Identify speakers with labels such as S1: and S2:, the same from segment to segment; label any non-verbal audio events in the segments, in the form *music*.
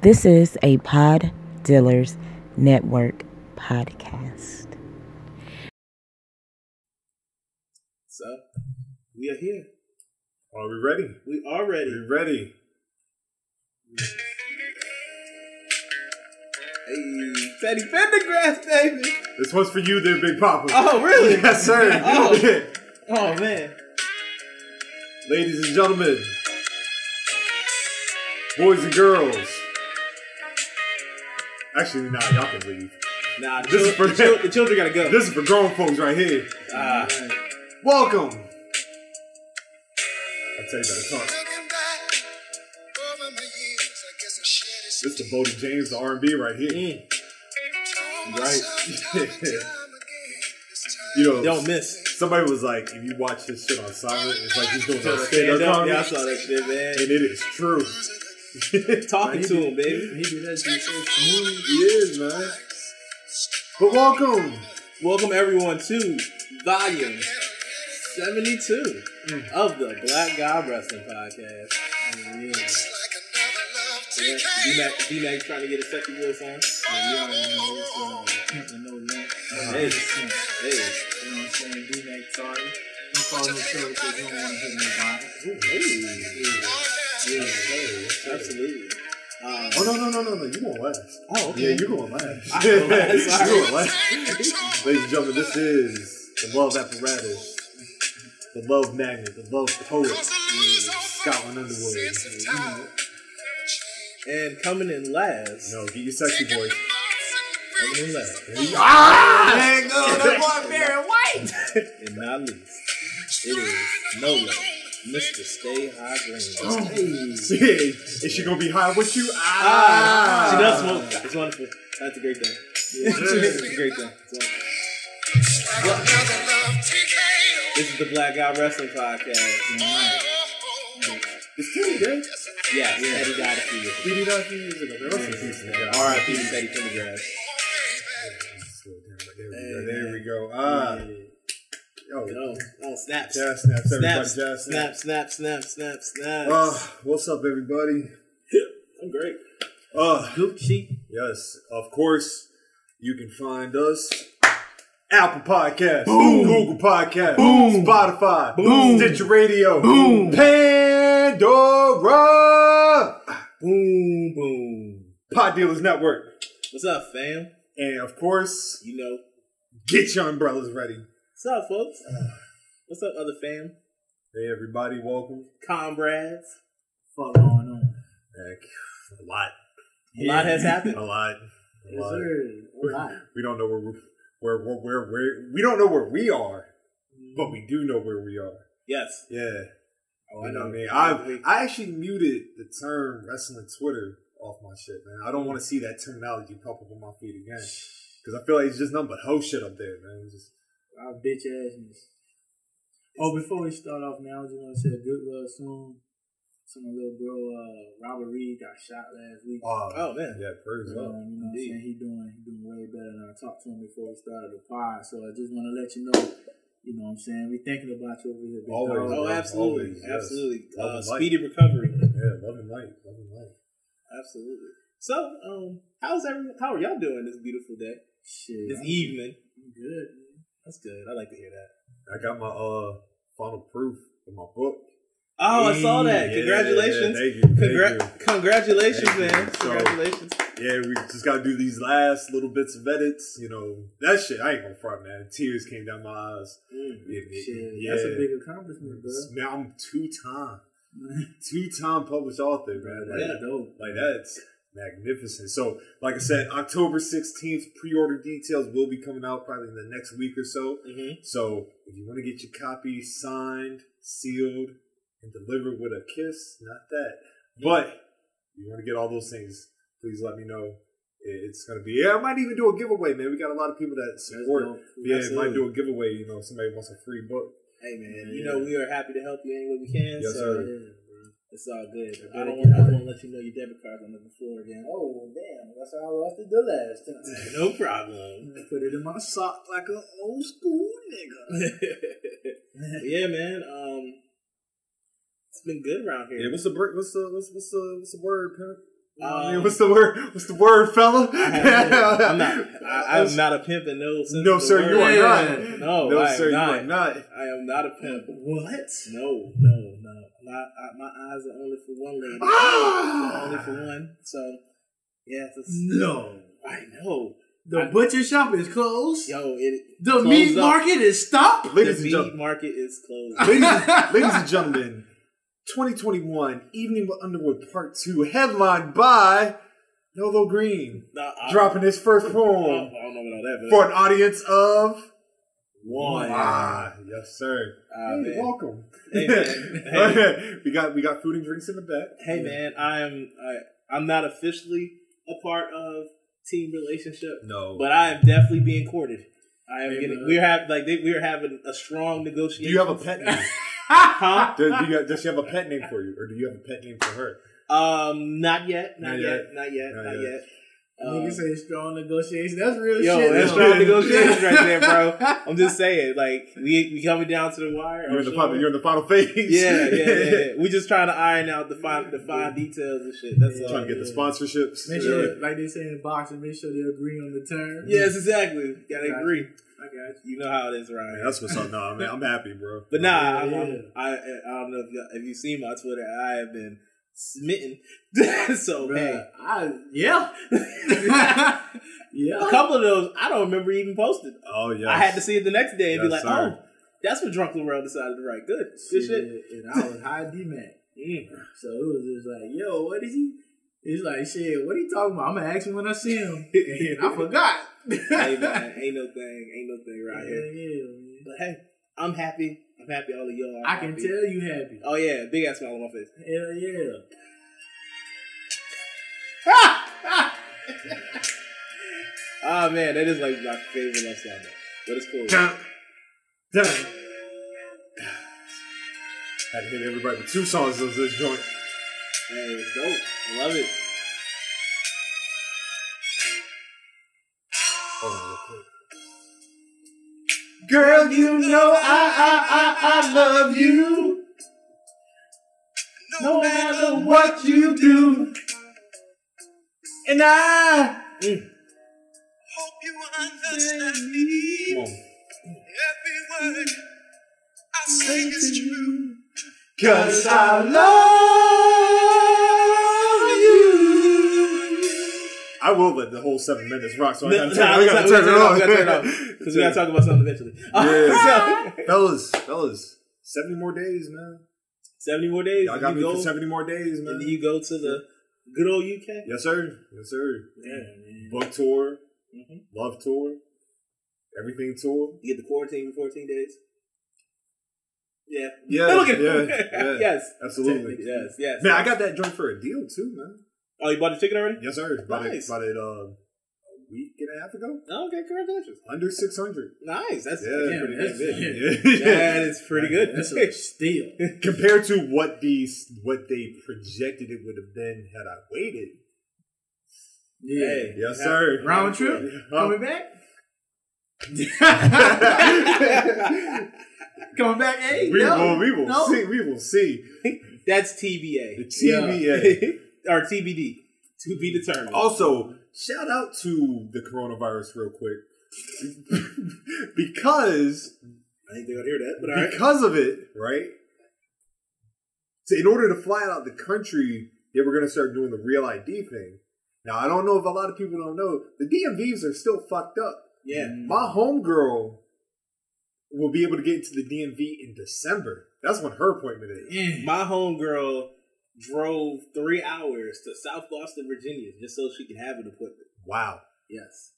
S1: This is a Pod Dealers Network podcast.
S2: So we are here.
S3: Are we ready?
S2: We are ready.
S3: We ready?
S2: Hey, Teddy Pendergrass, baby.
S3: This one's for you, there, Big Papa.
S2: Oh, really?
S3: Yes, sir.
S2: Oh. Oh man.
S3: *laughs* Ladies and gentlemen, boys and girls. Actually, nah, y'all can leave.
S2: Nah, the,
S3: This is
S2: chil-
S3: for
S2: the, chil- the children gotta go.
S3: This is for grown folks right here.
S2: Ah,
S3: Welcome. I tell you that talk. This is the Bodie James, the R&B right here.
S2: mm,
S3: Right. *laughs* You know,
S2: don't miss.
S3: somebody was like, if you watch this shit on silent, it's like he's doing that
S2: Stand up.
S3: comedy.
S2: Yeah, I saw that shit, man.
S3: And it is true.
S2: *laughs* Talking to him, baby.
S4: He do that shit so smooth.
S3: is, man. But welcome.
S2: Welcome everyone to Volume 72
S4: Mm.
S2: of the Black God Wrestling Podcast. Yeah. D-Mac, D-Mac trying to get a sexy voice on.
S4: Yeah, you know, it's, uh, I know that.
S2: Hey, hey.
S4: You know what I'm saying? D-Mac, sorry. Don't call no trouble 'cause you don't wanna hit nobody.
S2: Yeah, yeah, absolutely. Um,
S3: Oh no no no no no! You going last?
S2: oh, okay.
S3: Yeah, you going last?
S2: I go last,
S3: *laughs*
S2: sorry.
S3: you going last? Ladies and gentlemen, this is the love apparatus, the love magnet, the love poet, Scotland Underwood. You know,
S2: And coming in last.
S3: No, get your sexy voice.
S2: Coming in last.
S3: Ah!
S4: There you go, that boy Barry White.
S2: And not least. It is no love. Mr. Stay High
S4: Oh
S2: Green.
S3: Yeah, is she gonna be high with you? Ah!
S2: Ah, she does smoke. It's wonderful. That's a great thing. *laughs* It's a great thing. It's wonderful. This is the Black Guy Wrestling Podcast.
S3: It's Teddy Day.
S2: Yeah, Teddy died a few years ago.
S3: We did not few years ago. man. Rest in peace, man.
S2: R.I.P. to Teddy Pendergrass.
S5: Oh,
S3: There we go. There we go.
S4: Uh,
S3: Ah, yo,
S2: No, no, Oh, snaps.
S3: jazz snaps, everybody,
S2: Snaps,
S3: jazz
S2: snap, snap, snap, snap, snaps.
S3: Uh, what's up, everybody?
S2: I'm great.
S3: Uh,
S2: Gucci.
S3: yes, of course, you can find us Apple Podcasts, Google Podcasts, Spotify, Stitcher Radio, Pandora,
S2: Boom, boom.
S3: Pod Dealers Network,
S2: What's up, fam?
S3: and of course,
S2: You know.
S3: get your umbrellas ready.
S2: What's up, folks? What's up, other fam?
S3: Hey, everybody, welcome.
S2: Comrades.
S4: Fuck going on.
S3: Heck, a lot,
S2: A lot has happened.
S3: a lot, a
S4: Yes,
S3: lot.
S4: sir. A lot.
S3: We don't know where we where, where where where we don't know where we are, but we do know where we are.
S2: Yes.
S3: Yeah.
S2: Oh,
S3: You know what I mean? I've, I actually muted the term wrestling Twitter off my shit, man. I don't want to see that terminology pop up on my feed again. Because I feel like it's just nothing but hoe shit up there, man. It's just,
S4: Our bitch assness. Oh, before we start off, man, I just want to say good love soon. So my little bro, uh, Robert Reed, got shot last week.
S3: oh,
S2: Oh, man.
S3: Yeah, praise God.
S4: Um, you know what I'm
S2: Indeed.
S4: saying? He doing he doing way better than I talked to him before we started the pod. So I just want to let you know, you know what I'm saying? We thinking about you over here. big
S3: Always,
S4: dog.
S2: Oh,
S3: Always,
S2: absolutely.
S3: yes.
S2: absolutely.
S3: Love
S2: Uh,
S3: and light.
S2: speedy recovery.
S3: Yeah, love and light. Love and light.
S2: Absolutely. So, um, how's everyone? How are y'all doing this beautiful day?
S4: Shit.
S2: This evening.
S4: I'm good, man.
S2: That's good. I like to hear that.
S3: I got my uh final proof of my book.
S2: Oh, I saw that.
S3: Mm, Yeah,
S2: Congratulations.
S3: thank you. Thank
S2: Congra-
S3: you.
S2: Congratulations,
S3: Thank you.
S2: man.
S3: So-
S2: Congratulations.
S3: Yeah, we just gotta do these last little bits of edits. You know, that shit, I ain't gonna front, man. Tears came down my eyes. Yeah,
S4: Shit.
S3: yeah.
S4: That's a big accomplishment, bro.
S3: Man, I'm two time, two time published author, man. Like,
S2: Yeah.
S4: That's dope.
S3: like that's magnificent. So, like I said, October 16th, pre order details will be coming out probably in the next week or so.
S2: Mm-hmm.
S3: So, if you want to get your copy signed, sealed, and delivered with a kiss, not that, but you want to get all those things, please let me know. It- It's gonna be yeah. I might even do a giveaway, man. We got a lot of people that
S4: That's
S3: support.
S4: dope.
S3: Yeah, might
S2: Absolutely.
S3: do a giveaway. You know, if somebody wants a free book.
S2: Hey, man.
S4: Yeah,
S2: You
S4: yeah.
S2: know we are happy to help you any way we can.
S3: Yes,
S2: so
S3: sir.
S4: Yeah, bro.
S2: It's all good. I
S4: I
S2: don't
S4: don't
S2: want. I
S4: wanna-
S2: don't want to let you know your debit card's on the floor again.
S4: Oh damn, that's how I lost it the last time.
S2: *laughs* No problem.
S4: I put it in my sock like an old school nigga.
S2: *laughs* yeah, man. Um, it's been good around here.
S3: Yeah, what's the break? What's the what's what's the what's the word, pimp? I mean,
S4: Um,
S3: Uh, *laughs* what's the word? What's the word, fella?
S2: *laughs* I have- I'm not. I, I'm not a pimp in no
S3: *laughs*
S2: sense.
S3: No,
S2: of the
S3: sir, you
S2: word.
S3: are
S4: Yeah.
S3: not.
S2: No,
S3: no,
S2: I am
S3: sir,
S2: not.
S3: you are not.
S2: I am not a pimp.
S4: What?
S2: No.
S4: No, no. My I, my eyes are only for one lady.
S3: Ah!
S2: Only for one. So, yes. It's,
S4: No.
S2: I know.
S4: The
S2: I-
S4: butcher shop is closed.
S2: Yo, it.
S4: The
S2: closed
S4: meat
S2: up.
S4: market is stopped.
S2: The
S3: Ladies and
S2: meat
S3: gentlemen,
S2: market is closed.
S3: ladies, ladies and *laughs* gentlemen, 2021 Evening with Underwood Part Two, headlined by Nolo Green,
S2: Nah, I-
S3: dropping his first
S2: Oh, I don't
S3: poem
S2: I don't know about that, but
S3: for an audience of
S2: one.
S3: Ah, yes, sir.
S2: Ah,
S3: Hey,
S2: man.
S3: welcome. *laughs*
S2: Hey, man. Hey.
S3: we got we got food and drinks in the back.
S2: Hey man, I'm I, I'm not officially a part of team relationship,
S3: No,
S2: but I am definitely being courted. I am
S4: Hey,
S2: getting.
S4: man.
S2: We have like they, we are having a strong negotiation.
S3: Do you have a pet
S2: *laughs*
S3: name?
S2: Huh?
S3: does, do you, does she have a pet name for you, or do you have a pet name for her?
S2: Um, not yet, not,
S3: Not
S2: yet,
S3: yet.
S2: not yet,
S3: Not
S2: not
S3: yet.
S2: yet. Um,
S4: Nigga say strong negotiation. That's real
S2: yo,
S4: shit.
S2: that's
S4: though.
S2: strong negotiations right there, bro.
S3: *laughs*
S2: I'm just saying, like we we coming down to the wire.
S3: You're
S2: I'm
S3: in the
S2: sure.
S3: final. You're in the final phase.
S2: *laughs* yeah, yeah,
S3: *laughs*
S2: yeah, yeah. We just trying to iron out the fine the fine details and shit. That's all.
S3: *laughs* Trying to get the sponsorships.
S4: Make sure, *laughs* like they say in boxing, make sure they agree on the terms.
S2: Yes, exactly. Gotta
S4: Got
S2: agree.
S4: I got you.
S2: You know how it is, Ryan.
S3: Man, that's what's up. No, man, I'm happy, bro.
S2: But nah, I'm,
S4: Yeah,
S2: I'm-
S4: yeah.
S2: i I, don't know if, y'all, if you've seen my Twitter. I have been smitten. *laughs* so hey,
S4: Bruh, I, yeah.
S2: a
S4: *laughs* yeah.
S2: couple of those I don't remember even posted.
S3: Oh yeah,
S2: I had to see it the next day and be like,
S3: Yes, sir.
S2: oh, that's what Drunk Lorel decided to write. Good, good
S4: *laughs*
S2: shit.
S4: And I was high D-Mac.
S2: Mm.
S4: So it was just like, yo, what is he? He's like, shit, what are you talking about? I'm gonna ask him when I
S2: *laughs*
S4: see him. And I forgot.
S2: hey
S4: *laughs*
S2: man, ain't no thing, ain't no thing right here.
S4: Yeah, yeah, man.
S2: But hey, I'm happy. I'm happy. All of y'all. are
S4: I can
S2: happy.
S4: tell you happy.
S2: Oh yeah, big ass smile on my face.
S4: Hell
S2: *laughs*
S4: yeah.
S2: Ah man, that is like my favorite love song. though. But it's cool.
S3: Dun, dun. Had to hit everybody with two songs of this joint.
S2: Hey, it's dope. I love it.
S3: Hold on real quick. Girl, you know I, I, I, I love you. No matter what you do. And I.
S6: Hope you understand me.
S3: Come on.
S6: Every word I say is true.
S3: Cause I love you. I will let the whole seven minutes rock, so I gotta, turn, I gotta turn it off. *laughs*
S2: Because we gotta talk about something eventually.
S3: Yeah.
S2: *laughs* So,
S3: fellas, fellas, 70 more days, man.
S2: 70 more days.
S3: Y'all
S2: and
S3: got me
S2: you
S3: for
S2: go,
S3: 70 more days,
S2: and then
S3: man.
S2: you go to the good old UK.
S3: Yes, sir. Yes, sir.
S4: Damn, man.
S3: Book tour,
S2: Mhm.
S3: love tour, everything tour.
S2: You get the quarantine for 14 days. Yeah.
S3: Yeah,
S2: Look at *laughs*
S3: yeah,
S2: it.
S3: *laughs* yeah.
S2: Yes.
S3: Absolutely.
S2: Yes, yes.
S3: Man, I got that joint for a deal, too, man.
S2: oh, you bought the ticket already?
S3: Yes, sir. About,
S2: Nice.
S3: it, about it, uh, a week and a half ago.
S2: Oh, okay, congratulations.
S3: Under 600.
S2: Nice. That's
S3: Yeah,
S4: damn,
S3: pretty
S4: that's-
S3: good. *laughs*
S2: *laughs* That is pretty good.
S4: That's a
S2: *laughs*
S4: steal.
S3: Compared to what these what they projected it would have been had I waited.
S4: Yeah.
S2: Hey.
S3: Yes, sir.
S4: Round trip? Coming back?
S2: *laughs*
S3: Huh? *laughs*
S4: Coming back, hey,
S3: we,
S4: no,
S3: will, we will
S4: no.
S3: see. We will see.
S2: That's
S3: The
S2: TBA.
S3: TVA.
S2: *laughs* or TBD. To be determined.
S3: Oh. Also, shout out to the coronavirus real quick. *laughs* because
S2: I think they're gonna hear that, but all right.
S3: because of it, right? So in order to fly out the country, they were going to start doing the real ID thing. Now, I don't know if a lot of people don't know, the DMVs are still fucked up.
S2: Yeah.
S3: My homegirl will be able to get into the DMV in December. That's when her appointment is.
S4: Mm.
S2: My homegirl drove three hours to South Boston, Virginia, just so she could have an appointment.
S3: Wow.
S2: Yes.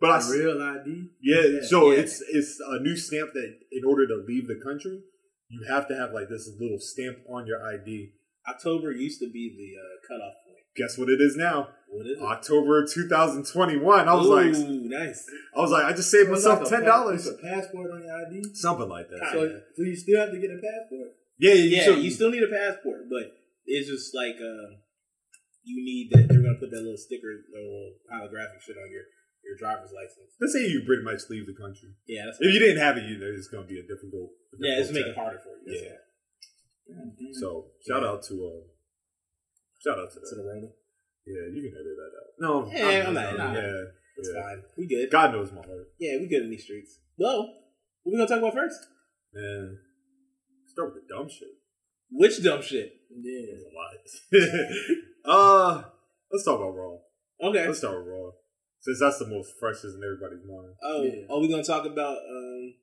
S3: But I,
S4: A
S3: s-
S4: real ID.
S3: yeah, so
S2: yeah.
S3: it's it's a new stamp that in order to leave the country, you have to have like this little stamp on your ID.
S2: October used to be the uh, cutoff point.
S3: Guess what it is now?
S2: What is it?
S3: October 2021. I was like,
S2: Ooh, nice.
S3: I was like, I just saved
S4: It's
S3: myself
S4: like a
S3: ten
S4: pa-
S3: dollars.
S4: it's A passport on your ID.
S3: Something like that.
S4: So, so you still have to get a passport.
S3: yeah, yeah,
S2: Yeah,
S3: should-
S2: you still need a passport, but it's just like uh, you need that. They're gonna put that little sticker, that little holographic shit on your your driver's license.
S3: Let's say you pretty much leave the country.
S2: Yeah, that's
S3: If you didn't have it either, it's going to be a difficult.
S2: yeah, it's making it
S3: difficult
S2: harder for you. That's
S3: Yeah.
S2: all.
S3: time. So shout out to uh, shout out to
S2: to
S3: that.
S2: the Rona.
S3: Yeah, you can edit that out. No,
S2: Yeah, I'm not- nah.
S3: Yeah,
S2: It's
S3: yeah.
S2: fine. We good.
S3: God knows my heart,
S2: Yeah, we good in these streets. Well, what we gonna talk about first?
S3: man. Start with the dumb shit.
S2: Which dumb shit?
S4: Yeah.
S3: There's a lot. *laughs* uh, let's talk about Raw.
S2: Okay.
S3: Let's start with Raw, since that's the most freshest in everybody's mind.
S2: Oh,
S4: Yeah.
S2: are we gonna talk about um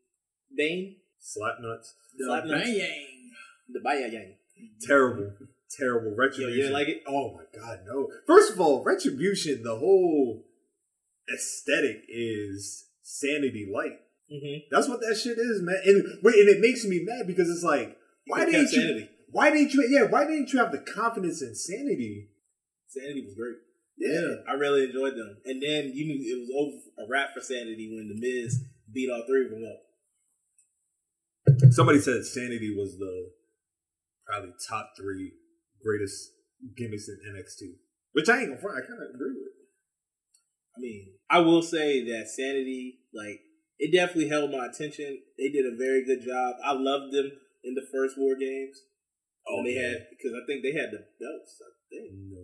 S2: Bane?
S3: Slap nuts,
S2: Slap
S4: The
S2: nuts.
S4: bang.
S2: The Baya Yang.
S3: terrible, terrible
S2: Yo,
S3: retribution.
S2: you didn't like it?
S3: Oh my god, no. First of all, retribution, the whole aesthetic is sanity light.
S2: Mm-hmm.
S3: That's what that shit is, man. And wait, and it makes me mad because it's like, why didn't you
S2: Sanity?
S3: why didn't you yeah, why didn't you have the confidence in sanity?
S2: Sanity was great.
S3: Yeah.
S2: I really enjoyed them. And then you knew it was over a wrap for Sanity when the Miz beat all three of them up.
S3: Somebody said sanity was the probably top three greatest gimmicks in NXT. Which I ain't gonna front, I kinda agree with.
S2: I mean, I will say that Sanity, like, it definitely held my attention. They did a very good job. I loved them in the first War Games. Oh, they had because I think they had the belts. I think
S3: No.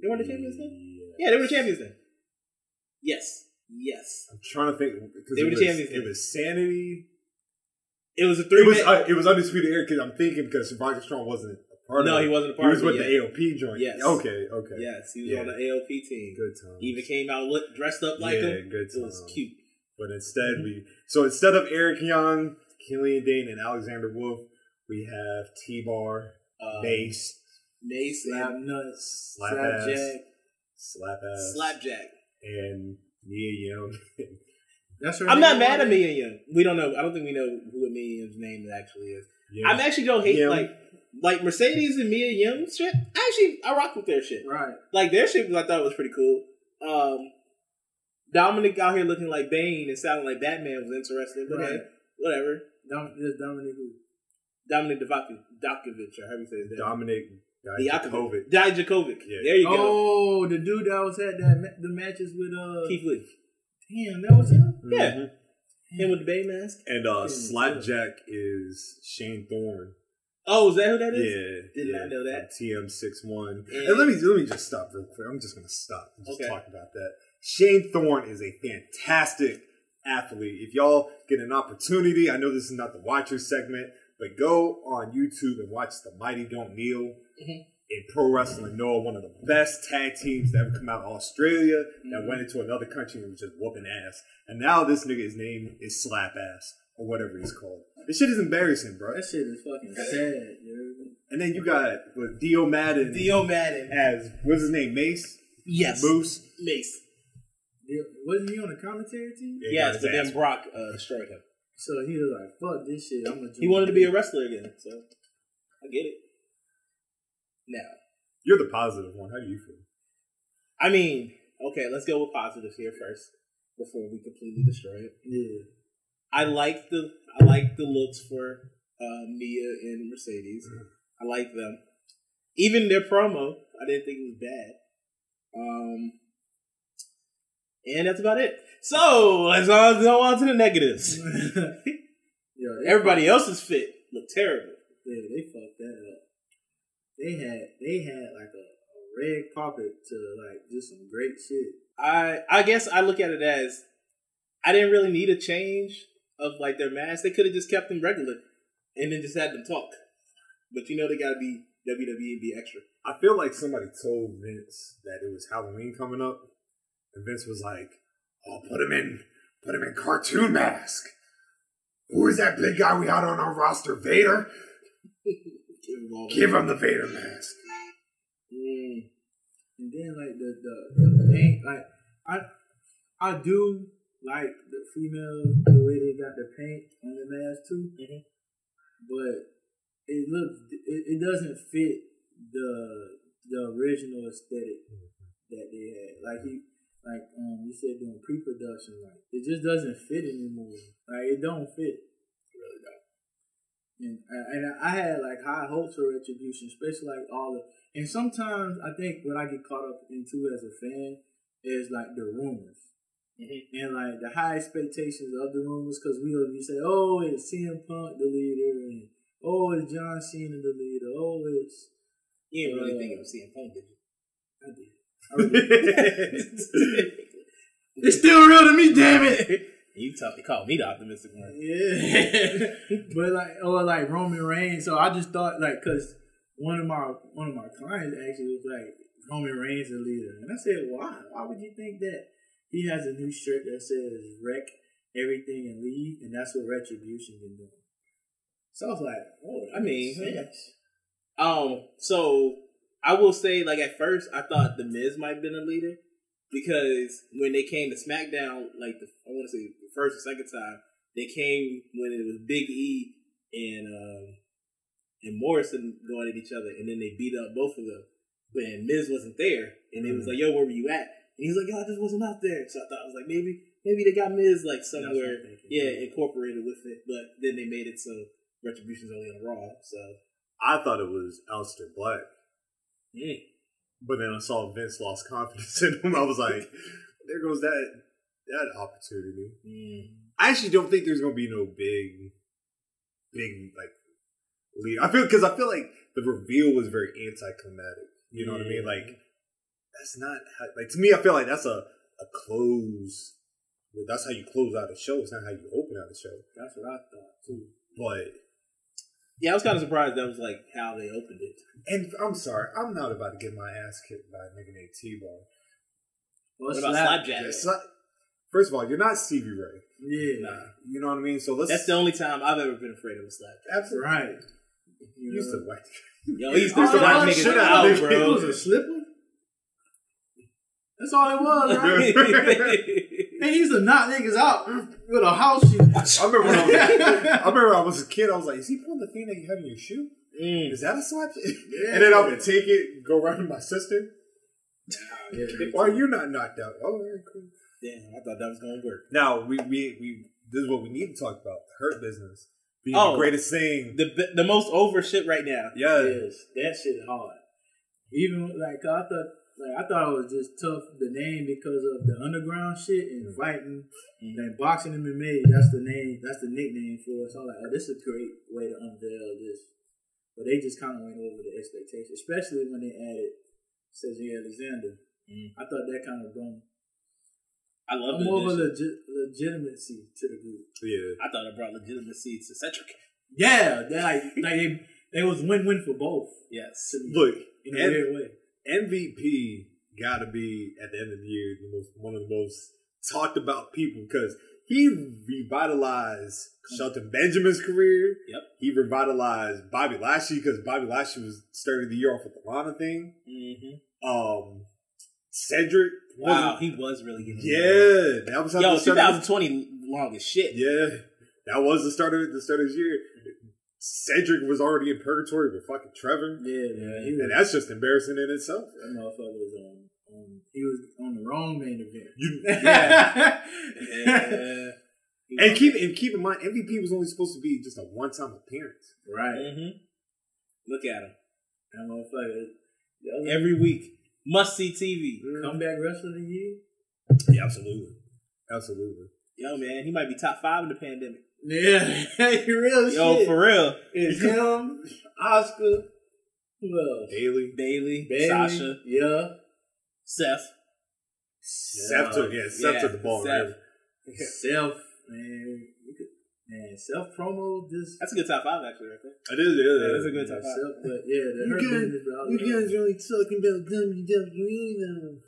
S2: They won the champions then? yeah, they were the champions then. Yes, yes.
S3: I'm trying to think because
S2: They
S3: it,
S2: were the
S3: was,
S2: champions
S3: it
S2: then.
S3: was sanity.
S2: It was a
S3: It
S2: three.
S3: was
S2: man-
S3: uh, it was undisputed era because I'm thinking because Survivor Strong wasn't a part
S2: no,
S3: of it.
S2: he wasn't a
S3: He
S2: part
S3: was
S2: of
S3: with
S2: it. yet.
S3: the AOP joint.
S2: Yes.
S3: Okay. Okay.
S2: Yes, he was
S3: Yeah.
S2: on the ALP team.
S3: Good times.
S2: Even came out look, dressed up like
S3: yeah, Um,
S2: him.
S3: Good
S2: It was
S3: times.
S2: cute.
S3: But instead, we so instead of Eric Young, Killian Dane, and Alexander Wolf, we have T Bar,
S2: Um,
S3: Mace,
S2: Mace
S4: Slap
S2: and
S4: nuts.
S3: Slap ass.
S4: jack.
S3: Slap Ass,
S2: Slapjack.
S3: and Mia *laughs* Young.
S4: That's her
S2: I'm not
S4: name,
S2: mad at
S4: right?
S2: Mia Young. We don't know. I don't think we know who Mia Young's name actually is.
S3: yeah.
S2: I'm actually don't hate
S3: Young.
S2: like like Mercedes and Mia Young shit. Actually, I rock with their shit.
S4: Right.
S2: Like their shit, was- I thought was pretty cool. Um, Dominic out here looking like Bane and sounding like Batman was interesting. But hey,
S4: Right.
S2: whatever.
S4: Dom, this Dominic who?
S2: Dominic Divakovic, Dokovic, or however you say his name.
S3: Dominic Dijakovic.
S2: Dijakovic. Dijakovic.
S3: Yeah.
S2: There you go.
S4: Oh, the dude that was at that ma- the matches with uh.
S3: Oh.
S2: Keith Lee.
S4: Damn, that was him.
S2: Yeah.
S3: Mhm.
S2: Him with the Bane mask.
S3: And uh,
S4: Mm.
S3: Slapjack is Shane Thorne.
S2: Oh, is that who that is?
S3: Yeah,
S2: Did
S3: yeah,
S2: not know that.
S3: TM 61
S2: Yeah.
S3: And let me let me just stop real quick. I'm just gonna stop and just
S2: Okay.
S3: talk about that. Shane Thorne is a fantastic athlete. If y'all get an opportunity, I know this is not the Watcher segment, but go on YouTube and watch the Mighty Don't Kneel.
S2: Mhm.
S3: In pro wrestling, Noah, one of the best tag teams to ever come out of Australia, that went into another country and was just whooping ass. And now this nigga, his name is Slap Ass or whatever he's called. This shit is embarrassing, bro.
S4: That shit is fucking sad, dude.
S3: And then you got with Dio Madden
S2: Dio Madden.
S3: as what's his name, Mace
S2: Yes.
S3: Moose.
S2: Mace.
S4: Yeah, Wasn't he on the commentary team?
S3: Yeah,
S2: Yes,
S3: his
S2: but
S3: ass.
S2: then Brock uh, destroyed him.
S4: So he was like, "Fuck this shit." I'm gonna.
S2: He wanted to be a wrestler again, so I get it. Now,
S3: You're the positive one. How do you feel?
S2: I mean, okay, let's go with positives here first before we completely destroy it.
S4: Yeah.
S2: I like the I like the looks for uh, Mia and Mercedes. I like them. Even their promo, I didn't think it was bad. Um, and that's about it. So let's on, go on to the negatives.
S4: Yo, they
S2: Everybody else's fit looked terrible.
S4: fucked- yeah, they fucked that up. They had they had like a, a red carpet to like just some great shit.
S2: I I guess I look at it as I didn't really need a change of like their mask. They could have just kept them regular and then just had them talk. But you know they gotta be WWE be extra.
S3: I feel like somebody told Vince that it was Halloween coming up, and Vince was like, "Oh, put him in, put him in cartoon mask." Who is that big guy we had on our roster? Vader.
S2: Give them all
S3: Give him the Vader mask.
S4: Mm. And then like the the, the paint, like I I do like the females the way they got the paint on the mask too, but it looks it, it doesn't fit the the original aesthetic that they had. Like you like um you said doing pre production, like it just doesn't fit anymore. Like it don't fit. It really don't. And I- and I had like high hopes for retribution, especially like all the and sometimes I think what I get caught up into as a fan is like the rumors
S2: Mm-hmm.
S4: and like the high expectations of the rumors because we we say, oh, it's CM Punk the leader, and oh, it's John Cena the leader, oh, it's uh,
S2: You didn't really think it was CM Punk, did you?
S4: I did.
S2: *laughs*
S4: It's still real to me, damn it.
S2: you talk, you call me the optimistic one.
S4: Yeah, *laughs* but like or like Roman Reigns. So I just thought like because one of my one of my clients actually was like Roman Reigns a leader, and I said why? Why would you think that? He has a new shirt that says "Wreck Everything and Leave," and that's what Retribution been doing. So I was like, oh,
S2: I mean, Um, so I will say, like at first, I thought the Miz might have been a leader because when they came to SmackDown, like the, I want to say the first or second time, they came when it was Big E and um and Morrison going at each other, and then they beat up both of them. When Miz wasn't there, and it was like, "Yo, where were you at?" And he's like, "Yo, I just wasn't out there." So I thought I was like, maybe maybe they got Miz like somewhere, yeah, incorporated with it. But then they made it so Retribution's only on Raw, so.
S3: I thought it was Alistair Black,
S2: mm.
S3: but then I saw Vince lost confidence *laughs* in him. I was like, there goes that that opportunity.
S4: Mm.
S3: I actually don't think there's gonna be no big, big like lead. I feel because I feel like the reveal was very anticlimactic. You know what I mean? Like that's not how, like to me. I feel like that's a a close. Well, that's how you close out a show. It's not how you open out a show.
S4: that's what I thought too.
S3: But
S2: Yeah, I was kind of surprised that was like how they opened it.
S3: and I'm sorry, I'm not about to get my ass kicked by a nigga named T Bar.
S4: Or
S2: What about
S4: slap-
S2: Slapjack?
S3: It's like, first of all, you're not Stevie Ray.
S4: Yeah,
S3: You know what I mean? So let's
S2: That's the only time I've ever been afraid of a slap.
S3: absolutely
S4: right.
S3: You used to whack.
S2: Yo, he used to
S4: All
S2: knock
S4: that
S2: niggas
S4: Oh, shit
S2: out,
S4: out,
S2: bro.
S4: It was
S2: *laughs*
S4: a slipper. That's all it was, right?
S2: *laughs*
S4: Man, he used to knock niggas out with a house
S2: *laughs*
S4: shoe.
S3: I remember when I was, I remember when I was a kid. I was like, "Is he pulling the thing that you have in your shoe?
S2: Mm.
S3: Is that a slap?" And then I would take it, go around to my sister. *laughs* Why are you not knocked out? Oh, yeah, cool.
S2: Damn, I thought that was gonna work.
S3: Now we we we. This is what we need to talk about: the hurt business being
S2: Oh.
S3: the greatest thing.
S2: The b- the most over shit right now.
S3: yeah,
S4: Yes, that shit hard. Even like I thought, like I thought it was just tough the name because of the underground shit and
S2: Mm-hmm.
S4: fighting, like boxing and MMA. That's the name. That's the nickname for it. So I'm like, oh, this is a great way to unveil this. But they just kind of went over the expectation, especially when they added Cesar Alexander. I thought that kind of brought
S2: Mm-hmm. I love
S4: more of a
S2: it.
S4: legi- legitimacy to the group.
S3: yeah.
S2: I thought it brought legitimacy to Cedric.
S4: Yeah, they like like they, they was win win for both
S2: Yes.
S4: to me
S3: Look,
S4: in a
S3: and-
S4: weird way.
S3: MVP got to be at the end of the year the most, one of the most talked about people because he revitalized Shelton Benjamin's career.
S2: Yep.
S3: He revitalized Bobby Lashley because Bobby Lashley was starting the year off with the Lana thing.
S2: hmm
S3: Um, Cedric.
S2: Wow,
S3: wasn't-
S2: he was really getting.
S3: Yeah, that was how
S2: Yo,
S3: the start of-
S2: 2020 long as shit.
S3: Yeah, that was the start of the start of his year. Cedric was already in purgatory with fucking Trevor,
S4: Yeah, man, he was,
S3: and that's just embarrassing in itself.
S4: that motherfucker was on, on. He was on the wrong main event. *laughs*
S3: You,
S2: Yeah.
S3: And keep and keep in mind, MVP was only supposed to be just a one time appearance.
S4: right.
S2: hmm Look at him
S4: That motherfucker. the other
S2: every week. Must see TV.
S4: comeback wrestler of the year.
S3: Yeah, absolutely, absolutely.
S2: Yo, man, he might be top five in the pandemic.
S4: Yeah, *laughs* real
S2: Yo,
S4: Oh, shit.
S2: for real.
S4: it's him, Oscar, who else?
S3: Bailey,
S2: Bailey,
S4: Bailey,
S2: Sasha,
S4: Yeah.
S2: Seth.
S3: Seth took yeah, Seth
S2: yeah,
S3: took the ball.
S2: Seth.
S3: man.
S4: *laughs* Self, man. we could- Man, self promo this.
S2: That's a good top five, actually, right there.
S3: It is, it is,
S2: Yeah,
S3: it
S2: that's a
S3: is.
S2: good top five.
S4: Self, but yeah, the
S3: You
S4: her
S3: guys-
S4: business, but I was like-
S3: really talking about WWE
S4: uh,
S3: though.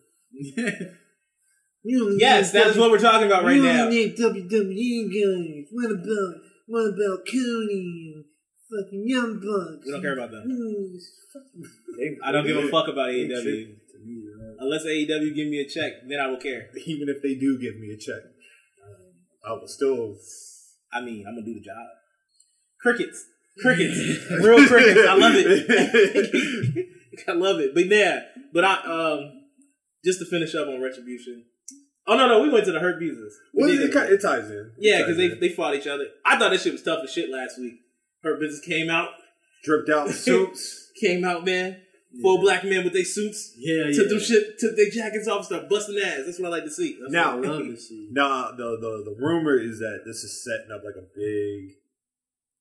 S3: You
S2: Yes, that's what we're talking about right now.
S3: need
S4: E
S3: WWE guys. What about what about Cody? Fucking Young Bucks.
S2: We don't care about them.
S4: Mm. They-
S2: I don't give a fuck about
S3: Big
S2: AEW.
S3: shit.
S4: to me, right?
S2: Unless AEW give me a check, then I will care.
S4: *laughs*
S3: Even if they do give me a check, uh, I will still.
S2: I mean, I'm gonna do the job. Crickets, crickets,
S4: *laughs*
S2: real crickets. I love it. I love it. But yeah, but I um just to finish up on retribution. Oh no, no, we went to the hurt business. We
S3: Well,
S2: did
S3: it,
S2: go
S3: ki- it ties in.
S2: Yeah,
S3: It ties
S2: because they
S3: in.
S2: they fought each other. I thought this shit was tough as shit last week. Her business came out,
S3: dripped
S2: *laughs*
S3: out suits.
S2: came out, man. Four black men with their suits.
S4: Yeah, yeah.
S2: Took them shit, took their jackets off, start busting ass. That's what I like to see.
S4: That's
S3: Now-
S4: what I
S2: *laughs*
S4: love *laughs* to see.
S3: now the, the the rumor is that this is setting up like a big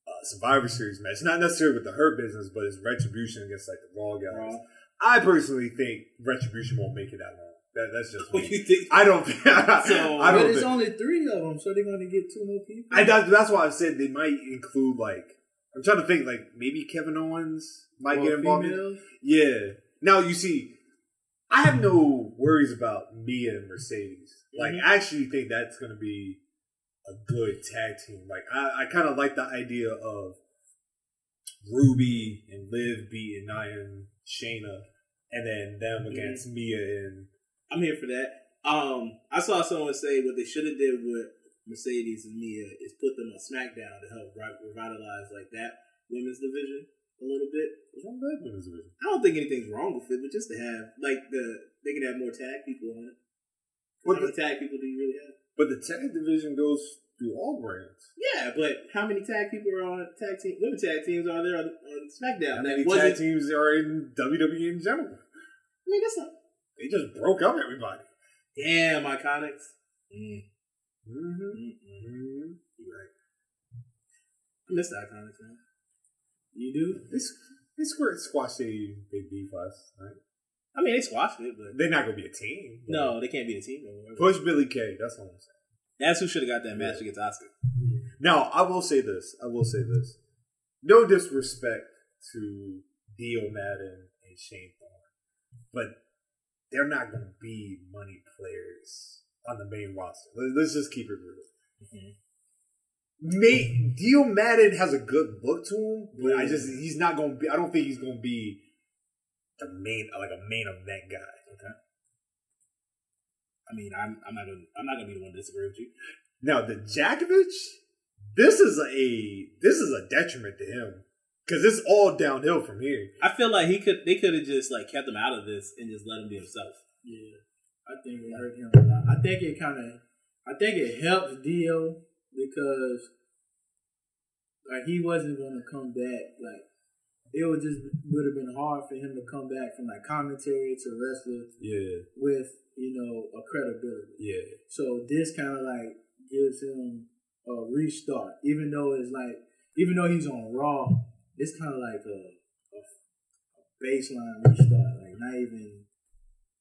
S3: uh, Survivor Series match. Not necessarily with the Hurt business, but it's retribution against like the Raw guys.
S2: Raw.
S3: I personally think Retribution won't make it that long. That, that's
S2: *laughs*
S3: just
S2: What do
S3: me.
S2: you think?
S3: I don't. *laughs* think- I
S4: but
S3: don't.
S4: it's
S3: think,
S4: only three of them, so they're going to get two more people.
S3: I, that, that's why I said they might include like. I'm trying to think like maybe Kevin Owens might
S4: Or
S3: get involved. in-
S4: females.
S3: Yeah. Now you see, I have no worries about Mia and Mercedes. Like I actually think that's going to be a good tag team. Like I, I kind of like the idea of Ruby and Liv beating Nia and Shayna, and then them against Mia and
S2: I'm here for that. Um, I saw someone say what they should have did with Mercedes and Mia is put them on SmackDown to help ri- revitalize like that women's division a little bit.
S3: what's wrong with that women's division?
S2: I don't think anything's wrong with it, but just to have like the they can have more tag people on it.
S3: What
S2: how many tag people do you really have?
S3: But the tag division goes through all brands.
S2: Yeah, but how many tag people are on tag team? Women tag teams are there on, on
S3: How
S2: SmackDown? That
S3: many
S2: wasn't-
S3: tag teams are in WWE in general?
S2: I mean, that's not
S3: They just broke up everybody.
S2: damn iconics. Mm,
S3: Mm-hmm.
S2: mm, mm.
S3: Mm-hmm.
S2: You're right. I miss the iconics, man. You do?
S3: This this squirt squash they they beef us. Right?
S2: I mean, they squashed it, but
S3: They're not gonna be a team. but-
S2: no, they can't be the team no more.
S3: Push Billy Kay. That's all I'm saying.
S2: That's who should have got that match against Oscar.
S3: Now I will say this. I will say this. No disrespect to Dio Madden and Shane Thorne, but they're not gonna be money players on the main roster. Let- Let's just keep it real. Nate Dio Madden has a good look to him, but I just he's not gonna be. I don't think he's gonna be the main like a main event guy. Okay.
S2: I mean, I'm, I'm not gonna I'm not gonna be the one to disagree with you.
S3: Now the Djakovic, this is a this is a detriment to him because it's all downhill from here.
S2: I feel like he could they could have just like kept him out of this and just let him be himself.
S4: Yeah, I think it hurt him a lot. I think it kind of, I think it helped Dio because like he wasn't gonna come back. Like it would just would have been hard for him to come back from like commentary to wrestler
S3: Yeah,
S4: with you know a credibility.
S3: yeah,
S4: So this kind of like gives him a restart, even though it's like, even though he's on Raw, it's kind of like a, a, a baseline restart, like not even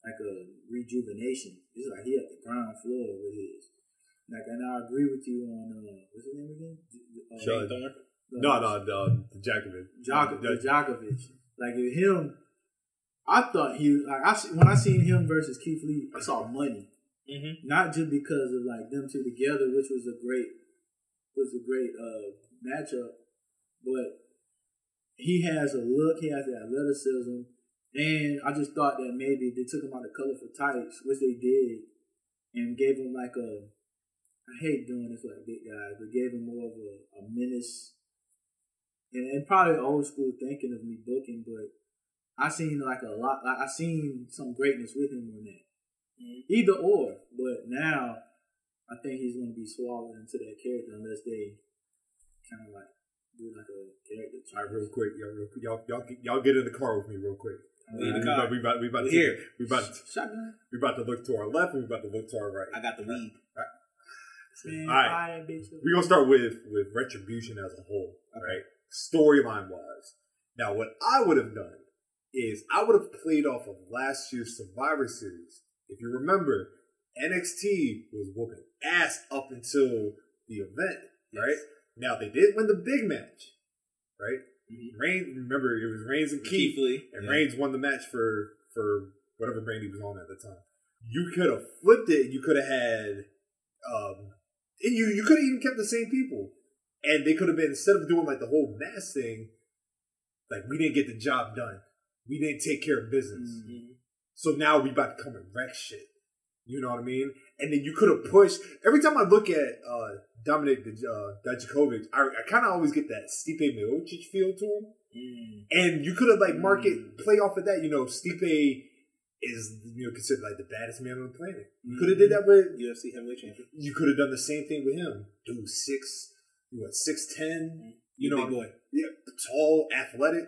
S4: like a rejuvenation. It's like he at the ground floor with his. Like, and I agree with you on uh, what's his name again?
S2: Oh,
S4: Uh,
S3: Sure.
S4: Shane Thorne?
S3: no, no, no, the Djakovic,
S4: Djok-
S3: The-
S4: Djokovic. Like with him, I thought he like I se- when I seen him versus Keith Lee, I saw money.
S2: Mhm.
S4: Not just because of like them two together, which was a great was a great uh matchup, but he has a look, he has the athleticism, and I just thought that maybe they took him out of colorful tights, which they did, and gave him like a I hate doing this like big guys, but gave him more of a, a menace and, and probably old school thinking of me booking, but I seen like a lot. Like I seen some greatness with him on that. Either or, but now I think he's going to be swallowed into that character unless they kind of like do like a character.
S3: all right, real quick, y'all, real quick, y'all, y'all, get- y'all get in the car with me, real quick.
S2: We in
S3: we,
S2: the car.
S3: About, we about, we about
S2: We
S3: to,
S2: here.
S3: we about, to,
S4: Shotgun.
S3: we about to look to our left, and we about to look to our right.
S2: I got the weed.
S4: Man,
S3: All right.
S4: fire, bitch.
S3: We're gonna start with with retribution as a whole, right? Storyline wise. Now, what I would have done is I would have played off of last year's Survivor Series. If you remember, NXT was whooping ass up until the event, right? Now they did win the big match, right? Reigns, remember it was Reigns and Keith,
S2: Keith Lee.
S3: and
S2: Yeah.
S3: Reigns won the match for for whatever brand he was on at the time. You could have flipped it. You could have had, um, and you you could have even kept the same people, and they could have been instead of doing like the whole mass thing, like we didn't get the job done, we didn't take care of business,
S4: Mm-hmm.
S3: so now we about to come and wreck shit. You know what I mean? And then you could have pushed. Every time I look at uh, Dominic uh, Dijakovic, I, I kind of always get that Stipe Miocic feel to him.
S4: Mm-hmm.
S3: And you could have like market play off of that. You know, Stipe is you know considered like the baddest man on the planet. You could have did that
S2: Mm-hmm.
S3: with.
S2: UFC heavyweight champion.
S3: You could have done the same thing with him. Do six, what six ten? You know,
S2: Big boy.
S3: yeah, tall, athletic.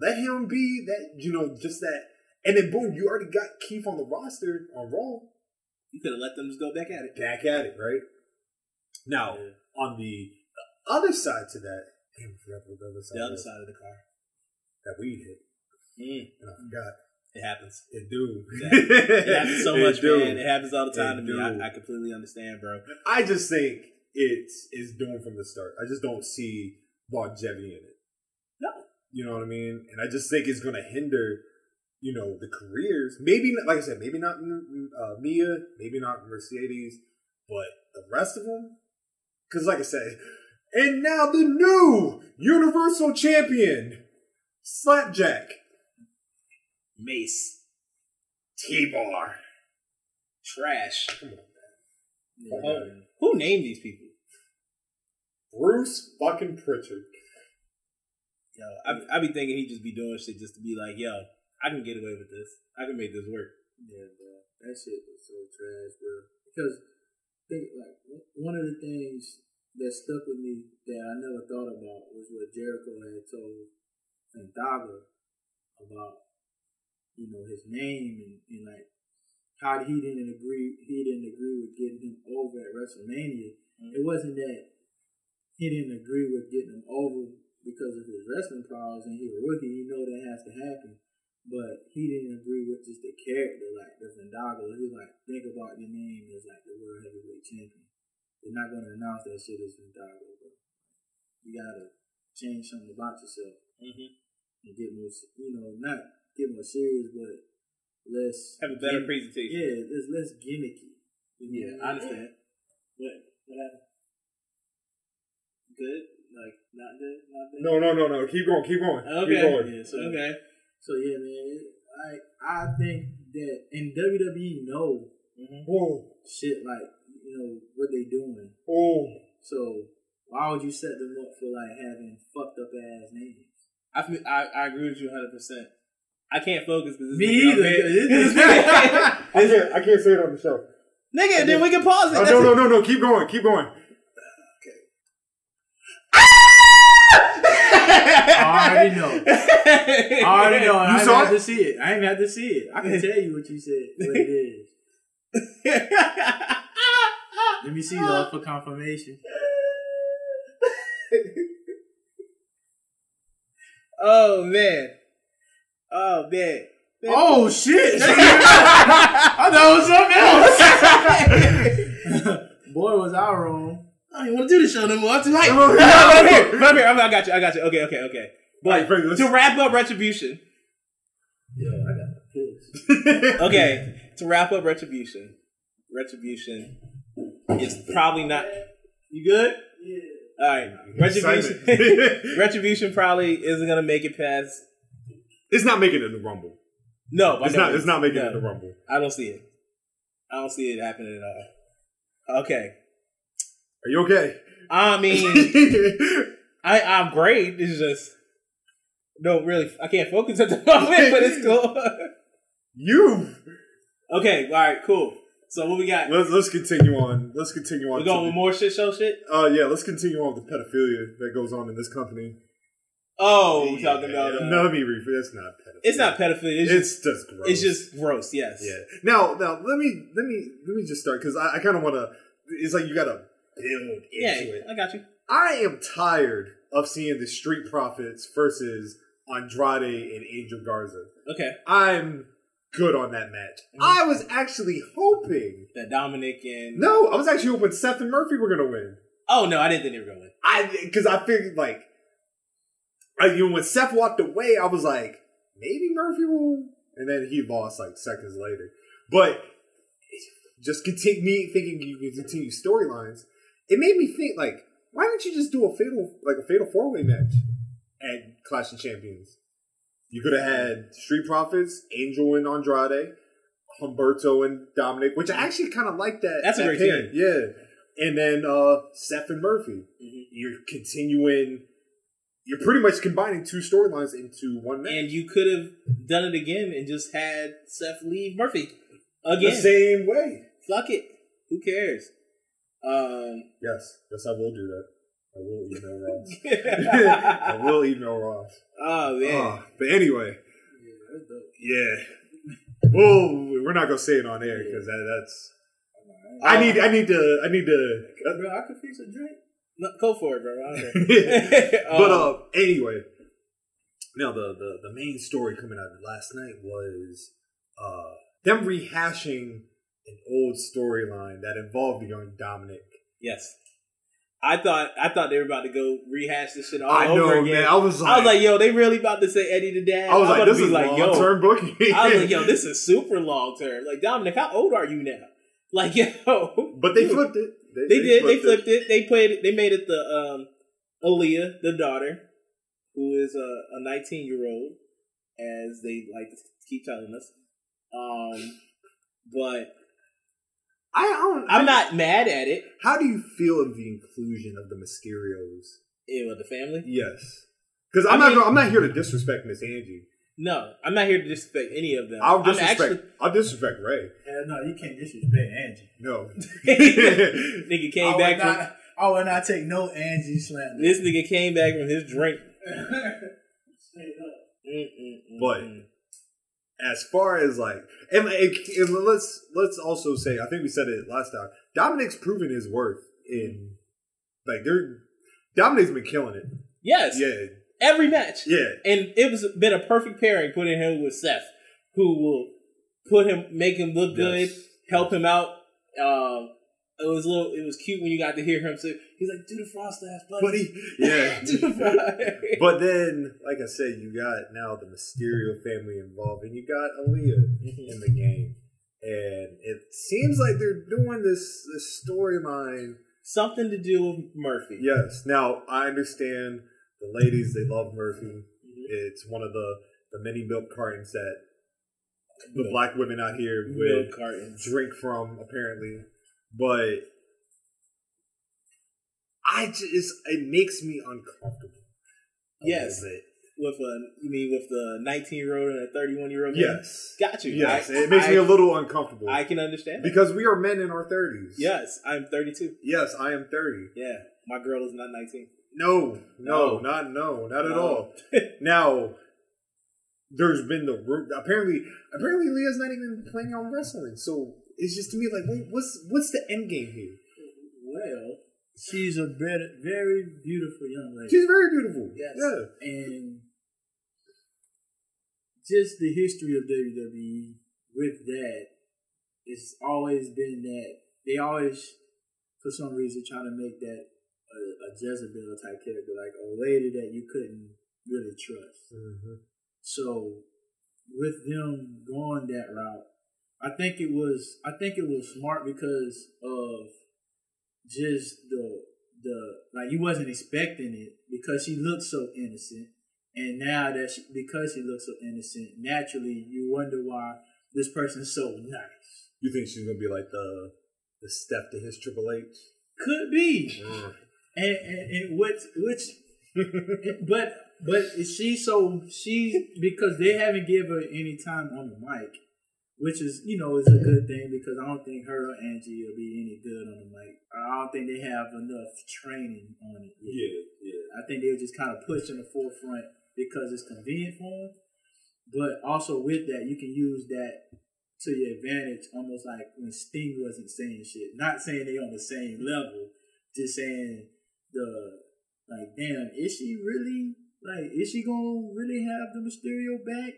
S3: Let him be that. You know, just that. And then boom, you already got Keith on the roster on Raw.
S2: You could have let them just go back at it.
S3: Back at it, right? Now on the, the other side to that, damn, I forgot what the other side.
S2: The other
S3: was.
S2: side of the car.
S3: that weed hit,
S2: Mm.
S3: and I forgot.
S2: It happens.
S3: It do.
S2: It happens
S3: *laughs*
S2: so
S3: It
S2: much,
S3: do.
S2: man. It happens all the time
S3: It
S2: to me.
S3: do.
S2: I, I completely understand, bro.
S3: I just think it's it's doomed from the start. I just don't see longevity in it.
S2: No.
S3: You know what I mean? And I just think it's going to hinder, you know, the careers. Maybe, not- like I said, maybe not uh, Mia, maybe not Mercedes, but the rest of them. Because, like I said, and now the new Universal Champion, Slapjack
S2: Mace,
S3: T Bar.
S2: trash.
S3: Come on,
S2: Who-
S3: man.
S2: who named these people?
S3: Bruce fucking Pritchard.
S2: Yo, I, I be thinking he just be doing shit just to be like, yo, I can get away with this. I can make this work.
S4: Yeah, bro. That shit was so trash, bro. Because think like w- one of the things that stuck with me that I never thought about was what Jericho had told Fandaga about, you know, his name and, and like how he didn't agree he didn't agree with getting him over at WrestleMania.
S2: Mm-hmm.
S4: It wasn't that he didn't agree with getting him over because of his wrestling prowess and he a rookie, he know that has to happen but he didn't agree with just the character, like the Vendago. He like, think about your name as like the world heavyweight champion. They're not gonna announce that shit as Vendago, but you gotta change something about yourself
S2: Mm-hmm.
S4: and get more, se- you know, not get more serious, but less
S2: Have a better
S4: gimmick-
S2: presentation.
S4: Yeah, it's less gimmicky. You know
S2: Yeah, I
S4: what mean?
S2: understand. What what happened? Good? Like not good? Not good?
S3: No, no, no, no. Keep going, keep going. Keep going. *laughs*
S2: *laughs* Okay.
S4: so-
S2: okay.
S4: So yeah, man, it, like I think that and WWE know
S3: Mm-hmm. Whoa,
S4: shit like you know what they doing.
S3: oh.
S4: So why would you set them up for like having fucked up ass names?
S2: I, feel- I I agree with you 100. percent I can't focus because
S4: Me either.
S2: *laughs* Nigga,
S3: *laughs* I can't, I can't say it on the show.
S2: nigga, then we can pause it.
S3: Oh,
S2: That's
S3: no,
S2: it.
S3: no, no, no. Keep going, keep going.
S4: I already
S3: *laughs*
S4: know. *laughs* I already know. I
S3: You
S4: ain't
S3: saw
S4: have
S3: it?
S4: to see it. I ain't have to see it.
S3: *laughs*
S4: I can tell you what you said. What it is. Let me see though for confirmation.
S2: *laughs* oh man. Oh man.
S4: Oh shit! I thought it was something else. *laughs* Boy, was I wrong.
S2: I don't even want to do this show no more. I'm too
S4: *laughs*
S2: hyped.
S3: No, no, no,
S2: right
S3: no.
S2: here. Right here. I got you. I got you. Okay, okay, okay. But
S3: Alright, bring this.
S2: to wrap up Retribution,
S4: Yeah, I got
S3: *laughs*
S4: pissed.
S2: okay, to wrap up Retribution, Retribution is probably not. You good?
S4: Yeah.
S2: All right. Retribution.
S3: Excitement.
S2: Retribution probably isn't gonna make it past.
S3: it's not making it in the Rumble.
S2: No, but
S3: It's
S2: no,
S3: not. It's not making it in
S2: no.
S3: the Rumble.
S2: I don't see it. I don't see it happening at all. Okay.
S3: Are you okay? *laughs*
S2: I mean, I I'm great. It's just no, really, I can't focus at the moment, but it's cool.
S3: you.
S2: Okay, all right, cool. So what we got?
S3: Let's let's continue on. Let's continue on.
S2: We're going with
S3: to
S2: more shit show shit.
S3: the- uh, yeah, let's continue on with the pedophilia that goes on in this company.
S2: Oh, we're talking
S3: Yeah,
S2: about uh,
S3: no, let me read. That's not pedophilia.
S2: It's not pedophilia. It's,
S3: It's,
S2: just
S3: just gross.
S2: it's just gross. Yes.
S3: Yeah. Now, now let me let me let me just start because I, I kind of want to. It's like you got to build into
S2: Yeah,
S3: it.
S2: I got you.
S3: I am tired of seeing the Street Profits versus Andrade and Angel Garza.
S2: Okay.
S3: I'm good on that match.
S2: Mhm.
S3: I was actually hoping.
S2: That Dominic and
S3: No, I was actually hoping Seth and Murphy were gonna win.
S2: oh no, I didn't think they were going.
S3: I because I figured like, I, you know, when Seth walked away, I was like, maybe Murphy will, and then he lost like seconds later. But just continue me thinking you can continue storylines. It made me think like, why didn't you just do a fatal like a fatal four way match at Clash of Champions? You could have had Street Profits, Angel and Andrade, Humberto and Dominic, which I actually kind of like that.
S2: That's a
S3: that
S2: great
S3: pairing. yeah. And then uh, Seth and Murphy
S2: Mm-hmm.
S3: you're continuing you're pretty much combining two storylines into one match.
S2: And you could have done it again and just had Seth leave Murphy
S3: the
S2: again.
S3: same way.
S2: Fuck it. Who cares? Um.
S3: *laughs*
S2: *laughs*
S3: Yes, yes, I will do that. I will email Ross.
S4: *laughs*
S3: *laughs* I will email Ross.
S2: oh man.
S3: Ah, but anyway,
S4: Yeah, that's dope.
S3: yeah. Well, we're not gonna say it on air because that, that's. I need. I need to. I need to.
S4: Bro, I could fix a drink.
S3: *laughs*
S2: No, go for it, bro. I don't care. Um,
S3: but uh, anyway, No, uh, the, the the main story coming out last night was uh, them rehashing an old storyline that involved the young Dominic.
S2: Yes. I thought I thought they were about to go rehash this shit all
S3: I
S2: over
S3: know,
S2: again.
S3: man. I was like,
S2: I was like, yo, they really about to say Eddie the Dad.
S3: I was like,
S2: I'm about to
S3: this
S2: be
S3: is
S2: like,
S3: long
S2: yo.
S3: term booking.
S2: I was
S3: *laughs*
S2: like, yo, this is super long term. Like, Dominic, how old are you now? Like, yo. *laughs*
S3: but they flipped it.
S2: They did. They flipped it. They played it. They made it the um, Aaliyah, the daughter, who is a, a 19 year old, as they like to keep telling us. Um, but
S3: I don't.
S2: I'm not mad at it.
S3: How do you feel of the inclusion of the Mysterios?
S2: Yeah, with the family.
S3: Yes, because I'm
S2: I
S3: not.
S2: mean-
S3: gonna- I'm not here to disrespect Miss Angie.
S2: No, I'm not here to disrespect any of them.
S3: I'll
S2: I'm
S3: disrespect.
S2: actually-
S3: I'll disrespect Ray.
S4: Hell no, you can't disrespect Angie.
S3: No,
S2: *laughs*
S3: *laughs*
S2: nigga
S4: I
S2: came
S4: would
S2: back from
S4: not, I would not take no Angie slander.
S2: this nigga came back from his
S3: *laughs*
S2: drink.
S4: Straight up.
S2: Mm-mm-mm-mm.
S3: But- as far as like, and, and, and let's let's also say I think we said it last time. Dominic's proven his worth in like they're Dominic's been killing it.
S2: yes,
S3: Yeah,
S2: every match.
S3: yeah.
S2: And it was been a perfect pairing putting him with Seth, who will put him, make him look good,
S3: Yes.
S2: help him out. Um, it was a little, it was cute when you got to hear him say, "He's like, do the frost ass
S3: But
S2: buddy."
S3: he,
S2: *laughs*
S3: yeah.
S2: Do the frost.
S3: But then, like I said, you got now the Mysterio family involved, and you got Aaliyah
S2: Mm-hmm.
S3: in the game, and it seems like they're doing this this storyline.
S2: Something to do with Murphy.
S3: Yes. Now I understand the ladies; they love Murphy.
S2: Mm-hmm.
S3: It's one of the the many milk cartons that the
S2: Milk.
S3: black women out here will
S2: Will Carton.
S3: drink from, apparently. But I just it makes me uncomfortable. a
S2: Yes.
S3: little bit.
S2: With a, you mean with the 19 year old and a 31 year old?
S3: Yes.
S2: Got you.
S3: Yes,
S2: I-
S3: it makes
S2: I-
S3: me a little uncomfortable
S2: I can understand. that.
S3: because we are men in our thirties.
S2: Yes, I'm 32.
S3: Yes, I am thirty.
S2: Yeah, my girl is not 19.
S3: No, no,
S2: No.
S3: not no, not at
S2: No. *laughs*
S3: all. now, there's been the ru- apparently apparently Leah's not even playing on wrestling, so it's just to me like, wait, what's what's the end game here?
S4: Well, she's a very, very beautiful young lady.
S3: She's very beautiful.
S4: Yes.
S3: Yeah.
S4: And just the history of WWE with that, it's always been that they always, for some reason, try to make that a, a Jezebel type character, like a lady that you couldn't really trust.
S3: Mm-hmm.
S4: So with them going that route, I think it was I think it was smart because of just the the like you wasn't expecting it because she looked so innocent, and now that she, because she looks so innocent, naturally you wonder why this person's so nice.
S3: You think she's gonna be like the the step to his Triple H? Mm.
S4: Could be, and and, and which which, *laughs* but but is she so she because they haven't given her any time on the mic, which is you know is a good thing because I don't think her or Angie will be any good on the mic. I don't think they have enough training on it. yet.
S3: yeah.
S4: I think they were just kind of pushed in the forefront because it's convenient for them. But also with that, you can use that to your advantage, almost like when Sting wasn't saying shit. Not saying they on the same level, just saying the like, damn, is she really like, is she gonna really have the Mysterio back?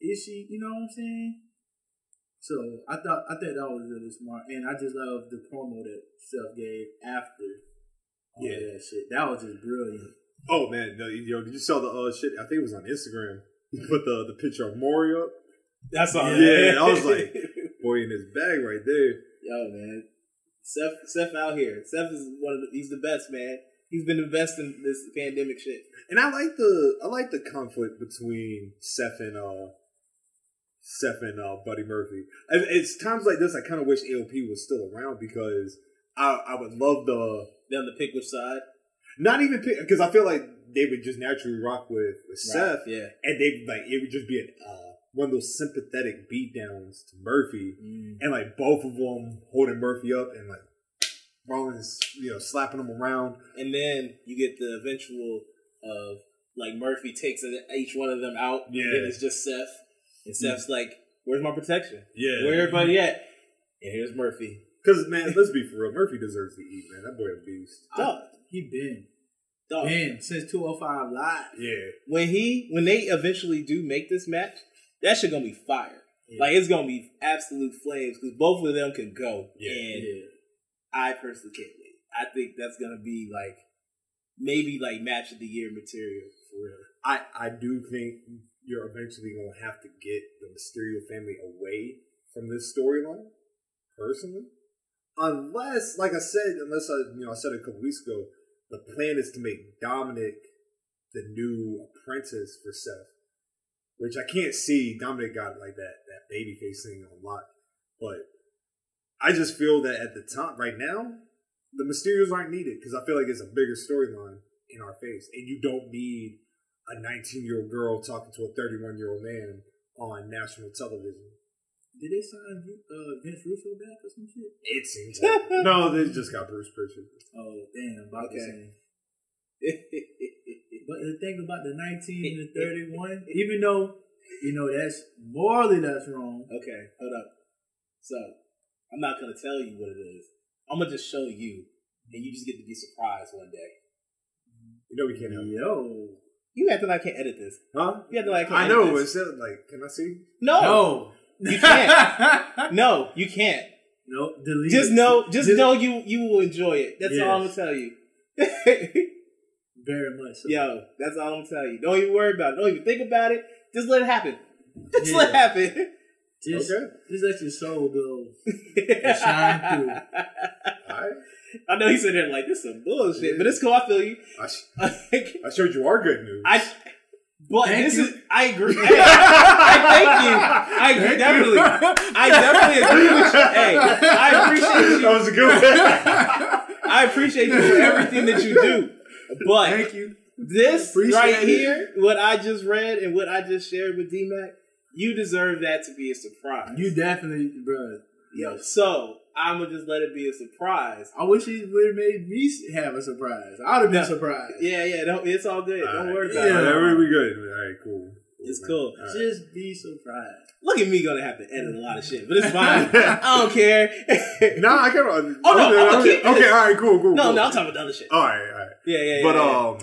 S4: Is she, you know what I'm saying? So I thought I think that was really smart, and I just love the promo that Seth gave after. all
S3: Yeah.
S4: that shit. That was just brilliant.
S3: Oh man, no, yo, did you saw the uh, shit? I think it was on Instagram. *laughs* You put the the picture of Maury up.
S2: That's all.
S3: Yeah, I
S2: *laughs*
S3: was like- boy in his bag right there.
S2: yo, man, Seth, Seth out here. Seth is one of the, he's the best, man. He's been the best in this pandemic shit.
S3: And I like the I like the conflict between Seth and uh Seth and uh, Buddy Murphy. And it's times like this I kind of wish AOP was still around because I I would love the
S2: Down the pick which side.
S3: not even because I feel like they would just naturally rock with, with Seth
S2: Right, yeah.
S3: and they like it would just be an uh, one of those sympathetic beatdowns to Murphy
S2: Mm.
S3: and like both of them holding Murphy up and like Rollins you know slapping him around.
S2: And then you get the eventual of like Murphy takes a- each one of them out.
S3: Yeah.
S2: And it's just Seth. And Seth's like, where's my protection?
S3: Yeah,
S2: Where everybody at? And here's Murphy.
S3: Because man, let's be for real, Murphy deserves to eat, man. That boy a beast.
S2: *laughs* Dog.
S4: He been.
S2: Dog,
S4: Been since 205 Live.
S3: Yeah.
S2: when he when they eventually do make this match, that shit gonna be fire.
S4: Yeah.
S2: Like it's gonna be absolute flames because both of them could go.
S3: Yeah.
S2: and
S4: Yeah.
S2: I personally can't wait. I think that's gonna be like maybe like match of the year material for real.
S3: I, I do think you're eventually going to have to get the Mysterio family away from this storyline, personally. Unless, like I said, unless I, you know, I said it a couple weeks ago, the plan is to make Dominic the new apprentice for Seth, which I can't see. Dominic got like that that baby face thing a lot, but I just feel that at the time right now, the Mysterios aren't needed because I feel like it's a bigger storyline in our face, and you don't need a 19 year old girl talking to a 31 year old man on national television.
S4: Did they sign uh, Vince Russo back or some shit?
S3: It *laughs* seems like no, they just got Bruce Pritchard.
S4: Oh damn, about the
S2: Okay.
S4: same. But the thing about the 19 and the 31, even though you know that's morally that's wrong.
S2: okay, hold up. So I'm not gonna tell you what it is. I'm gonna just show you, and you just get to be surprised one day.
S3: You know we can't have
S4: Yo,
S2: You acting like I can't edit this.
S3: huh?
S2: You acting like I, can't
S3: I
S2: edit
S3: know. It
S2: This.
S3: said like, can I see?
S2: No, no,
S4: no,
S2: you
S3: *laughs*
S2: can't. no, you can't.
S4: no, delete.
S2: Just
S4: it.
S2: know, just
S4: Del-
S2: know you you will enjoy it. That's all I'm gonna
S4: Yes.
S2: tell you. *laughs*
S4: Very much. So.
S2: Yo, that's all I'm gonna tell you. Don't even worry about it. Don't even think about it. Just let it happen. *laughs* Just let it
S4: Yeah.
S2: happen.
S4: Just,
S3: Okay.
S4: just let your soul go. shine through.
S3: All right.
S2: *laughs* I know he's sitting there like this is some bullshit, but it's cool. I feel you.
S3: I, sh-
S2: Like,
S3: I showed you our good news.
S2: I, but
S4: Thank
S2: this
S4: you.
S2: is I agree. *laughs* I thank you. I definitely, I definitely
S3: *laughs*
S2: agree with you. Hey, I
S3: That
S2: appreciate you.
S3: was a good
S2: *laughs*
S3: one.
S2: I appreciate you for everything that you do. But
S3: Thank you.
S2: This
S3: Appreciate
S2: right
S3: it.
S2: here, what I just read and what I just shared with DMAC, you deserve that to be a surprise.
S4: You definitely, bro.
S2: Yo, so I'm gonna just let it be a surprise.
S4: I wish he would have made me have a surprise. I'd have been
S2: No.
S4: surprised.
S2: Yeah, yeah, don't, it's all good. Don't worry about
S4: Yeah.
S2: it.
S3: Whatever we good. All right, cool.
S2: It's
S3: man.
S2: cool.
S3: All right.
S4: Just be surprised.
S2: Look at me gonna have to edit a lot of shit, but it's
S4: *laughs*
S2: fine.
S3: *laughs*
S2: I don't care.
S3: No, I can. Oh
S2: no, I'ma keep
S3: okay.
S2: this.
S3: All right, cool, cool.
S2: no,
S3: cool.
S2: no, I'm talking about the other shit.
S4: Oh,
S3: All right, all right.
S2: Yeah, yeah, yeah.
S3: But
S2: yeah.
S4: uh,
S3: um,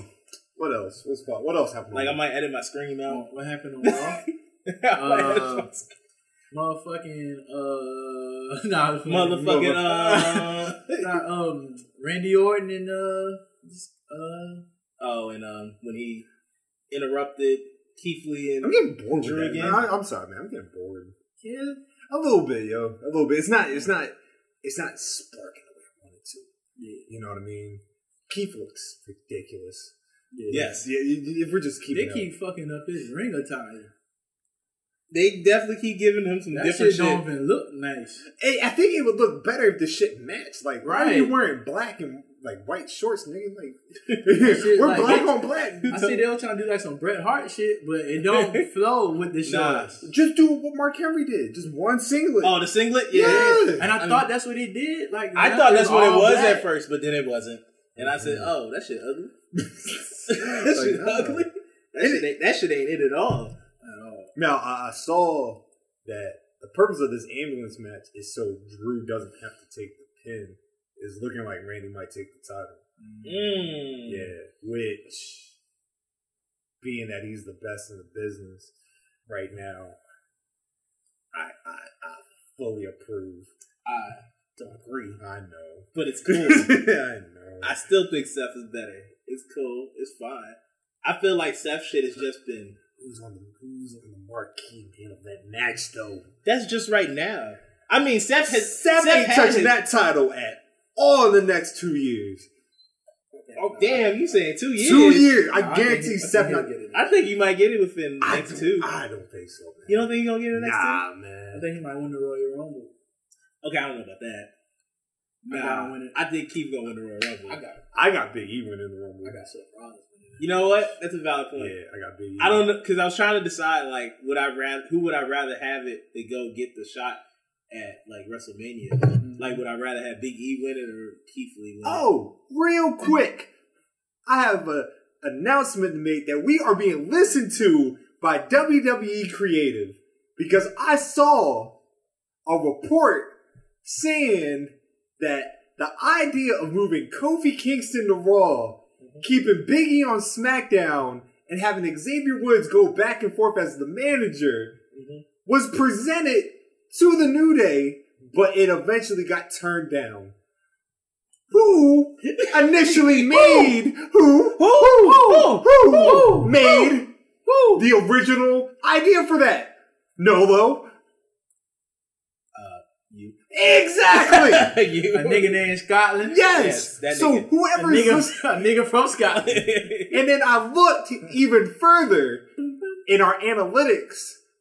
S3: what else? What's fun? What else happened?
S2: like I might edit my scream out. *laughs*
S4: What happened on Raw?
S2: I might edit my
S4: Uh, Motherfucking uh, *laughs* nah,
S2: *laughs* motherfucking uh,
S4: *laughs* Nah, um, Randy Orton and uh, just, uh,
S2: oh, and um, when he interrupted Keith Lee and
S3: I'm getting bored
S2: Drew
S3: with that,
S2: again?
S3: man. I, I'm sorry, man. I'm getting bored.
S4: yeah,
S3: A little bit, yo. A little bit. It's not. It's not. It's not sparking the way I wanted to.
S4: yeah,
S3: You know what I mean? Keith looks ridiculous.
S2: Yes.
S3: Yeah. you- you- If we're just keeping.
S4: They keep fucking up his ring attire.
S2: They definitely keep giving him some
S4: That
S2: different
S4: shit
S2: shit.
S4: don't even look nice.
S2: *laughs*
S3: Hey, I think it would look better if the shit matched. Like, why are you
S4: Right.
S3: wearing black and like white shorts, nigga? Like,
S4: Shit,
S3: we're
S4: like-
S3: black on
S2: *laughs*
S3: black.
S4: I see they were trying to do like some Bret Hart shit, but it don't flow with the
S2: Nah.
S4: shots.
S3: Just do what Mark Henry did. Just one singlet.
S2: Oh, the singlet? Yeah.
S3: yeah.
S4: And I,
S2: I
S4: thought that's what he did. Like
S2: I
S4: that
S2: thought
S4: was
S2: that's what it
S4: all
S2: was
S4: black.
S2: at first, but then it wasn't. *laughs* And I said, oh, that shit ugly. *laughs* that
S3: Like,
S2: shit
S3: no.
S2: ugly. That shit, ain't, that shit ain't it at all.
S4: At all.
S3: Now I, I saw that the purpose of this ambulance match is so Drew doesn't have to take the pin. It's looking like Randy might take the title.
S2: Mm.
S3: Yeah, which being that he's the best in the business right now, I I, I fully approve.
S2: I don't agree.
S3: I *laughs* know.
S2: But it's cool.
S3: I know.
S2: I still think Seth is better. It's cool. It's fine. I feel like Seth shit has just been.
S3: who's on the who's on the marquee man of that match though?
S2: That's just right now. I mean, Seth has.
S3: Seth ain't
S2: had
S3: touching
S2: his-
S3: that title at all in the next two years.
S2: Oh, damn, you saying two years?
S3: Two years. I
S4: I think
S3: guarantee
S4: he- I
S3: Seth
S4: think
S3: not
S4: he'll get it.
S2: I think you might get it within the
S3: I
S2: next
S3: don't-
S2: two.
S3: I don't think so, man.
S2: You don't think you're going to get it next two?
S3: nah,
S4: I
S3: man.
S4: think he might win the Royal Rumble.
S2: Okay, I don't know about that.
S4: I
S2: Nah,
S4: gotta win it.
S2: I think Keith gonna win the Royal Rumble.
S4: I got,
S3: I got Big E winning the Rumble.
S4: I got Seth Rollins. winning
S2: you know what? That's a valid point.
S3: yeah, I got Big E.
S2: I don't know because I was trying to decide like would I rather who would I rather have it to go get the shot at like WrestleMania?
S4: it.
S2: Like would I rather have Big E win it or Keith Lee win? it? *laughs*
S3: Oh, real quick, I have an announcement to make that we are being listened to by WWE Creative because I saw a report saying that the idea of moving Kofi Kingston to Raw keeping Biggie on SmackDown and having Xavier Woods go back and forth as the manager was presented to the New Day, but it eventually got turned down. Who initially made who who who, who made the original idea for that? Nolo. Uh,
S2: you.
S3: *laughs* Exactly.
S2: you.
S4: A nigga named Scotland.
S3: yes.
S2: that
S3: so
S2: nigga.
S4: A
S3: whoever is
S4: nigga,
S3: listening-
S2: *laughs*
S4: a nigga from Scotland.
S3: And then I looked even further in our analytics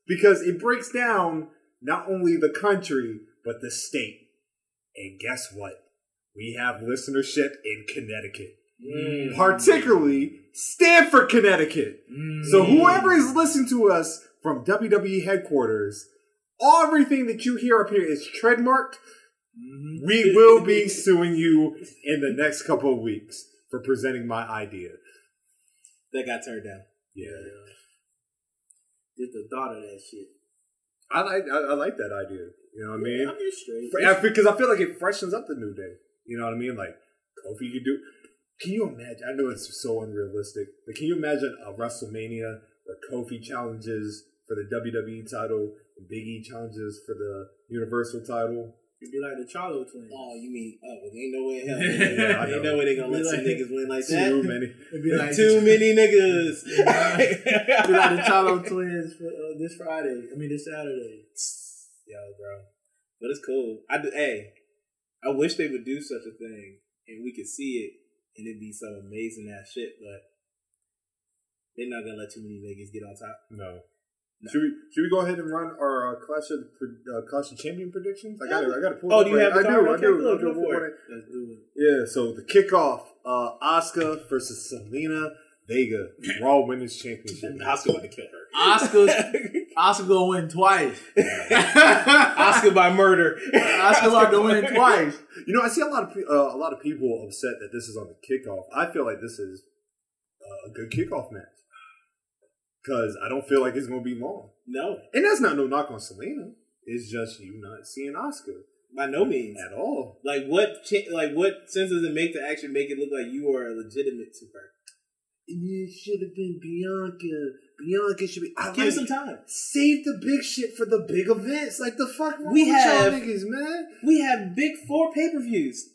S3: because it breaks down not only the country, but the state. And guess what? We have listenership in Connecticut, particularly Stanford, Connecticut. So whoever is listening to us from WWE headquarters, everything that you hear up here is trademarked. We will be suing you in the next couple of weeks for presenting my idea.
S2: that got turned down.
S3: Yeah.
S4: Just the thought of that shit.
S3: I like I, I like that idea. You know what I mean?
S4: I'm just straight.
S3: For- I- because I feel like it freshens up the new day. You know what I mean? Like Kofi could do. Can you imagine? I know it's so unrealistic, but can you imagine a WrestleMania where Kofi challenges for the WWE title and Big E challenges for the Universal title?
S4: It'd be like the Charlo twins.
S2: Oh, you mean? Oh, well, ain't no way *laughs* in hell.
S3: Yeah, I
S2: ain't
S3: know.
S2: no way they gonna let some
S4: Like-
S2: niggas win like *laughs*
S3: Too
S2: that.
S3: many.
S4: *laughs* It'd be like
S2: Too many *laughs* niggas.
S4: It'd be like the Charlo twins for, uh, this Friday. I mean this Saturday.
S2: Yo, bro, but it's cool. I do. Hey, I wish they would do such a thing, and we could see it, and it'd be so amazing that shit. But they're not gonna let too many niggas get on top.
S3: No. Should we should we go ahead and run our uh, Clash of the- uh, Clash of Champion predictions? I got it. I got to pull. it
S2: Oh,
S3: up
S2: do you
S3: right-
S2: have the
S3: I
S2: card?
S3: do. I
S2: Okay,
S3: do.
S2: cool,
S3: I do.
S2: go for it.
S4: Let's do it.
S3: Yeah, so the kickoff, uh Oscar versus Selena Vega, Raw Women's Championship. match.
S2: Oscar about to kill her.
S4: Oscar Oscar gonna win twice.
S3: *laughs*
S4: Oscar
S2: *laughs* Oscar by murder. *laughs*
S4: Oscar about to win twice.
S3: You know, I see a lot of pe- uh, a lot of people upset that this is on the kickoff. I feel like this is uh, a good kickoff match because I don't feel like it's going to be long.
S2: No,
S3: And that's not no knock on Selena. It's just you not seeing Oscar
S2: by no means.
S3: at all.
S2: Like what? Cha- like what sense does it make to actually make it look like you are legitimate to her?
S3: It should have been Bianca. Bianca should be. I
S2: Give it some time.
S3: Save the big shit for the big events. Like the fuck wrong
S2: We
S3: with y'all
S2: have-
S3: niggas, man.
S2: We have big four pay per views.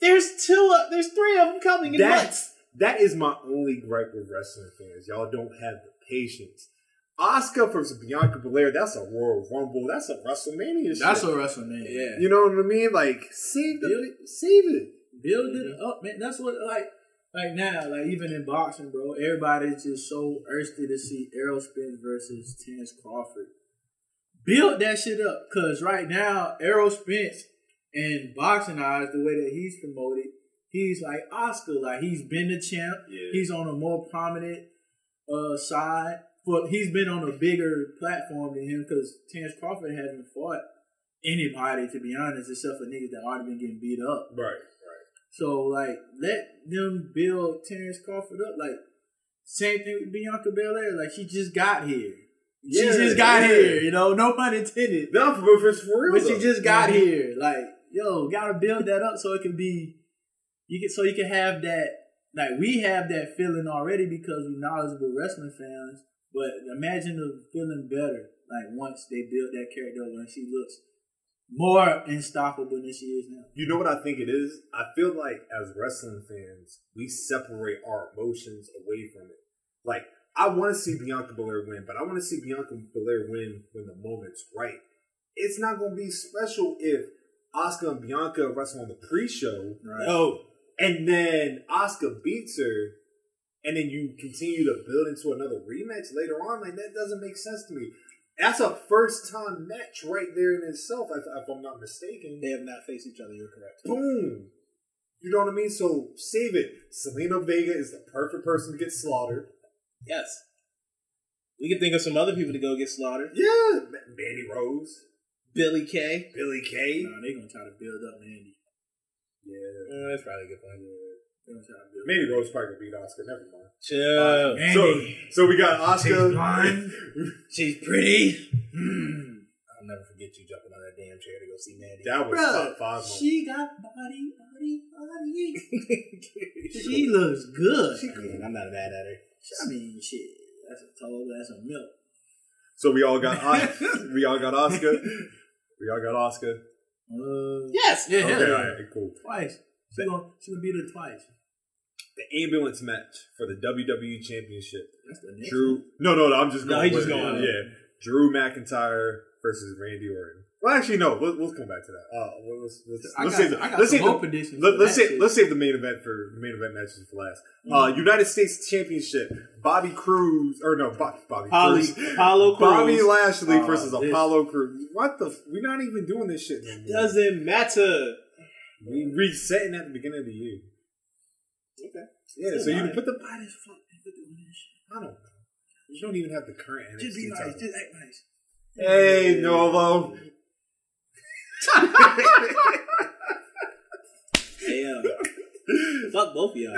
S2: There's two. Of, there's three of them coming in months.
S3: That's that is my only gripe with wrestling fans. Y'all don't have the patience. Oscar versus Bianca Belair. That's a Royal Rumble. That's a WrestleMania.
S4: That's
S3: shit.
S4: what WrestleMania.
S2: Yeah.
S3: you know what I mean. Like save the save it.
S4: Build it up, man. That's what like like now, like even in boxing, bro, everybody's just so thirsty to see Errol Spence versus Terrence Crawford. Build that shit up, cause right now Errol Spence and boxing eyes, the way that he's promoted, he's like Oscar, like he's been the champ.
S2: Yeah.
S4: He's on a more prominent uh, side, but he's been on a bigger platform than him because Terrence Crawford hasn't fought anybody to be honest, except for niggas that already been getting beat up.
S3: Right.
S4: So like let them build Terrence Crawford up. Like same thing with Bianca Belair. Like she just got here. She
S3: Yeah,
S4: just got
S3: yeah.
S4: here. You know, no pun intended.
S3: No, but for, for real.
S4: But
S3: though. Mm-hmm.
S4: she just got here. Like yo, gotta build that up so it can be. You can so you can have that. Like we have that feeling already because we're knowledgeable wrestling fans. But imagine the feeling better. Like once they build that character up and she looks more unstoppable than she is now.
S3: You know what I think it is? I feel like as wrestling fans, we separate our emotions away from it. Like, I want to see Bianca Belair win, but I want to see Bianca Belair win when the moment's right. It's not going to be special if Oscar and Bianca wrestle on the pre-show,
S4: Right.
S2: Oh,
S3: and then Oscar beats her, and then you continue to build into another rematch later on. Like that doesn't make sense to me. That's a first-time match right there in itself, if, if I'm not mistaken
S2: they have not faced each other. You're correct.
S3: boom. You know what I mean? So save it. Selena Vega is the perfect person to get slaughtered.
S2: Yes. We can think of some other people to go get slaughtered.
S3: Yeah, Ma- Mandy Rose,
S2: Billy Kay.
S3: Billy Kay.
S4: No, they gonna try to build up Mandy.
S3: Yeah,
S2: Uh, that's probably a good point.
S4: They gonna try to build
S3: Mandy Rose probably gonna beat Oscar. Never mind.
S2: Chill.
S4: Mandy.
S3: So, so we got Oscar.
S4: She's blind.
S2: She's pretty.
S4: Mm.
S2: I'll never forget you jumping on that damn chair to go see Mandy.
S3: That was
S4: Bruh,
S3: top five. She,
S4: she got body, body, body. nigga. She looks good.
S2: I mean, I'm not mad at her.
S4: I mean, shit. That's a total. That's a milk.
S3: So we all
S2: *laughs*
S3: got Os- we all got Oscar. We all got Oscar.
S4: Uh,
S2: Yes.
S4: Yeah.
S3: Okay, all right, cool.
S4: Twice. She gonna she gonna beat her twice.
S3: The ambulance match for the
S2: E
S3: WWE Championship.
S4: That's the next.
S3: Drew. No, no, no. I'm just
S2: No,
S3: going.
S2: he's just
S3: with it.
S2: going.
S3: Yeah. Drew McIntyre versus Randy Orton. Well, actually, no. We'll, we'll come back to that. Uh, well, let's let's,
S4: I
S3: let's
S4: got,
S3: save the
S4: I got
S3: let's
S4: some
S3: save
S4: more
S3: the,
S4: predictions.
S3: let,
S4: for
S3: let's
S4: that
S3: save
S4: shit.
S3: let's save the main event for the main event matches for last. Uh, United States Championship. Bobby Cruz or no Bobby Bobby
S2: Holly,
S3: Cruz. Oh,
S2: Apollo Cruz.
S3: Bobby Lashley
S2: Uh,
S3: versus
S2: this-
S3: Apollo Crews. What the? F- we're not even doing this shit no more.
S2: Doesn't matter.
S3: We resetting at the beginning of the year.
S2: Okay.
S3: Yeah,
S2: Still
S3: so you
S2: lying.
S3: can put the body fuck. I don't know. You don't even have the current.
S4: Just be
S3: NXT
S4: nice.
S3: title.
S4: Just act nice.
S3: Hey, Novo. *laughs*
S2: *laughs* Damn.
S3: *laughs*
S2: Fuck both of y'all.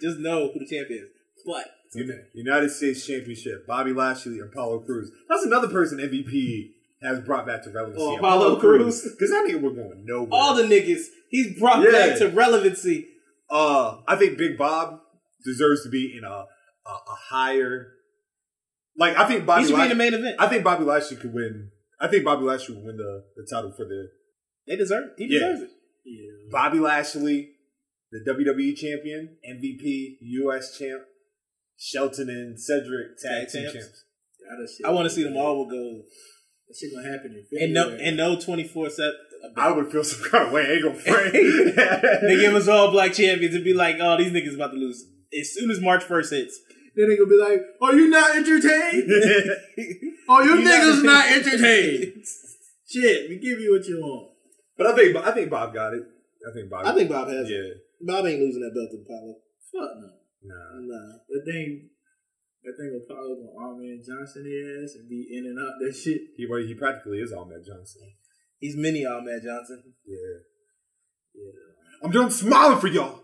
S2: Just know who the champion is. But
S3: Uni- United States Championship. Bobby Lashley, Apollo Cruz. That's another person MVP has brought back to relevancy.
S2: Oh, Apollo Crews.
S3: Because I think we're going nowhere.
S2: all the niggas, he's brought
S3: Yeah.
S2: back to relevancy.
S3: uh, I think Big Bob deserves to be in a a, a higher. Like I think Bobby.
S2: he should be in
S3: Lash-
S2: the main event.
S3: I think Bobby Lashley could win. I think Bobby Lashley would win the, the title for the
S2: they deserve it. He
S3: Yeah.
S2: deserves it.
S3: Bobby Lashley, the WWE champion, MVP, US champ, Shelton and Cedric tag,
S2: Tag
S3: team
S2: champs.
S3: champs.
S4: That shit
S2: I want to see them all with gold.
S4: That shit gonna happen in
S2: And no,
S4: February.
S2: and no 24 7.
S3: I would feel some kind of way. I ain't gonna frame.
S2: They *laughs* give us all black champions and be like, oh, these niggas about to lose. As soon as March 1st hits,
S4: then they gonna be like, "Are you not entertained? Are you,
S2: Oh, You not
S4: niggas *laughs* not
S2: entertained."
S4: entertained?" shit, we give you what you want.
S3: *laughs* but I think I think Bob got it. I think Bob.
S2: I think Bob has it.
S3: Yeah.
S2: Bob ain't losing that belt to Apollo.
S4: Fuck no.
S3: Nah.
S2: Nah.
S4: That thing, that thing will probably gonna Armin Johnson their ass and be in and out that shit.
S3: He well, he practically is all Matt Johnson.
S2: He's mini all Matt
S4: Oh,
S2: Johnson.
S3: Yeah. I'm done smiling for y'all.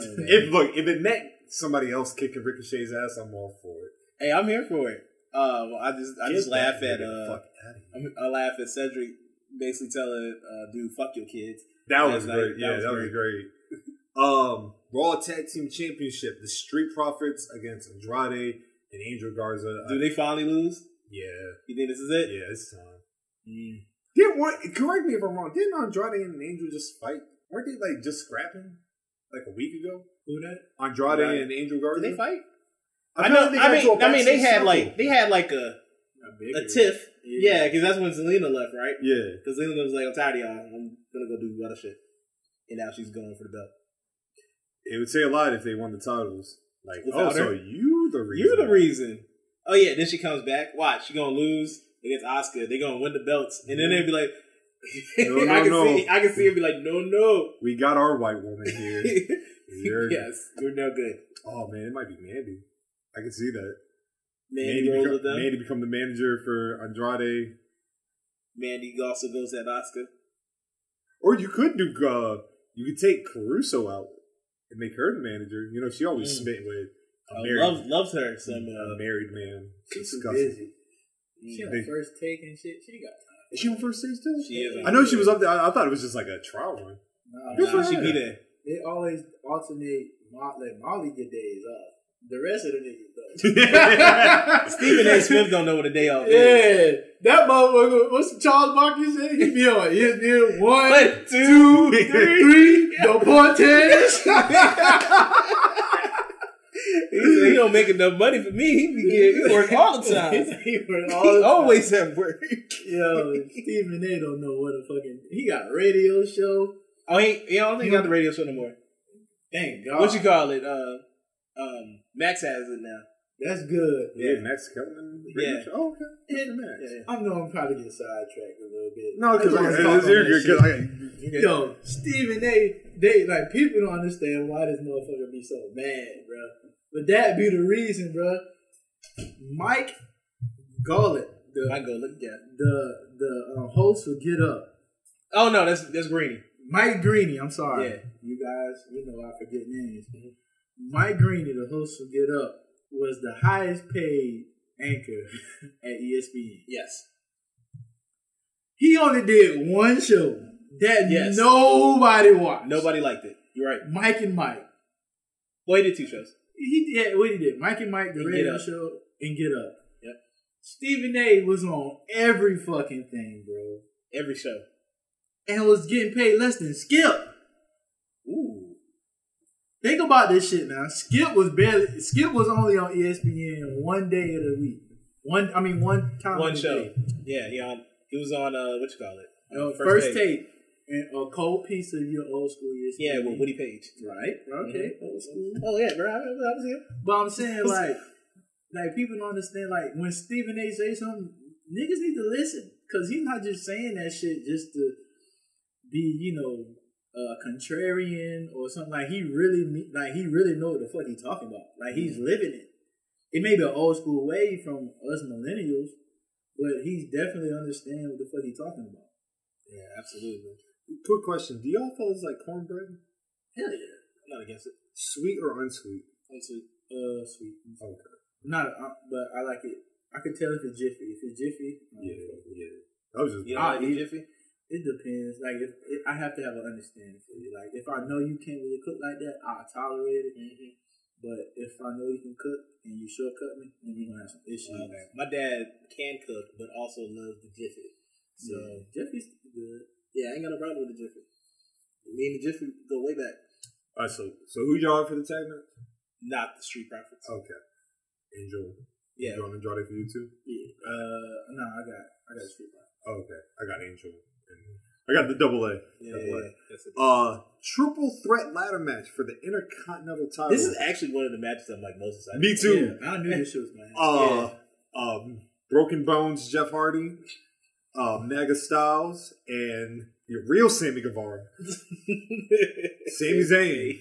S2: Oh,
S3: If look, if it meant somebody else kicking Ricochet's ass, I'm all for it.
S2: Hey, I'm here for it. Uh, well, I just I just
S3: Get
S2: laugh
S3: that
S2: at
S3: nigga the
S2: uh,
S3: fuck outta here.
S2: I'm- I laugh at Cedric basically telling uh, dude, fuck your kids.
S3: That
S2: Last
S3: was
S2: night,
S3: great.
S2: that
S3: Yeah,
S2: was
S3: that was great. *laughs* Um, Raw Tag Team Championship: The Street Profits against Andrade and Angel Garza.
S2: Do they finally lose?
S3: yeah,
S2: You think this is it?
S3: yeah, it's time.
S2: Mm.
S3: Didn't what? Correct me if I'm wrong. Didn't Andrade and Angel just fight? Weren't they like just scrapping like a week ago?
S4: Who that?
S3: Andrade
S2: Right.
S3: and Angel Garza.
S2: Did they fight?
S3: I,
S2: I
S3: feel
S2: know.
S3: like they
S2: I
S3: got into
S2: mean,
S3: a
S2: I mean, they
S3: backstage
S2: had
S3: scuffle.
S2: like they had like a
S4: Not big
S2: a
S4: or-
S2: tiff. Yeah,
S4: Yeah.
S2: because that's when Selena left, right?
S3: yeah.
S2: Because Selena was like, "I'm tired of y'all. I'm gonna go do other shit." And now she's going for the belt.
S3: It would say a lot if they won the titles. Like,
S2: Without
S3: oh, so
S2: her.
S3: you the reason?
S2: You're the reason. Oh yeah, then she comes back. Watch, she gonna lose against Oscar. They gonna win the belts, and then they'd be like, *laughs*
S3: No, no,
S2: I can
S3: no.
S2: see, I can see it be like, no, no.
S3: We got our white woman here. You're-
S2: yes, you're no good.
S3: Oh man, it might be Mandy. I can see that. Mandy,
S2: Mandy, rolls
S3: become,
S2: with them. Mandy.
S3: Mandy become the manager for Andrade,
S2: also goes at Oscar.
S3: or you could do uh, you could take Caruso out and make her the manager. You know, she always
S2: Mm.
S3: smitten with a
S2: Uh,
S3: married,
S2: loves loves her some.
S3: a
S2: Uh,
S3: married man.
S4: She's too
S3: Disgusting.
S4: busy. She on
S3: They-
S4: first take and shit. She ain't got time.
S3: Is she on first stage too?
S2: She is on
S3: I know she was
S2: first.
S3: up there. I, I thought it was just like a trial run.
S4: Nah,
S3: Good
S4: nah.
S2: nah,
S3: for
S2: she
S3: her.
S2: be there.
S4: They always alternate. Mo- like Molly get days off. The rest of the niggas
S3: *laughs*
S2: *laughs*
S4: though.
S2: Stephen A. Smith don't know what a day off is.
S4: Yeah, that motherfucker. What's Charles Barkley say? He be on E ESPN one,
S2: One, two, three.
S4: three, the Portes.
S2: He said he don't make enough money for me. He be getting he work all the time.
S3: *laughs*
S2: He
S4: he was all
S2: always at work.
S4: yo Stephen A. Don't know what a fucking he got a radio show.
S2: Oh, he, he don't think he got the radio show no more.
S4: Thank God.
S2: What you call it? Uh, um, Max has it now.
S4: That's good.
S3: yeah, Max Kellerman.
S2: Yeah.
S3: Oh, okay.
S4: Yeah,
S3: Max.
S2: yeah.
S4: I'm gonna probably get sidetracked a little bit.
S3: No, because
S4: I
S3: I,
S4: just
S3: I,
S4: wanna talk
S3: you're
S4: on that
S3: good. 'cause I-
S4: shit. Yo, Stephen A. They like people don't understand why this motherfucker be so mad, bro. But that be the reason, bro. Mike Garlett, the
S2: I go look at.
S4: the the um, host for Get Up,
S2: Oh no, that's that's Greeny.
S4: Mike Greeny. I'm sorry,
S2: Yeah. Mm-hmm.
S4: you guys, you know I forget names. Mike Greeny, the host for Get Up, was the highest paid anchor *laughs* at E ESPN.
S2: Yes.
S4: He only did one show. that
S2: Yes.
S4: nobody watched.
S2: Nobody liked it. You're right.
S4: Mike and Mike.
S2: Well, he did two shows.
S4: He did what he did. Mike and Mike, the
S2: And Get
S4: radio
S2: Up.
S4: show, and Get Up.
S2: Yep.
S4: Stephen A. was on every fucking thing, bro,
S2: Every show.
S4: and was getting paid less than Skip.
S2: Ooh.
S4: Think about this shit now. Skip was barely. Skip was only on E ESPN one day of the week. One, I mean, one time.
S2: One
S4: a
S2: show.
S4: day.
S2: Yeah, he on. He was on uh, what you call it?
S4: Uh, first,
S2: Date.
S4: tape and a cold piece of your old school E ESPN.
S2: Yeah, with Woody Page.
S4: Mm-hmm. Right.
S3: Mm-hmm.
S4: Okay. Mm-hmm. Old school.
S2: Oh yeah, bro. I, I was here.
S4: But
S3: *laughs*
S4: I'm saying like, like people don't understand like when Stephen A. say something, niggas need to listen because he's not just saying that shit just to be you know uh, contrarian or something. Like he really me- like he really know what the fuck he talking about. Like he's
S3: Mm-hmm.
S4: living it. It may be an old school way from us millennials, but he's definitely understand what the fuck he talking about.
S2: Yeah, absolutely.
S3: Quick question: Do y'all fellas like cornbread?
S4: Hell yeah,
S2: I'm not against it.
S3: Sweet or unsweet?
S4: that's sweet. Uh, sweet.
S3: Okay.
S4: Not, uh, but I like it. I could tell if it's jiffy. If it's jiffy, I'm
S3: Yeah, yeah. I was just
S2: You know,
S4: Ah,
S2: like
S4: he-
S2: Jiffy.
S4: It depends. Like if, if I have to have an understanding for you. Like if I know you can't really cook like that, I'll tolerate it.
S2: Mm-hmm.
S4: But if I know you can cook and you shortcut me, then we're gonna have some issues.
S2: Okay. My dad can cook, but also loves the Jiffy. So
S4: So Jeffy's good.
S2: yeah, I ain't got no problem with the Jiffy. Me and the Jiffy go way back.
S3: All right, so so who y'all for the tag match?
S2: Not the Street Profits.
S3: Okay. Angel.
S2: Yeah.
S3: You want to draw it for you too?
S4: Yeah. Uh, no, I got I got street fight.
S3: Oh, okay. I got Angel. And I got the double A.
S2: Yeah,
S3: Double
S2: yeah,
S3: A.
S2: yeah. That's it.
S3: Uh, triple threat ladder match for the Intercontinental title.
S2: Uh, This is actually one of the matches I'm like most excited.
S3: Oh. me too.
S4: Yeah, I knew this shit was my
S2: Oh.
S3: Uh, um, Broken Bones, Jeff Hardy, uh, Mega Styles, and the real Sammy Guevara,
S2: *laughs*
S3: Sami Zayn.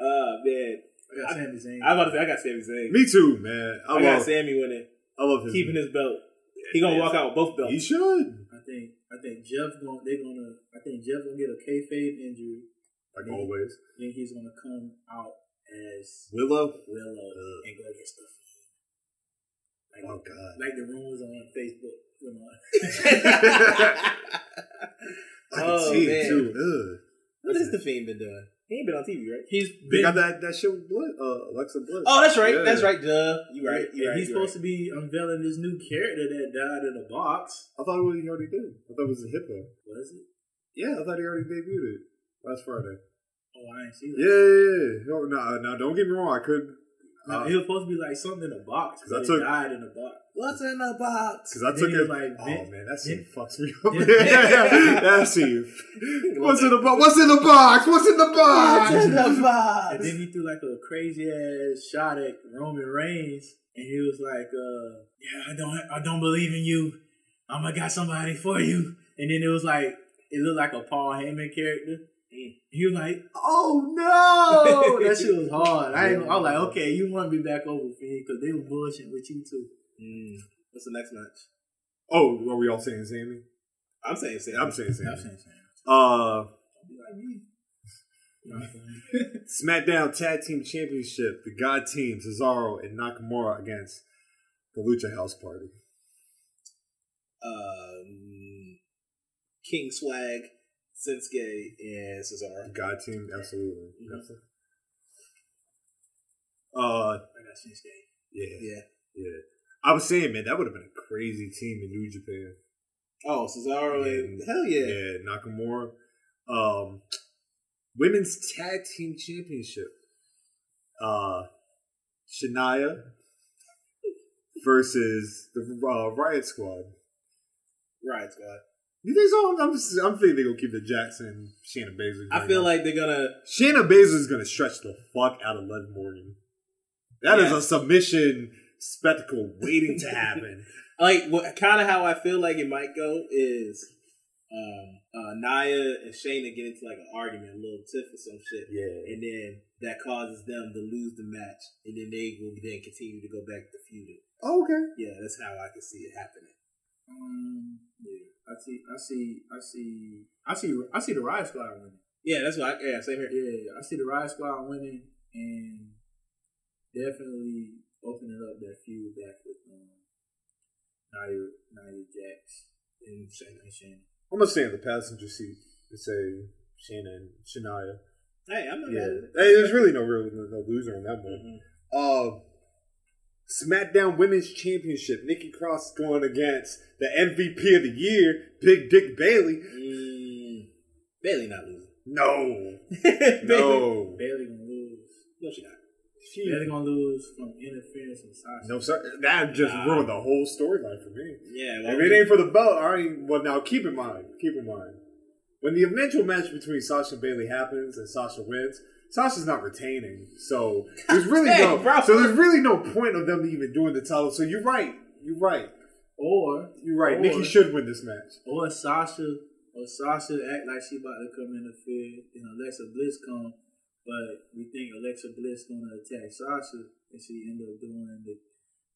S2: Oh man,
S4: I got Sami Zayn.
S2: I about to say I got Sammy Zayn.
S3: Me too, man. I,
S2: I got
S3: love,
S2: Sammy winning,
S3: I love his
S2: keeping his belt. He gonna walk out with both
S3: He
S2: belts.
S3: should,
S4: I think I think Jeff going they're gonna I think Jeff gonna get a kayfabe injury.
S3: like always.
S4: Then he's gonna come out as
S3: Willow.
S4: Willow
S3: Uh.
S4: and go get stuff. Like
S3: Oh God.
S4: like the rumors on Facebook. You know.
S3: I can
S2: Oh,
S3: see
S2: man.
S3: it too. Ugh.
S2: What has the fiend been doing? He ain't been on TV, right?
S4: He's
S3: They
S4: been,
S3: got that that shit with Blood, uh, Alexa Blood.
S2: Oh, that's right.
S3: Yeah.
S2: That's right, duh. You right.
S4: and
S2: You right.
S4: he's
S2: you
S4: supposed
S2: right.
S4: to be unveiling this new character that died in a box.
S3: I thought it was he already did. I thought it was a hippo.
S4: Was it?
S3: Yeah, I thought he already debuted it last Friday.
S4: Oh, I didn't see that.
S3: Yeah, yeah, yeah. No, no, no, don't get me wrong. I could uh,
S4: No, he was supposed to be like something in a box.
S3: 'Cause I
S4: But it
S3: took-
S4: died in a box.
S2: What's in the box?
S3: because I
S4: And
S3: took
S4: then he
S3: it.
S4: was like,
S3: oh
S4: Vin-
S3: man, that scene *laughs*
S4: Vin-
S3: fucks
S4: *laughs*
S3: me up.
S4: Vin-
S3: that scene. *laughs* What's in the box? What's in the box? What's in the box?
S2: the
S4: And
S2: box?
S4: then he threw like a crazy ass shot at Roman Reigns, and he was like, uh, "Yeah, I don't, I don't believe in you. I'm gonna got somebody for you." And then it was like, it looked like a Paul Heyman character.
S3: Mm.
S4: He was like, "Oh
S3: *laughs*
S4: no, that shit was hard." I, ain't- I was like, "Okay, you want to be back over for me because they were bullshitting with you too."
S2: Mm. What's the next match?
S3: Oh, are we all saying Sammy?
S2: I'm saying Sammy.
S3: I'm saying
S4: I'm
S3: Sammy.
S4: saying, saying,
S3: Uh,
S4: be like me. No, I'm playing.
S3: *laughs* SmackDown Tag Team Championship: The God Team, Cesaro and Nakamura against the Lucha House Party.
S2: um, King Swag, Sensuke, and Cesaro.
S3: God team, absolutely.
S2: Mm-hmm.
S3: Uh,
S4: I got Shinsuke.
S3: yeah, yeah,
S2: Yeah.
S3: I was saying, man, that would have been a crazy team in New Japan.
S2: Oh, Cesaro and hell yeah.
S3: yeah, Nakamura. Um, women's tag team championship. Uh, Shania versus the uh, Riot Squad.
S2: Riot Squad.
S3: You think so? I'm, just- I'm thinking they're gonna keep the Jackson Shanna Baszler.
S2: I feel like they're gonna.
S3: Shanna Baszler's gonna stretch the fuck out of Liv Morgan. That is
S2: Yeah.
S3: a submission spectacle waiting to happen. *laughs*
S2: like what kind of how I feel like it might go is um uh Naya and Shayna get into like an argument, a little tiff or some shit,
S3: yeah,
S2: and then that causes them to lose the match, and then they will then continue to go back to feuding.
S4: Oh,
S3: okay.
S2: Yeah, that's how I can see it happening.
S4: Um, yeah, I see, I see, I see, I see, I see the Riot Squad winning.
S2: Yeah, that's why. I, yeah, same here.
S4: Yeah, I see the Riot Squad winning and definitely opening up that feud back with um, Nia, Nia Jax and Shayna. And Shayna.
S3: I'm gonna stay in the passenger seat and say Shannon, Shania.
S2: Hey, I'm not
S3: Yeah,
S2: mad
S3: hey,
S2: at it.
S3: there's really no real no, no loser on that one.
S2: Mhm.
S4: Mm-hmm.
S3: Uh, SmackDown Women's Championship, Nikki Cross going against the MVP of the year, Big Dick Bailey.
S2: Mm, Bailey not losing.
S4: *laughs*
S3: No,
S2: Bailey-
S3: no,
S4: Bailey gonna lose.
S2: no, she not.
S3: She-
S4: Bailey gonna lose from interference and Sasha.
S3: no sir. That just
S2: Nah.
S3: ruined the whole storyline for me.
S2: Yeah,
S3: If it ain't for the belt, I ain't. Well, now keep in mind, keep in mind, when the eventual match between Sasha and Bailey happens and Sasha wins, Sasha's not retaining. So there's really no.
S2: *laughs* Hey, bro.
S3: So there's really no point of them even doing the title. So you're right. You're right.
S4: Or
S3: You're right.
S4: Or-
S3: Nikki should win this match.
S4: or Sasha or Sasha act like she about to come interfere and Alexa Bliss come, but we think Alexa Bliss gonna attack Sasha and she end up doing the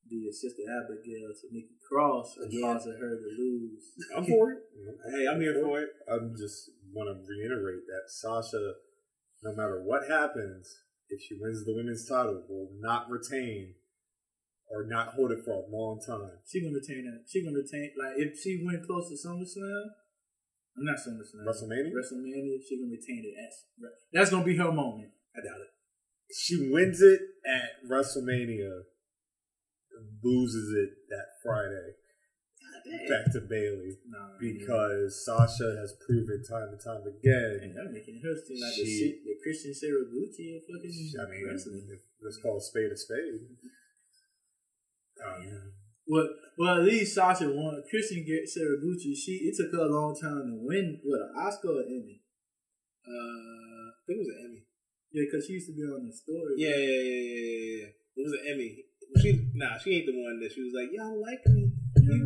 S4: the sister Abigail to Nikki Cross and
S2: Again.
S4: causing her to
S3: *laughs*
S4: lose.
S2: I'm for it. Hey, I'm here for it.
S3: I'm just want to reiterate that Sasha, no matter what happens, if she wins the women's title, will not retain or not hold it for a long time.
S4: She gonna retain that. She gonna retain like if she went close to SummerSlam. I'm not SummerSlam.
S3: WrestleMania?
S4: WrestleMania. She gonna retain it. That's that's gonna be her moment.
S2: I doubt it.
S3: she wins it at WrestleMania, loses it that Friday back to Bailey
S4: Nah,
S3: because Sasha has proven time and time again.
S4: And I'm making her seem like the,
S3: She-
S4: shit- the Christian Sarah Gucci of fucking
S3: I mean,
S4: wrestling.
S3: let's call a spade a spade. Um,
S4: Well, well, at least Sasha won. Christian get Sarah Gucci. She it took her a long time to win with an Oscar or Emmy.
S2: Uh, I think it was an Emmy.
S4: Yeah, because she used to be on the story.
S2: Yeah, yeah, yeah, yeah, yeah, yeah. It was an Emmy. She nah, she ain't the one that she was like, y'all like me, you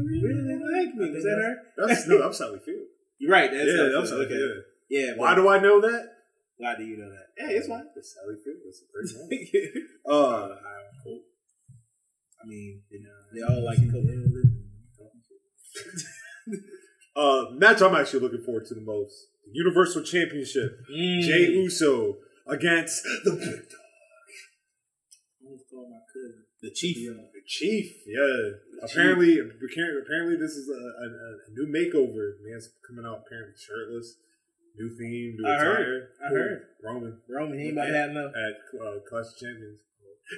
S2: really like me.
S4: I
S2: Was
S4: think
S2: that her?
S3: that's no, that's how we feel.
S2: You're right. That's
S3: yeah,
S2: how it
S3: that's how
S2: feels.
S3: we
S2: okay.
S3: feel.
S2: Yeah.
S3: Why
S2: but
S3: do I know that?
S2: why do you know that? Hey, it's fine.
S3: That's how we feel. That's
S2: *laughs*
S3: a great moment. Uh,
S2: I mean, you know, *laughs* they all
S4: *laughs*
S2: like Coke.
S3: uh, match I'm actually looking forward to the most: Universal Championship.
S2: Mm.
S4: Mm.
S3: Jay Uso against the Big Dog.
S4: I almost called my cousin.
S2: the chief.
S4: Yeah.
S3: The Chief, yeah. Apparently, apparently, apparently, this is a, a, a new makeover. Man's coming out apparently shirtless, new theme, new
S2: I
S3: attire.
S2: heard, I heard.
S3: Roman
S2: Roman, he ain't about to have no.
S3: at uh, Clash of Champions.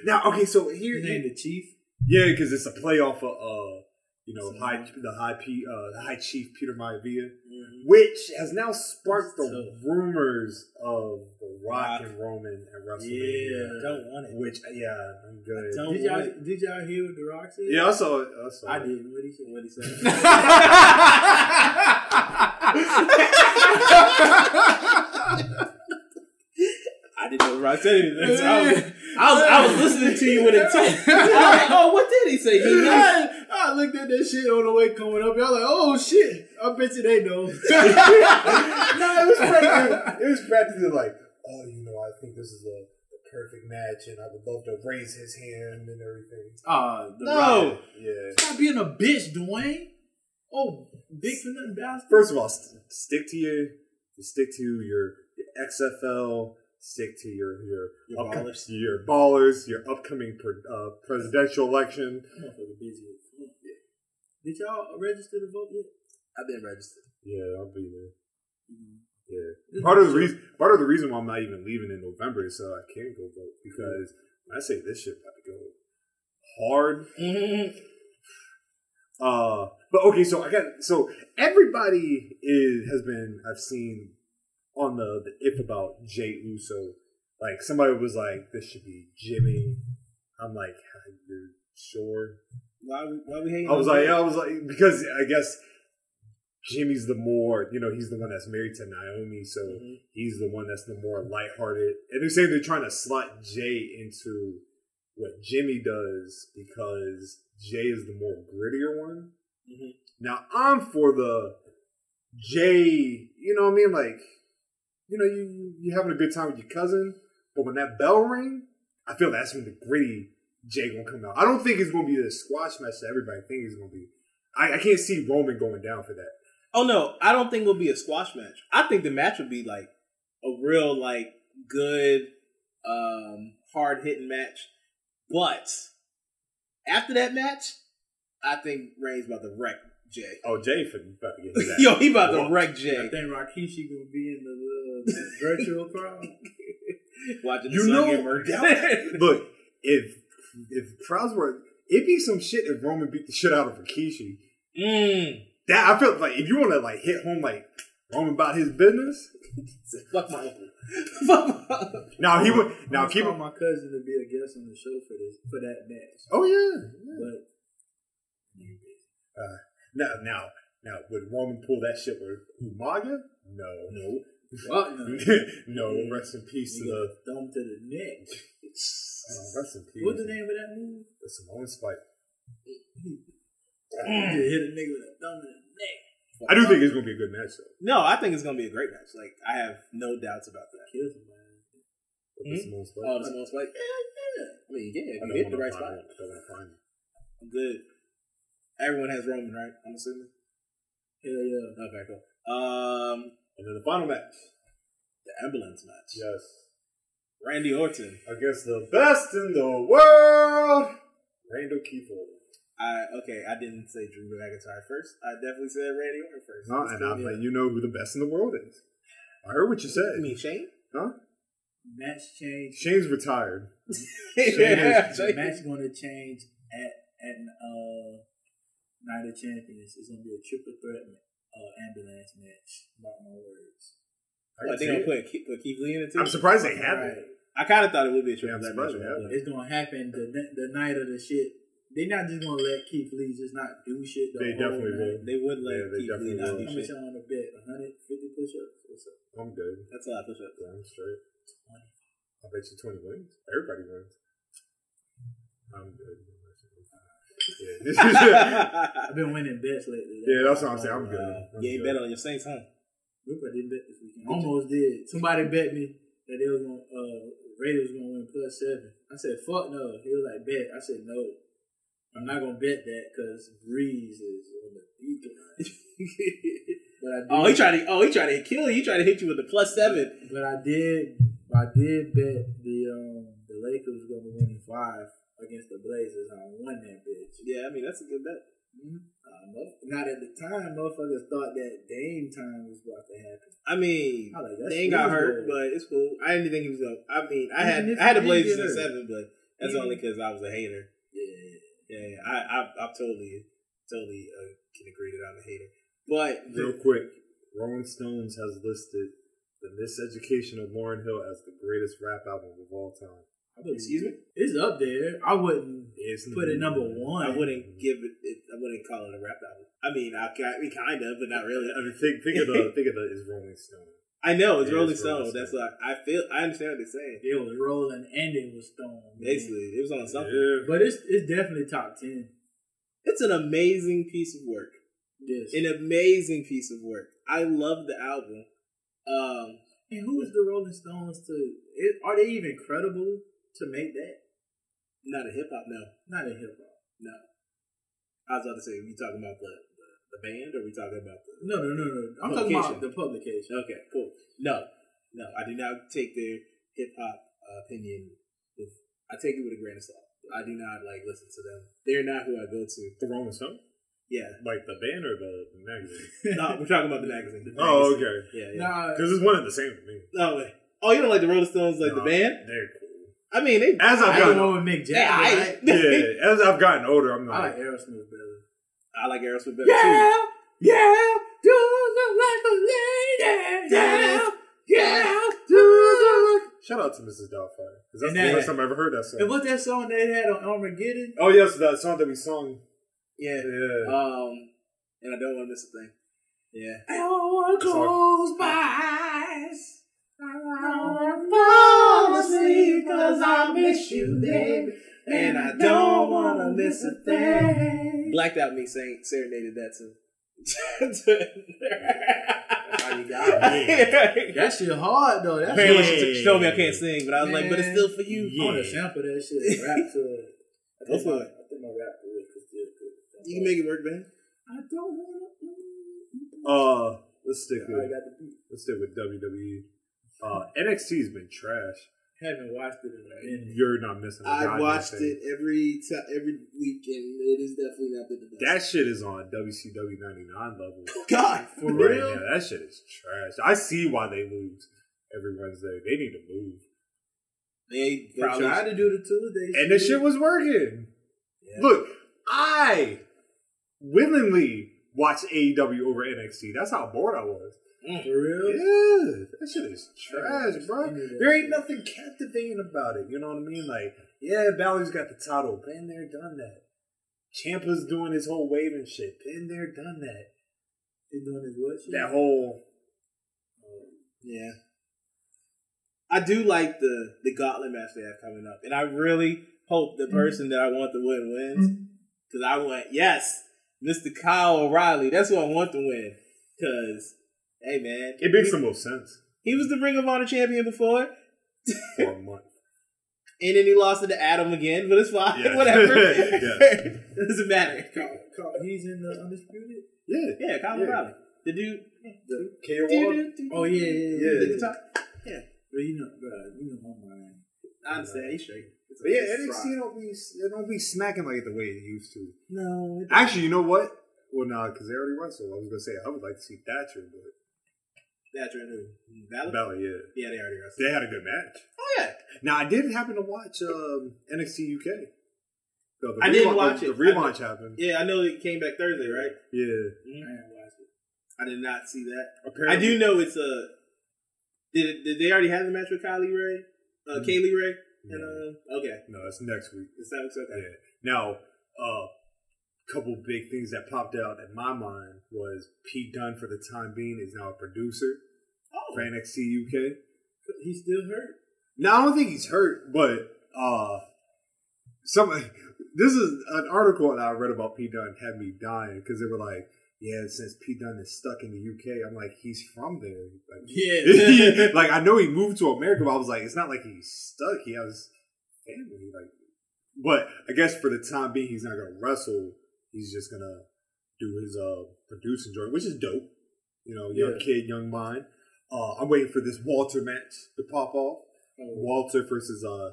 S3: Now, okay, so here,
S4: His name the Chief.
S3: yeah, because it's a playoff of uh, you know,
S4: So-
S3: high the high P, uh, high chief Peter Maivia,
S2: Mm-hmm.
S3: which has now sparked the
S4: So-
S3: rumors of the Rock
S2: Rock.
S3: and Roman at WrestleMania.
S4: Yeah.
S2: Don't want it.
S3: Which yeah, I'm good.
S2: don't
S4: Did y'all
S2: want it.
S4: did y'all hear what the Rock said?
S3: Yeah, I saw it. I saw
S4: I
S3: it.
S4: didn't. What he said? What he said?
S2: *laughs* I didn't know Rock said anything. *laughs* So I, was, I was, I was listening to you when it talked. I was like, oh, what did he say? He
S3: *laughs*
S2: knew.
S4: I, I looked at that shit on the way coming up. Y'all like, oh shit! I bet you they
S3: *laughs* no,
S4: know.
S3: it was practically, it was practically like, oh, you know, I think this is a, a perfect match, and I would love to raise his hand and everything.
S4: Ah, the
S2: No.
S4: Rock.
S3: Yeah.
S4: Stop being a bitch, Dwayne. Oh, big for nothing bastard.
S3: First of all, st- stick to your, stick to your, your XFL, stick to your your
S2: Your
S3: upco-
S2: ballers.
S3: your ballers, your upcoming pre- uh, presidential election.
S4: That motherfucker busy as fuck. Did y'all register to vote yet?
S2: I've been registered.
S3: Yeah, I'll be there.
S4: Mhm.
S3: Yeah.
S4: This
S3: Part of the
S4: shit-
S3: reason, part of the reason why I'm not even leaving in November is so I can go vote because when I say this shit about to go hard.
S4: *laughs*
S3: Uh, but okay, so I got so everybody is has been I've seen on the, the if about Jay Uso, like somebody was like this should be Jimmy. I'm like, dude, sure.
S2: Why, we- why we hating?
S3: I was
S2: on
S3: like,
S2: him?
S3: I was like, because I guess Jimmy's the more, you know, he's the one that's married to Naomi, so
S2: Mhm.
S3: he's the one that's the more lighthearted. And they're saying they're trying to slot Jay into what Jimmy does because Jay is the more grittier one.
S2: Mhm.
S3: Now I'm for the Jay, you know what I mean? Like, you know, you you having a good time with your cousin, but when that bell ring, I feel that's when the gritty Jay gonna come out. I don't think it's gonna be the squash match that everybody thinks it's gonna be. I, I can't see Roman going down for that.
S2: Oh no, I don't think it'll be a squash match. I think the match would be like a real like good um hard hitting match. But after that match, I think Reigns about to wreck Jay.
S3: Oh, Jay finna about to *laughs* get his ass.
S2: Yo, he about to wreck
S4: I
S2: Jay.
S4: think Rakishi gonna be in the, uh, the
S3: *laughs*
S4: virtual crowd.
S2: Watching the
S3: You
S2: sun
S3: know,
S2: get murdered.
S3: that- look, if if crowds were, it'd be some shit if Roman beat the shit out of Rikishi.
S2: Mm.
S3: That I feel like if you want to like hit home like Roman about his business.
S2: *laughs* Fuck my uncle. Fuck my uncle.
S3: Now he would.
S4: I'm
S3: Now
S4: gonna
S3: keep.
S4: call
S3: it-
S4: my cousin to be a guest on the show for this for that match.
S3: Oh yeah. yeah.
S4: But
S3: uh, Now now now would Roman pull that shit with Umaga? No. No.
S4: fuck no,
S3: *laughs* no. Rest in peace to the.
S4: thumb to the
S2: *laughs*
S4: neck.
S3: Oh, rest in peace.
S4: What's the name of that move?
S3: The Samoan spike.
S4: *clears throat*
S2: Mm-hmm.
S4: You hit a nigga with a thumb to the neck.
S3: I do think it's gonna be a good match though.
S2: No, I think it's gonna be a great match. Like I have no doubts about that.
S4: Kills him, man.
S3: With
S2: Mhm.
S3: the Samoan spike.
S2: Oh, the small spike. Yeah, yeah. I mean, yeah,
S3: I
S2: if
S3: don't
S2: you hit the
S3: wanna
S2: right
S3: find
S2: spot.
S3: it. I don't want to find it.
S2: I'm good. Everyone has Roman, right? I'm assuming.
S4: Hell yeah.
S2: Okay, cool. Um,
S3: And then the final match.
S2: the ambulance match.
S3: Yes.
S2: Randy Orton.
S3: Against the best in the world, Randall Keefe.
S2: I okay. I didn't say Drew McIntyre first. I definitely said Randy Orton first.
S3: No, and I'm letting you know who the best in the world is. I heard what you
S2: I mean
S3: said.
S2: Shane.
S3: Huh?
S4: Match change.
S3: Shane's retired.
S2: *laughs* yeah,
S4: The
S2: Shane.
S3: *laughs*
S4: match going to change at at uh, Night of Champions. It's going to be a triple threat uh, ambulance match. Mark my words.
S3: I
S2: What, Oh, they gonna put Keith, put Keith Lee in it too.
S3: am surprised they haven't.
S2: I kind of thought it would be a
S3: Yeah, I'm
S2: triple threat match.
S3: surprised they haven't.
S4: It's going to happen the the night of the shit. They're not just going to let Keith Lee just not do shit. The
S3: They
S4: whole
S3: definitely
S4: night.
S3: will.
S2: They would let
S3: Yeah, they
S2: Keith
S3: definitely
S2: Lee not
S3: will.
S2: do
S4: How much
S3: *laughs*
S2: shit. *laughs*
S4: y'all on the bet? 150 push-ups? What's up?
S3: I'm good.
S2: That's a lot of push up.
S3: Yeah, I'm straight. I bet you 20 wins. Everybody wins. I'm
S4: *laughs*
S3: good. *laughs* Yeah,
S4: I've been winning bets lately. Uh,
S3: yeah that's what I'm saying. I'm good. I'm
S2: You ain't
S3: good.
S2: bet on your Saints, huh?
S4: Nope, I didn't bet this weekend. Almost did. Somebody bet me that they was gonna uh Raiders was gonna win plus seven. I said fuck no. He was like bet. I said no. I'm not gonna bet that because Breeze is on the decline. *laughs* but I did,
S2: Oh, he tried to. Oh, he tried to kill you. He tried to hit you with the plus seven.
S4: But I did. I did bet the um the Lakers was gonna win in five against the Blazers. I won that bitch.
S2: Yeah, I mean that's a good bet.
S4: Uh, mother- not at the time, motherfuckers thought that Dame time was about to happen.
S2: I mean,
S4: I like that.
S2: They ain't got hurt, but it's cool. I didn't think he was gonna. I mean, I had
S4: Even if
S2: I had the
S4: he did
S2: Blazers in
S4: get hurt.
S2: seven, but that's
S4: Even-
S2: only because I was a hater.
S4: yeah.
S2: Yeah, yeah. I I, I totally totally uh, can agree that I'm a hater. But
S3: Real quick, Rolling Stones has listed The Miseducation of Lauren Hill as the greatest rap album of all time.
S4: I believe
S2: Excuse
S4: it.
S2: me?
S4: It's up there. I wouldn't
S3: It's Mm-hmm.
S4: put it number one.
S2: I wouldn't give it, it. I wouldn't call it a rap album. I mean, I, I mean, kind of, but not really.
S3: I mean, think, think of
S4: *laughs*
S3: the think of the is Rolling Stone.
S2: *laughs* I know it's
S3: It is
S2: Rolling
S3: Rolling
S2: Stone. That's
S3: Stone.
S2: what I feel. I understand what they're saying.
S4: It was rolling and it was stone. man.
S2: Basically, it was on something.
S3: Yeah.
S4: But it's it's definitely top ten.
S2: It's an amazing piece of work.
S4: Yes.
S2: An amazing piece of work. I love the album. Um,
S4: and who is the Rolling Stones to? It, are they even credible to make that?
S2: not a hip hop, no.
S4: Not in hip hop.
S2: No. I was about to say, we talking about the, the, the band or we talking about the.
S4: No, no, no, no. I'm talking
S2: Publication.
S4: about the publication.
S2: Okay, cool. No, no, I do not take their hip hop uh, opinion. With, I take it with a grain of salt. I do not like listen to them. They're not who I go to.
S3: The Rolling Stone?
S2: Yeah.
S3: Like the band or the, the
S4: *laughs*
S3: magazine?
S2: No, we're talking about the magazine. The
S3: Oh,
S2: magazine.
S3: okay.
S2: Yeah, yeah.
S4: Nah,
S3: Because it's one and the same to me.
S2: No, wait. Oh, you don't like the Rolling Stones like
S3: Nah,
S2: the band?
S3: They're cool.
S2: I mean, they.
S3: As I've
S4: I don't
S3: gotten
S4: know with Mick Jagger.
S2: Yeah, I-
S4: right?
S3: *laughs* yeah, as I've gotten older, I'm
S4: I
S3: not.
S4: like Aerosmith better.
S2: I like Aerosmith better too.
S4: Yeah, yeah, do look like a lady. Yeah, yeah, do look.
S3: Shout out to Mrs. Doubtfire. Because that's
S4: And
S3: the
S4: that-
S3: first time I ever heard that
S4: And
S3: song.
S4: what's that song they had on Armageddon?
S3: oh, yes, that song that we sung.
S2: Yeah.
S3: Yeah.
S2: Um, and I don't want to miss a thing. Yeah.
S4: Hour
S3: goes
S4: by.
S2: fall asleep 'cause I miss you, baby, and I don't wanna miss a
S4: thing.
S2: Blacked out me saying serenaded that to.
S3: *laughs*
S4: That shit hard though. That's
S2: Apparently,
S4: shit.
S2: she t- showed me I can't sing, but I was like, "But it's still for you."
S4: I want to sample that shit. and Rap to it. I
S2: *laughs* Go
S4: think
S2: for
S4: my-
S2: it.
S4: I think my rap to it could still good.
S2: You can make it work, man.
S4: I don't want to.
S3: Uh, let's stick
S4: I
S3: with E.
S4: got the beat.
S3: let's stick with WWE. Uh, NXT has been trash.
S4: haven't watched it in a minute.
S3: You're not missing. a
S2: I
S3: goddamn
S2: watched
S3: thing.
S2: it every t- every week, and it is definitely not been the
S3: That
S2: best.
S3: shit is on WCW '99 level.
S2: God,
S3: For right now, that shit is trash. I see why they lose every Wednesday. They need to move.
S2: They, they
S3: Probably-
S2: tried
S4: I had to do the Tuesday.
S3: And the shit was working.
S2: Yeah.
S3: Look, I willingly watched AEW over NXT. That's how bored I was.
S4: Mm, for real.
S3: Yeah, that shit is trash, bro.
S4: Yeah.
S3: There ain't nothing captivating about it. You know what I mean? Like, yeah, Balor's got the title. Been there, done that. Champa's doing his whole wave and shit. Been there, done that.
S4: He's doing his what? shit?
S3: That whole
S2: Yeah. I do like the the gauntlet match they have coming up, and I really hope
S3: Mm-hmm.
S2: the person that I want to win wins because I want yes, Mister Kyle O'Reilly. That's who I want to win because hey man,
S3: it makes the most sense
S2: he was the Ring of Honor champion before, and
S3: for a
S4: *laughs*
S3: month.
S2: then he lost it to Adam again, but it's fine,
S3: Yeah.
S2: *laughs* whatever.
S3: *laughs* Yeah.
S2: it *laughs* doesn't matter.
S4: Carl, Carl, he's in the undisputed.
S3: Yeah.
S2: Yeah, Kyle
S3: Yeah.
S2: O'Reilly, the dude.
S4: The,
S3: KO.
S4: oh yeah, yeah, yeah.
S3: Yeah.
S4: yeah.
S2: The guitar.
S4: But you know, bro, you know my mind.
S2: I understand. He's straight.
S3: But yeah, NXT don't be it don't be smacking like it the way it used to.
S4: No, it,
S3: Actually, you know what? Well, nah, because they already wrestled. I was gonna say I would like to see Thatcher, but
S2: That's right. who? Balor?
S3: Balor, yeah,
S2: Yeah, they already wrestled.
S3: they had a good match.
S2: Oh yeah.
S3: Now I did happen to watch um, NXT UK. So the
S2: I didn't
S3: relaunch-
S2: watch
S3: the,
S2: it.
S3: The relaunch happened.
S2: Yeah, I know it came back Thursday, right?
S3: Yeah,
S4: I ain't watched it.
S2: I did not see that.
S3: apparently
S2: I do know it's a. Did did they already have the match with Kylie Ray? Uh,
S3: Mm.
S2: Kaylee Ray?
S3: No,
S2: And, uh, okay,
S3: no, it's next week.
S2: it sounds okay.
S3: Yeah. Now, a uh, couple big things that popped out in my mind was Pete Dunne for the time being is now a producer
S2: Oh,
S3: for NXT UK.
S4: He's still hurt.
S3: No, I don't think he's hurt, but uh some this is an article that I read about Pete Dunne had me dying because they were like, Yeah, since Pete Dunne is stuck in the UK, I'm like, he's from there. Like, *laughs* like, I know he moved to America, but I was like, it's not like he's stuck. He has family, like but I guess for the time being he's not gonna wrestle. He's just gonna do his uh producing joint, which is dope. You know, young
S4: Yeah.
S3: kid, young mind. Uh, I'm waiting for this Walter match to pop off.
S4: Oh,
S3: Walter versus uh,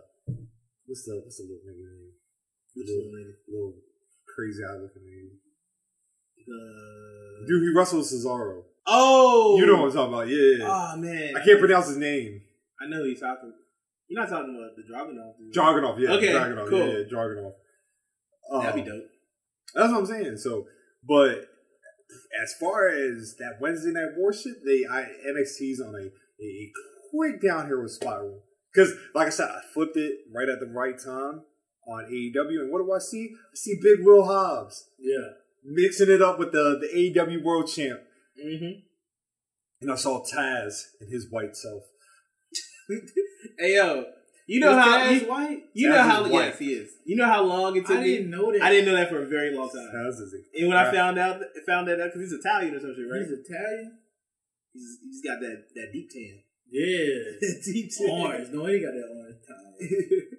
S3: what's the what's the little nigga name? The little, little crazy eye looking name.
S2: The-
S3: Dude, he wrestled Cesaro.
S2: oh,
S3: You know what I'm talking about? Yeah. yeah.
S2: Oh man,
S3: I can't pronounce his name.
S2: I know who you're talking. You're not talking about the Dragunov dude.
S3: Dragunov. Yeah.
S2: Okay,
S3: Dragunov.
S2: cool.
S3: Yeah, yeah. Dragunov. Um,
S2: That'd
S4: Oh.
S2: be dope.
S3: That's what I'm saying. So, but as far as that Wednesday night war shit, they I, NXT's on a, a quick downhill spiral. Because, like I said, I flipped it right at the right time on AEW, and what do I see? I see Big Will Hobbs
S4: yeah.
S3: mixing it up with the the AEW World Champ,
S2: Mm-hmm.
S3: and I saw Taz in his white self.
S2: Hey yo, you know
S4: Was
S2: how
S4: Taz
S2: you,
S4: white?
S2: you know
S3: Taz is
S2: how
S3: white.
S2: yes he is. You know how long it took
S4: I
S2: me.
S4: didn't know that.
S2: I didn't know that for a very long time.
S3: Taz is a
S2: And when I
S3: Right.
S2: found out, found that out because he's Italian or something, right?
S4: He's Italian.
S2: He's, he's got that, that deep
S4: *laughs*
S2: tan. *laughs*
S4: Yeah.
S2: deep
S4: orange. No, he got that orange tie.
S2: *laughs*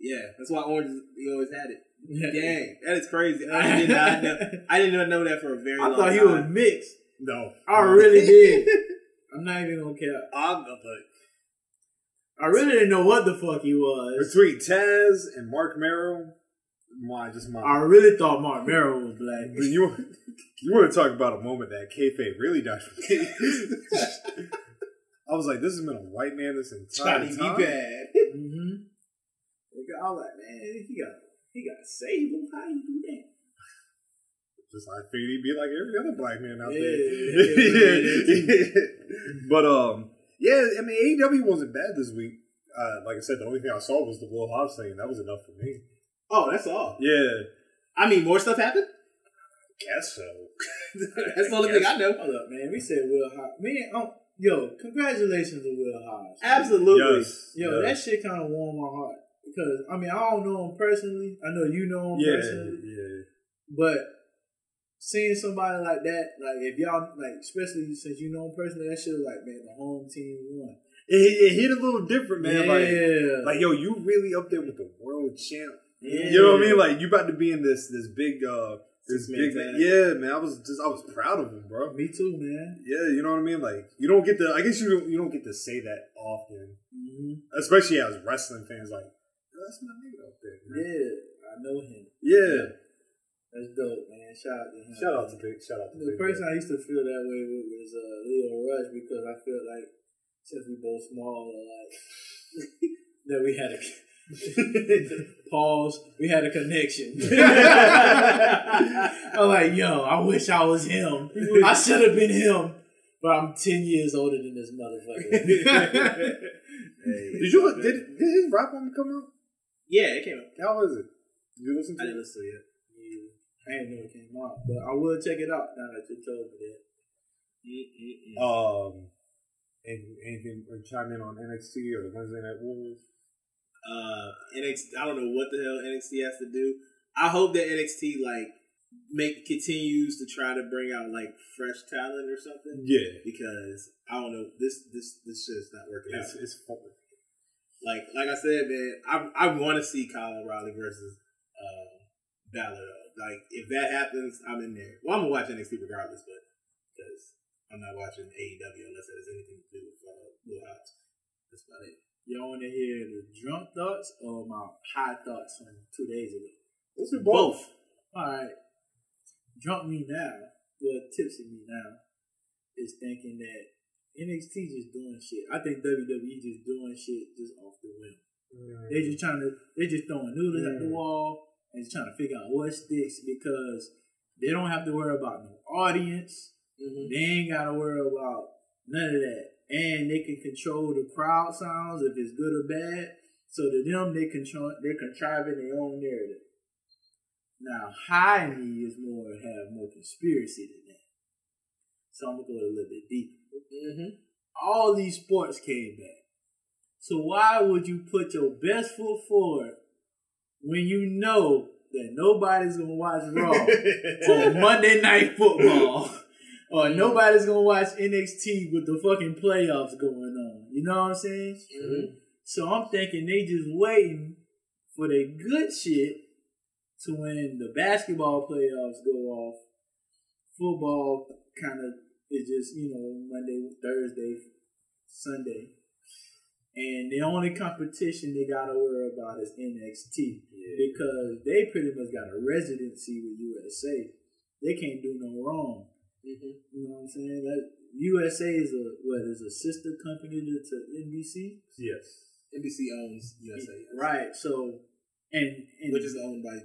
S2: yeah, that's why orange. is- He always had it.
S4: Yeah.
S2: Dang, that is crazy. *laughs* I did not know. I did not know that for a very
S4: I
S2: long
S4: thought
S2: time.
S4: he was mixed.
S3: no.
S4: I
S2: Oh.
S4: really
S2: *laughs*
S4: did. I'm not even gonna care.
S3: I'm the but
S4: I really didn't know what the fuck he was.
S3: between Taz and Mark Merrill. My just my.
S4: I really thought Mark Merrill was black.
S3: But you you want to talk about a moment that kayfabe really died for me.
S4: *laughs*
S3: I was like, this has been a white man this entire
S2: Johnny B.
S3: time.
S2: Bad.
S4: Mm-hmm. I was like, man, he got he got saved. How you do that?
S3: Just I figured he'd be like every other black man out
S4: Yeah.
S3: there. *laughs* but um, yeah, I mean AEW wasn't bad this week. Uh, like I said, the only thing I saw was the Will Hobbs thing. That was enough for me.
S2: Oh, that's all.
S3: Yeah,
S2: I mean, more stuff happened. *laughs*
S3: guess
S4: *laughs*
S3: so.
S2: that's the only thing I know.
S4: Hold up, man. We said Will Hodge. Man, oh, yo, congratulations to Will Hodge.
S2: Absolutely.
S3: Yes.
S4: Yo,
S3: yeah.
S4: that shit kind of warmed my heart because I mean I don't know him personally. I know you know him
S3: yeah,
S4: personally,
S3: yeah.
S4: but seeing somebody like that, like if y'all like, especially since you know him personally, that shit was like, man, the home team won.
S3: It, it hit a little different, man. Like,
S4: yeah,
S3: Like, yo, you really up there with the world champ.
S4: Yeah.
S3: You know what I mean? Like, you about to be in this this big uh this
S2: Six-man
S3: big
S2: tag.
S3: yeah, man. I was just I was proud of him, bro.
S4: me too, man.
S3: Yeah, you know what I mean? Like, you don't get to I guess you don't you don't get to say that often.
S4: Mhm.
S3: especially as wrestling fans. Like, "Yo, that's my nigga out there. man."
S4: Yeah, I know him.
S3: Yeah.
S4: That's dope, man. Shout out to him.
S3: Shout out to Big. Shout out to Big.
S4: The person
S3: Red.
S4: I used to feel that way with was uh, Leo Rush because I felt like since we both small, uh, like *laughs* that we had a *laughs* pause, we had a connection. *laughs* I'm like, yo, I wish I was him.
S3: *laughs*
S4: I should have been him, but I'm ten years older than this *laughs* motherfucker.
S2: *laughs*
S3: Did you did did his rap album come out?
S2: Yeah, it came out.
S3: How was it? Did you listen
S2: I
S3: to it?
S2: didn't listen to it.
S4: Yeah. I didn't know it came out, but I will check it out now that you told me that.
S2: Mm, Mm-mm-mm.
S3: Um, and anything or chime in on NXT or the Wednesday Night Wars?
S2: Uh, NXT. I don't know what the hell NXT has to do. I hope that NXT like make continues to try to bring out like fresh talent or something
S3: Yeah,
S2: because I don't know this this this shit's not working out.
S3: it's it's fun.
S2: Like like I said, man, I I want to see Kyle O'Reilly versus um, Balor. though. Like if that happens, I'm in there. Well, I'm gonna watch NXT regardless, but because I'm not watching AEW unless it has anything to do with uh, Blue House. That's about it.
S4: Y'all want to hear the drunk thoughts or my high thoughts from two days ago?
S3: Let's do both.
S4: All right. Drunk me now, well, tipsy me now, is thinking that NXT just doing shit. I think WWE just doing shit just off the whim. They just trying to, they just throwing noodles at the
S3: Mm.
S4: wall and just trying to figure out what sticks because they don't have to worry about no audience. They ain't got to worry about none of that. And they can control the crowd sounds if it's good or bad. So to them, they control, they're contriving their own narrative. Now, high me is more have more conspiracy than that. So I'm gonna go a little bit deeper. All these sports came back. So why would you put your best foot forward when you know that nobody's gonna watch Raw? *laughs* or Monday Night Football, or nobody's gonna watch NXT with the fucking playoffs going on. You know what I'm saying? So I'm thinking they just waiting for the good shit to when the basketball playoffs go off. Football kind of is just you know Monday, Thursday, Sunday. And the only competition they gotta worry about is NXT because they pretty much got a residency with USA. They can't do no wrong.
S2: Mm-hmm.
S4: You know what I'm saying? That USA is a what is a sister company to, to NBC,
S3: *laughs* Yes.
S2: NBC owns USA,
S4: right? So, and, and
S2: Which is owned by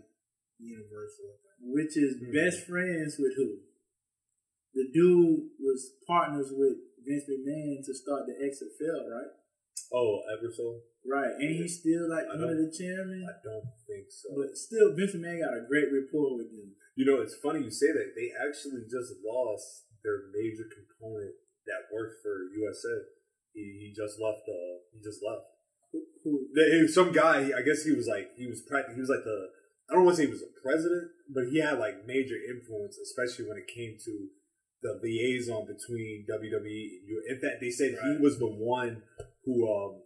S2: Universal. Mm-hmm.
S4: which is
S3: Mhm.
S4: best friends with who? The dude was partners with Vince McMahon to start the XFL, right?
S3: Oh, Everso?
S4: Right, and he's still like
S3: I
S4: one of
S3: don't-
S4: the chairmen,
S3: I don't think so.
S4: but still Vince McMahon got a great rapport with them.
S3: You know, it's funny you say that. They actually just lost their major component that worked for USA. He, he just left. Uh, he just left.
S4: Who, who
S3: They- it was Some guy, I guess he was like, he was practically, he was like the, I don't want to say he was a president, but he had like major influence, especially when it came to the liaison between WWE and U. In fact, they said
S2: Right.
S3: he was the one who um,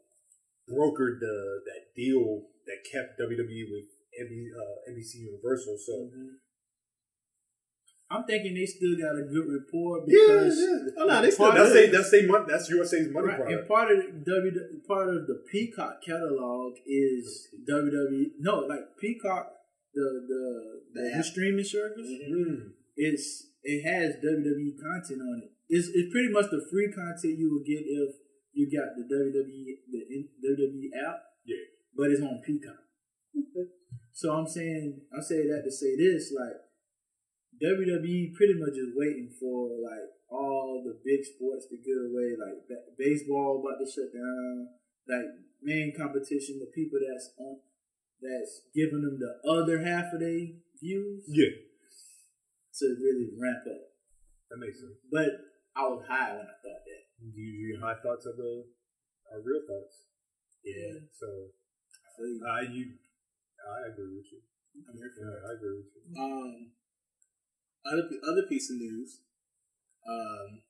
S3: brokered the that deal that kept WWE with NBC, uh, NBC Universal. So.
S4: Mhm. I'm thinking they still got a good
S3: Yeah,
S4: rapport because
S3: yeah.
S2: Oh, no, they still
S3: that's
S2: good.
S3: they, that's they money. That's USA's money
S4: Right, and
S3: product.
S4: part of W part of the Peacock catalog is WWE. No, like Peacock, the the the,
S2: The app.
S4: streaming service.
S3: Mm.
S4: It's it has WWE content on it. It's it's pretty much the free content you would get if you got the WWE the N- WWE app.
S3: Yeah.
S4: but it's on Peacock. So I'm saying I say that to say this like WWE pretty much is waiting for like all the big sports to get away like ba- baseball about to shut down like main competition the people that's on that's giving them the other half of their views
S3: Yeah,
S4: to really ramp up.
S3: that makes sense.
S4: But I was high when I thought that.
S3: Do you hear my thoughts of the our real thoughts?
S4: Yeah.
S3: So
S4: I feel you.
S3: I you, I agree with you. Yeah, I agree with you.
S2: Um, other other piece of news. Um,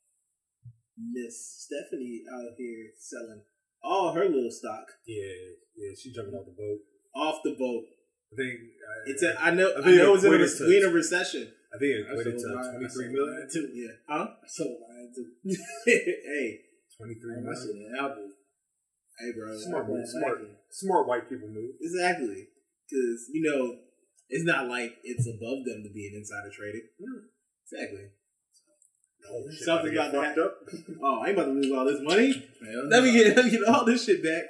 S2: Miss Stephanie out here selling all her little stock
S3: Yeah, yeah. She jumping off the boat.
S2: off the boat.
S3: I think I,
S2: It's a, I know
S3: I
S2: I,
S3: think it
S2: know it's in a,
S3: equated
S2: rec-
S3: to-
S2: we in a recession.
S3: I think it
S4: I
S3: equated
S4: sold
S3: to
S4: mine-
S3: twenty three
S4: I sold
S3: million.
S4: mine too.
S2: Yeah, huh?
S4: So I had to
S2: *laughs* hey,
S3: Twenty three
S4: I
S3: million.
S4: said an album.
S2: Hey, bro.
S3: Smart,
S2: I don't
S3: smart,
S2: like it.
S3: smart white people move.
S2: Exactly. Because, you know, it's not like it's above them to be an insider trader. Exactly.
S3: Oh, shit, I
S2: Something
S3: get fucked
S2: about that.
S3: up.
S2: Oh, I ain't about to lose all this money.
S4: Hell
S2: Let me
S4: no.
S2: get, *laughs* let me get all this shit back.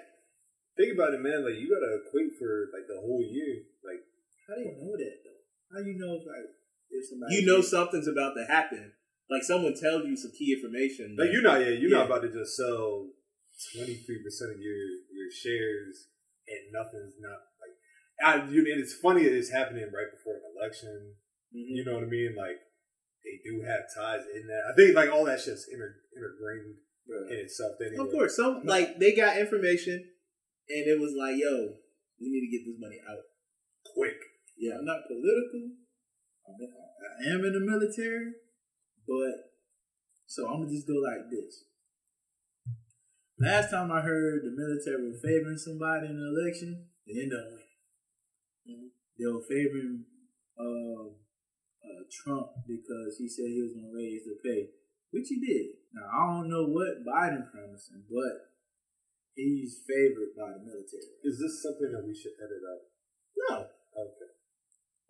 S3: Think about it, man. Like you gotta equate for like the whole year. Like
S4: How do you know that though? How you know it's like if somebody
S2: You know something's about to happen. Like someone tells you some key information.
S3: Like you're not, yeah, you're
S2: Yeah.
S3: not about to just sell twenty three percent of your your shares and nothing's not like. I, you, and it's funny that it's happening right before an election.
S2: Mhm.
S3: You know what I mean? Like they do have ties in that. I think like all that shit's inter, intergrained in itself. Anyway.
S2: Of course, some like they got information, and it was like, "Yo, we need to get this money out."
S3: quick.
S2: Yeah,
S4: I'm not political. I'm in- I am in the military, but so I'm gonna just go like this. Last time I heard the military were favoring somebody in the election, they end up winning. They were favoring uh, uh, Trump because he said he was gonna raise the pay, which he did. Now I don't know what Biden promising, but he's favored by the military.
S3: Is this something that we should edit out?
S2: no,
S3: Okay.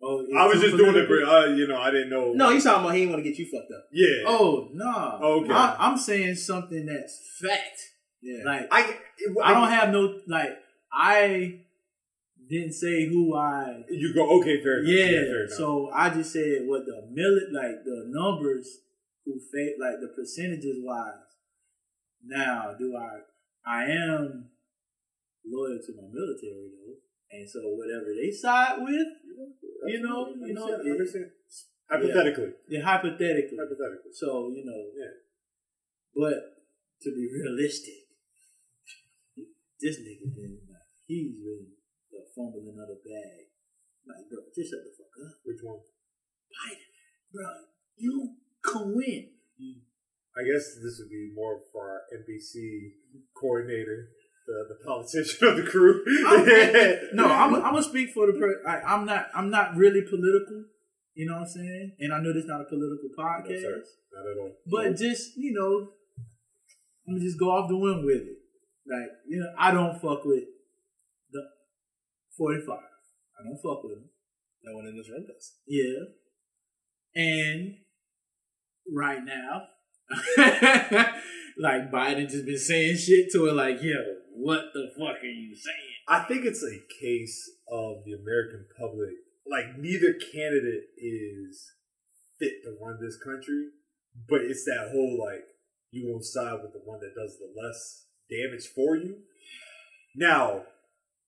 S4: Oh, it's
S3: I was
S4: too
S3: just doing it.
S4: political?
S3: for- Uh, you know, I didn't know.
S2: no, he's talking about he didn't want to get you fucked up.
S3: Yeah.
S4: Oh no.
S3: Okay.
S4: I, I'm saying something that's fact.
S2: Yeah,
S4: Like I,
S3: I.
S4: don't have no like I didn't say who I
S3: You go okay. Fair enough.
S4: yeah.
S3: fair enough.
S4: so I just said what the millet like the numbers who fa like the percentages wise. Now do I I am loyal to my military though. And so whatever they side with, you know, you know,
S3: Understand,
S4: it-
S3: understand. Hypothetically,
S4: it hypothetically.
S3: hypothetically.
S4: So, you know,
S3: Yeah.
S4: But to be realistic, this nigga been like he's been uh, fumbling another bag. Like, bro, just shut the fuck up.
S3: Which one?
S4: Biden, bro, you can win.
S3: I guess this would be more for our NBC coordinator, the, the politician of the crew. *laughs*
S4: I'm- No, I'm I'm gonna speak for the per. I, I'm not I'm not really political. You know what I'm saying? And I know this not a political
S3: No,
S4: podcast,
S3: sir, not at all.
S4: but just you know, I'm gonna just go off the wind with it. Like you know, I don't fuck with the 45. I don't fuck with him.
S2: no one in this room does.
S4: Yeah. And right now, *laughs* like Biden just been saying shit to her, like, yo, what the fuck are you saying?
S3: I think it's a case of the American public. Like neither candidate is fit to run this country, but it's that whole like you won't side with the one that does the less damage for you. Now,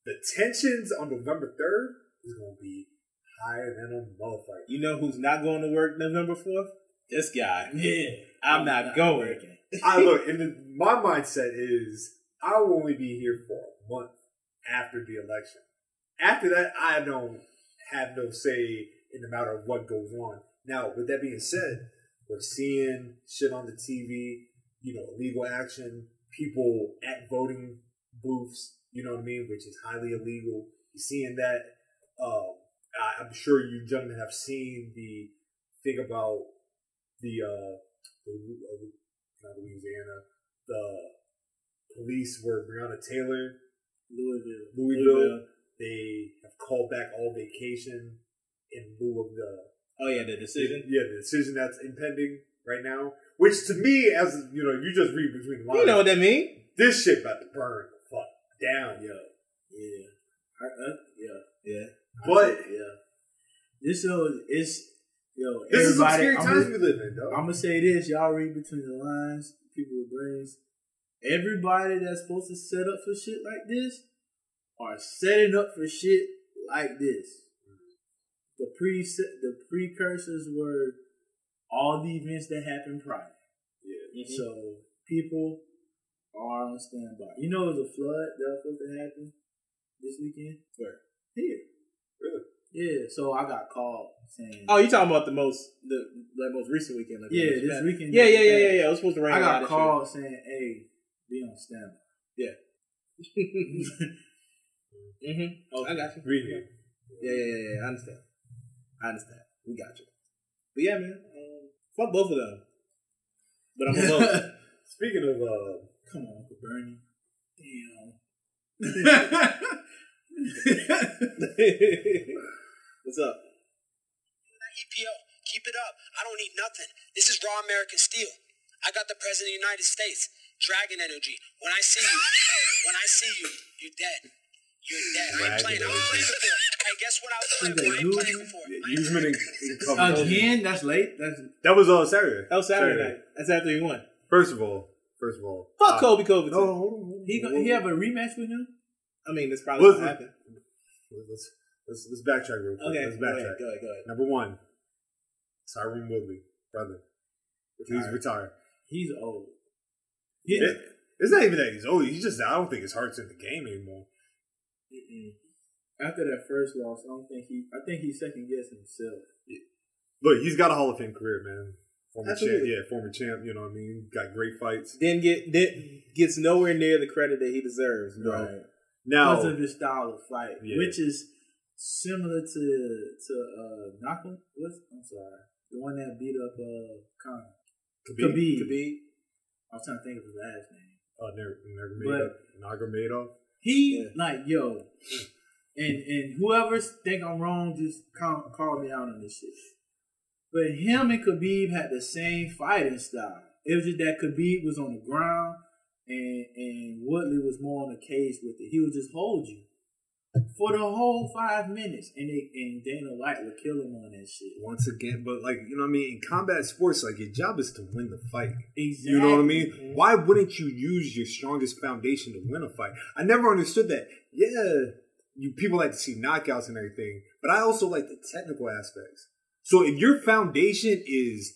S3: the tensions on November third is going to be higher than a motherfucker.
S2: You know who's not going to work November fourth? This guy.
S4: Yeah.
S2: I'm not going.
S3: I look, and the, my mindset is I will only be here for a month after the election. After that, I don't have no say in the matter of what goes on. Now, with that being said, we're seeing shit on the TV, you know, illegal action, people at voting booths, you know what I mean, which is highly illegal. You're seeing that. Um, I, I'm sure you gentlemen have seen the thing about the uh, the, uh, not Louisiana. The police were Breonna Taylor,
S4: Louisville.
S3: Louisville. They have called back all vacation in lieu of the
S2: Oh yeah, the decision.
S3: Yeah, the decision that's impending right now. Which to me, as you know, you just read between the lines.
S2: You know what that means?
S3: this shit about to burn the fuck down, yo.
S4: Yeah. I, uh, yeah.
S2: Yeah.
S3: But
S4: Yeah. This is, it's, yo,
S3: this is some
S4: everybody-
S3: scary
S4: I'm
S3: times
S4: gonna-
S3: we live in, dog.
S4: I'm gonna say this, y'all read between the lines, people with brains. Everybody that's supposed to set up for shit like this are setting up for shit like this. The pre the precursors were all the events that happened prior.
S3: yeah.
S2: Mm-hmm.
S4: So people are on standby. You know, it was a flood that was supposed to happen this weekend. Where here?
S3: Really?
S4: Yeah. So I got called saying,
S2: Oh, you talking about the most the like most recent weekend? Like,
S4: Yeah,
S2: most
S4: this
S2: bad.
S4: weekend.
S2: Yeah, yeah, yeah, yeah, yeah. It was supposed to rain.
S4: I
S2: a lot
S4: got
S2: this
S4: called saying, "Hey, be on standby."
S2: year. Mhm. I got you.
S3: Read it.
S2: Yeah, yeah, yeah, yeah. I understand. I understand. We got you. But yeah, man. Um, fuck both of them. But I'm a vote.
S3: *laughs* Speaking of uh,
S4: Come on, Uncle Bernie.
S2: What's up?
S5: That EPO, keep it up. I don't need nothing. This is raw American steel. I got the President of the United States. Dragon energy. When I see you, when I see you, you're dead. You're dead. I ain't playing. I was playing before. Hey, guess what I was playing for? I ain't playing before. I ain't
S3: Usman and, and Covington.
S4: Again, that's late. That's
S3: That was on Saturday.
S2: That was Saturday night. That's after he won.
S3: First of all, first of all,
S2: Fuck
S3: uh,
S2: Kobe Covington.
S3: No, hold on, hold on.
S4: oh, he.
S3: hold
S4: Go,
S3: on.
S4: he have a rematch with him.
S2: I mean, that's probably what
S3: Listen.
S2: happened.
S3: Let's let's let's backtrack real quick.
S2: Okay,
S3: let's
S2: go ahead,
S3: backtrack.
S2: go ahead, go ahead.
S3: Number one, Tyron Woodley, brother, please
S2: Retired.
S3: retire.
S4: *laughs* He's old.
S3: It- it's not even that he's old. He's just I don't think his heart's in the game anymore.
S4: Mm-mm. After that first loss, I don't think he. I think he second guessed himself.
S3: Look, he's got a Hall of Fame career, man. Former champ,
S2: Absolutely.
S3: yeah, former champ. You know what I mean? Got great fights.
S2: Then get then gets nowhere near the credit that he deserves, bro.
S3: Right.
S4: because
S3: Now,
S4: of his style of fight,
S3: Yeah.
S4: which is similar to to uh, Naka. What's I'm sorry, the one that beat up uh Conor.
S3: Khabib,
S4: Khabib.
S3: Khabib,
S4: I was trying to think of his last name.
S3: uh, never, never
S4: But-
S3: made up. Nagamadov.
S4: He
S2: Yeah.
S4: like yo, and and whoever think I'm wrong, just call, call me out on this shit. But him and Khabib had the same fighting style. It was just that Khabib was on the ground, and and Woodley was more on the cage with it. He would just hold you for the whole five minutes, and they, and Dana White would kill him on that shit.
S3: Once again, but like you know what I mean? In combat sports, like your job is to win the fight.
S4: Exactly.
S3: You know what I mean? Why wouldn't you use your strongest foundation to win a fight? I never understood that. Yeah, you people like to see knockouts and everything, but I also like the technical aspects. So if your foundation is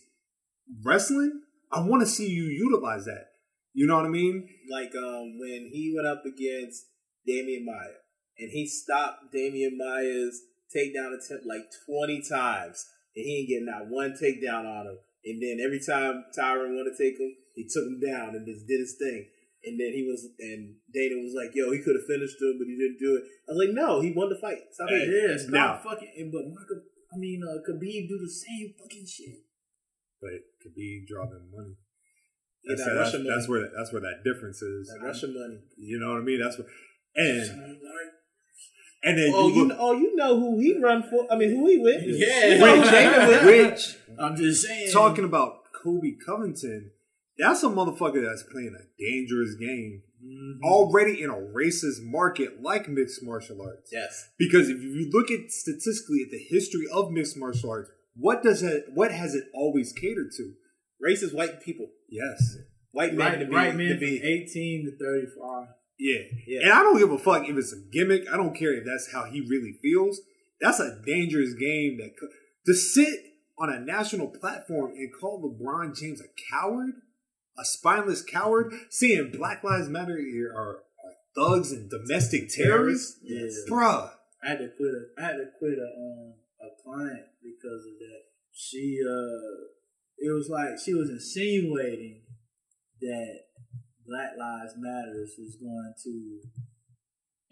S3: wrestling, I want to see you utilize that. You know what I mean?
S2: Like um when he went up against Damian Maya and he stopped Damian Maya's takedown attempt like twenty times and he ain't getting not one takedown on him. And then every time Tyron wanted to take him, he took him down and just did his thing. And then he was and Dana was like, "Yo, he could have finished him, but he didn't do it." I was like, "No, he won the fight. Stop it."
S4: Yeah, stop
S3: Now-
S4: fucking. And, but Michael, I mean uh, Khabib do the same fucking shit.
S3: But it could be drawing money.
S2: Get
S3: That's,
S2: that
S3: that's,
S2: Russian
S3: that's
S2: money.
S3: where that's where that difference is.
S2: That Russian money.
S3: You know what I mean? That's what. And and then
S2: Oh,
S3: you
S2: you
S3: look-
S2: know, oh, you know who he run for? I mean, who he with?
S4: Yeah.
S2: You know who Jada
S4: *laughs*
S2: with?
S3: Rich
S4: I'm just saying.
S3: talking about Kobe Covington, that's a motherfucker that's playing a dangerous game
S4: Mm-hmm.
S3: already in a racist market like mixed martial arts.
S2: Yes.
S3: Because if you look at statistically at the history of mixed martial arts, what does it, what has it always catered to?
S2: Racist white people.
S3: Yes.
S2: White men
S4: right,
S2: to be.
S4: right man
S2: to
S4: from
S2: be
S4: 18 to 35.
S3: Yeah.
S2: Yeah.
S3: And I don't give a fuck if it's a gimmick. I don't care if that's how he really feels. That's a dangerous game that co- to sit on a national platform and call LeBron James a coward, a spineless coward, seeing Black Lives Matter here are, are thugs and domestic terrorists.
S4: Yes.
S3: Bruh.
S4: I had to quit a, I had to quit a, um, a client because of that. She, uh, it was like she was insinuating that Black Lives Matters was going to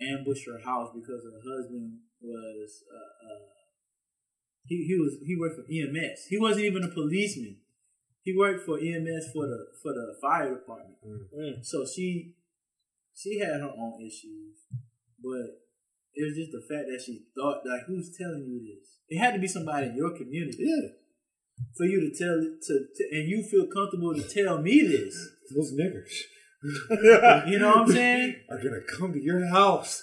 S4: ambush her house because her husband was, uh, uh, he, he was, he worked for EMS. He wasn't even a policeman. He worked for EMS for the, for the fire department.
S2: Mm.
S4: So she she had her own issues, but it was just the fact that she thought like who's telling you this? It had to be somebody in your community. Yeah. For you to tell it to, to and you feel comfortable to tell me this.
S3: Those niggers *laughs*
S4: You know what I'm saying?
S3: are gonna come to your house.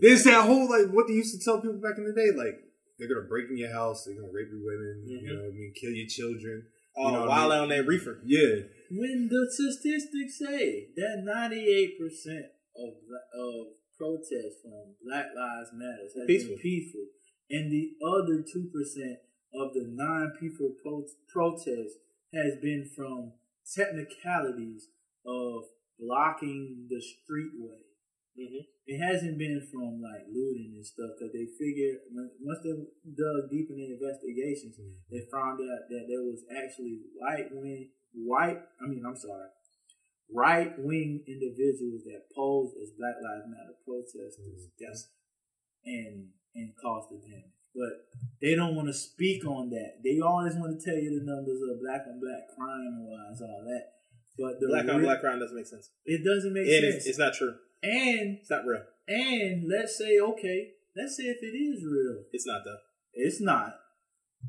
S3: There's that whole like what they used to tell people back in the day, like they're gonna break in your house, they're gonna rape your women, you know what I mean, kill your children.
S2: Mm-hmm. Oh,
S3: You know what
S2: while
S3: I mean?
S2: on that reefer.
S3: Yeah.
S4: When the statistics say that 98 percent of bla- of protests from Black Lives Matters have
S2: Peaceful.
S4: been peaceful, and the other two percent of the non-peaceful pro- protests has been from technicalities of blocking the streetway.
S2: Mm-hmm.
S4: It hasn't been from like looting and stuff because they figured when- once they dug deep in the investigations,
S2: Mm-hmm.
S4: they found out that there was actually white wing, white, I mean, I'm sorry, right wing individuals that posed as Black Lives Matter protesters
S2: Mm-hmm.
S4: that's- and and caused the damage. But they don't want to speak on that. They always want to tell you the numbers of black on black crime and all that. But the
S2: Black on
S4: real-
S2: black crime doesn't make sense.
S4: it doesn't make
S2: And
S4: sense.
S2: it's, it's not true.
S4: and
S2: It's not real.
S4: and let's say okay, let's say if it is real,
S2: It's not though.
S4: it's not,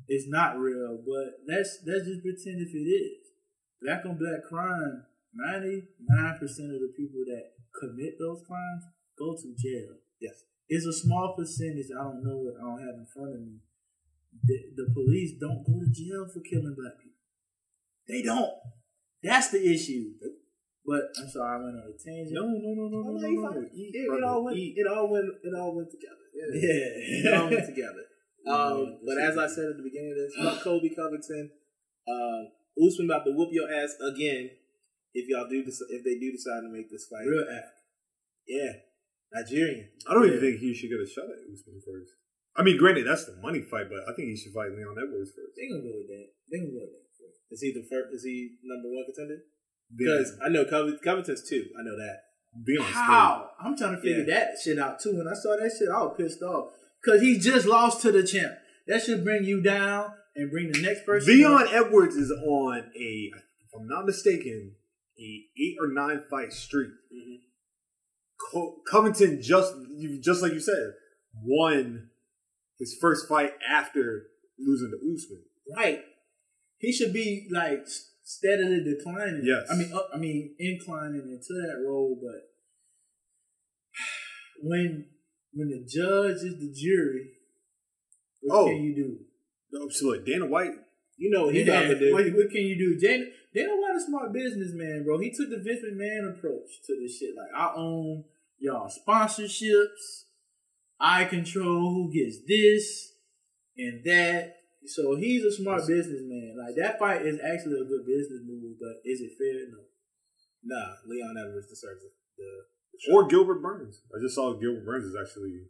S4: it's not real. But let's let's just pretend if it is black on black crime. Ninety nine percent of the people that commit those crimes go to jail.
S2: Yes.
S4: It's a small percentage. I don't know what I don't have in front of me. The, the police don't go to jail for killing black people. They don't. That's the issue. But I'm sorry, I went on a tangent. No, no, no, no,
S2: Oh, no, you fine. It, it all went. It all went. It all went together.
S4: Yeah.
S2: it
S3: *laughs*
S2: all went *laughs* together. Um,
S4: Yeah,
S2: but as I said at the beginning of *sighs* this, fuck Kobe Covington. Um, Usman about to whoop your ass again if y'all do dec- if they do decide to make this fight.
S4: Real African.
S2: Yeah, Nigerian.
S3: I don't even think he should get a shot at Usman first. I mean, granted, that's the money fight, but I think he should fight Leon Edwards first.
S4: They gonna go with that. They gonna go with that. first.
S2: Is he the first? Is he number one contender?
S3: Then-
S2: Because I know Coving- Covington's two. I know that.
S3: Leon's third.
S4: How? I'm trying to figure that shit out too. When I saw that shit, I was pissed off because he just lost to the champ. That should bring you down and bring the next person.
S3: Leon
S4: up.
S3: Edwards is on a, if I'm not mistaken, a eight or nine fight streak. Co- Covington just, you- just like you said, won his first fight after losing to Usman.
S4: right? He should be like s- steadily declining.
S3: Yes.
S4: I mean, up, I mean, inclining into that role, but *sighs* when when the judge is the jury, what
S3: Oh.
S4: can you do?
S3: No, so look, Dana White,
S2: You know what Oh, he about
S4: Yeah,
S2: to do.
S4: What, what can you do? Dana, Dana White a smart businessman, bro. He took the Vince McMahon approach to this shit. Like, I own y'all sponsorships. I control who gets this and that. So he's a smart businessman. Like that fight is actually a good business move, but is it fair? No.
S2: Nah, Leon Edwards deserves it. The-
S3: or Gilbert Burns. I just saw Gilbert Burns is actually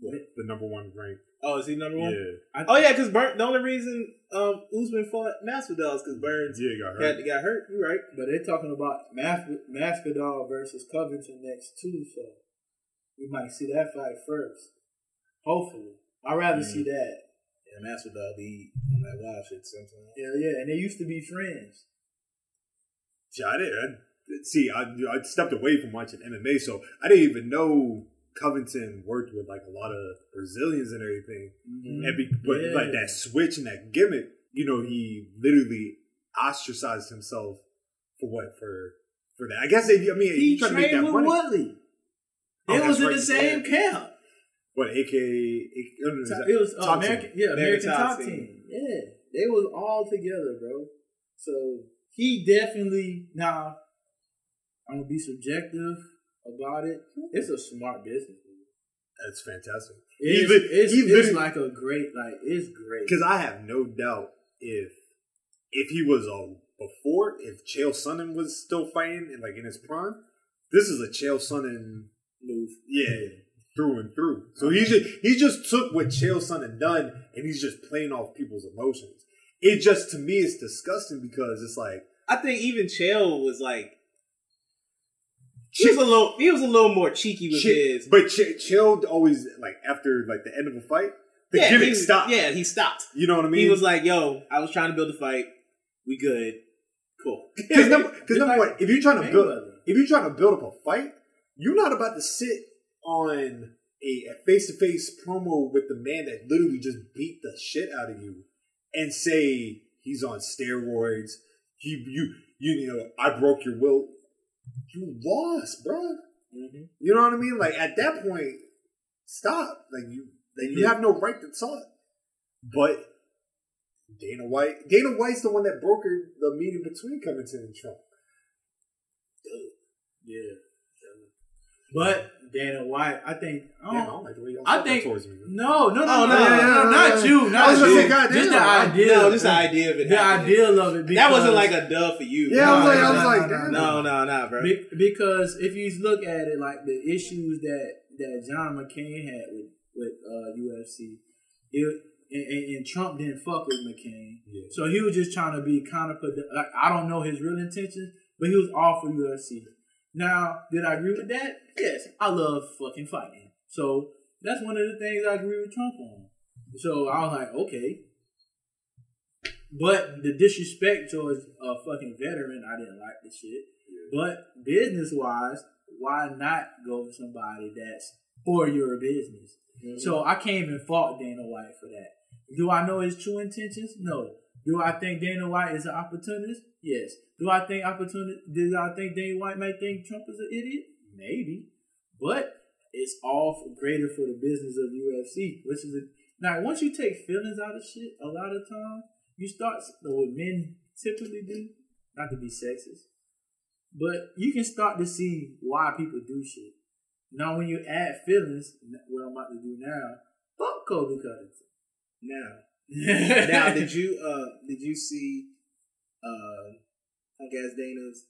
S3: the number one ranked.
S2: Oh, is he number one?
S3: Yeah,
S2: Oh yeah, because Burn. The only reason um, Usman fought Masvidal is because Burns
S3: yeah, he got hurt.
S2: got, got hurt. You're right.
S4: But they're talking about Mas- Masvidal versus Covington next too, so we might see that fight first. Hopefully, I'd rather
S3: Mm.
S4: see that.
S2: Yeah, Masvidal be on that wild shit sometimes.
S4: Yeah, yeah, and they used to be friends.
S3: See, I didn't I- see. I, I stepped away from watching MMA, so I didn't even know Covington worked with like a lot of Brazilians and everything. And be, but
S4: Mm-hmm. Yeah.
S3: like that switch and that gimmick, you know, he literally ostracized himself for what for for that. I guess they, I mean,
S4: He
S3: you try to make
S4: trained
S3: that
S4: with
S3: money,
S4: Woodley.
S3: Oh,
S4: it was
S3: that's
S4: in
S3: right,
S4: the
S3: you
S4: same
S3: said.
S4: camp.
S3: but AKA, no, no, no, is that-
S4: It was uh,
S3: top team?
S4: American, yeah,
S2: American
S4: American
S2: Top
S4: top, team.
S2: Team.
S4: Yeah, they was all together, bro. So he definitely now. I'm gonna be subjective about it. It's a smart business. move.
S3: That's fantastic.
S4: It's,
S3: Even-
S4: it's,
S3: even-
S4: it's like a great, like it's great.
S3: Because I have no doubt if if he was a before, if Chael Sonnen was still fighting and like in his prime, this is a Chael Sonnen move. Yeah, through and through. So he just he just took what Chael Sonnen done and he's just playing off people's emotions. It just to me is disgusting because it's like
S2: I think even Chael was like, he was a little, he was a little more cheeky with
S3: Ch-
S2: his.
S3: but Ch- Chael always like after like the end of a fight, the gimmick
S2: he,
S3: stopped.
S2: Yeah, he stopped.
S3: you know what I mean.
S2: he was like, "Yo, I was trying to build a fight. We good. Cool."
S3: Because
S2: *laughs*
S3: number, cause
S4: Just
S3: number
S4: like
S3: one, if you're trying to build,
S4: Mayweather.
S3: if you're trying to build up a fight, you're not about to sit on a face to face promo with the man that literally just beat the shit out of you and say he's on steroids. You you you, you know I broke your will. You lost, bro. You know what I mean? Like at that point, stop. Like you like you have no right to talk. But Dana White, Dana White's the one that brokered the meeting between Covington and Trump.
S4: yeah. But Dana White, I think.
S3: Damn,
S4: I
S3: I
S4: don't-
S3: don't like the way y'all
S4: I
S3: talk
S4: think-
S3: towards me. man.
S4: No, no,
S2: Oh, no,
S4: no, no, no,
S2: no,
S4: no,
S3: no,
S4: not
S3: no.
S4: you,
S3: I
S4: not
S3: was gonna
S4: you.
S3: say, goddamn,
S4: just the
S3: I-
S4: idea,
S2: No, just the idea of it.
S4: the
S2: happening.
S4: ideal of it. Because,
S2: That wasn't like a dub for you.
S3: Yeah, I was like, I was
S4: No,
S3: like,
S4: no,
S3: damn.
S2: no, no, no, bro.
S4: Be- because if you look at it, like the issues that that John McCain had with with uh, UFC, it, and, and, and Trump didn't fuck with McCain,
S3: Yeah.
S4: so he was just trying to be counterproductive. Like, I don't know his real intentions, but he was all for UFC. Now, did I agree with that? Yes, I love fucking fighting, so that's one of the things I agree with Trump on. So I was like, okay, But the disrespect towards a fucking veteran, I didn't like the shit. But business wise, why not go with somebody that's for your business? So I can't even fault Dana White for that. Do I know his true intentions? No. Do I think Dana White is an opportunist? Yes. Do I think opportunist? Do I think Dana White might think Trump is an idiot? Maybe. But it's all for greater for the business of UFC, which is a, now once you take feelings out of shit, a lot of times you start what men typically do, not to be sexist, but you can start to see why people do shit. Now, when you add feelings, what I'm about to do now, fuck Kobe *laughs*
S2: Now,
S4: Covington.
S2: *laughs* now
S3: *laughs*
S2: did you uh did you see uh I guess Dana's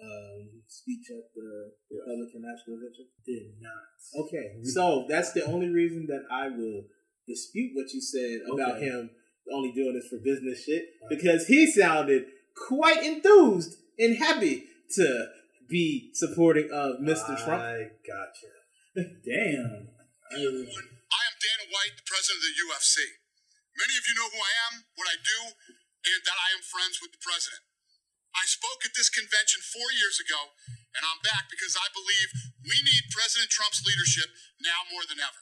S2: um speech at the Republican National Convention?
S4: did not.
S2: Okay. So that's the only reason that I will dispute what you said about
S4: Okay.
S2: him only doing this for business shit. Because he sounded quite enthused and happy to be supporting of Mr. Trump.
S3: I gotcha.
S4: Damn.
S6: I am Dana White, the president of the UFC. Many of you know who I am, what I do, and that I am friends with the president. I spoke at this convention four years ago, and I'm back because I believe we need President Trump's leadership now more than ever.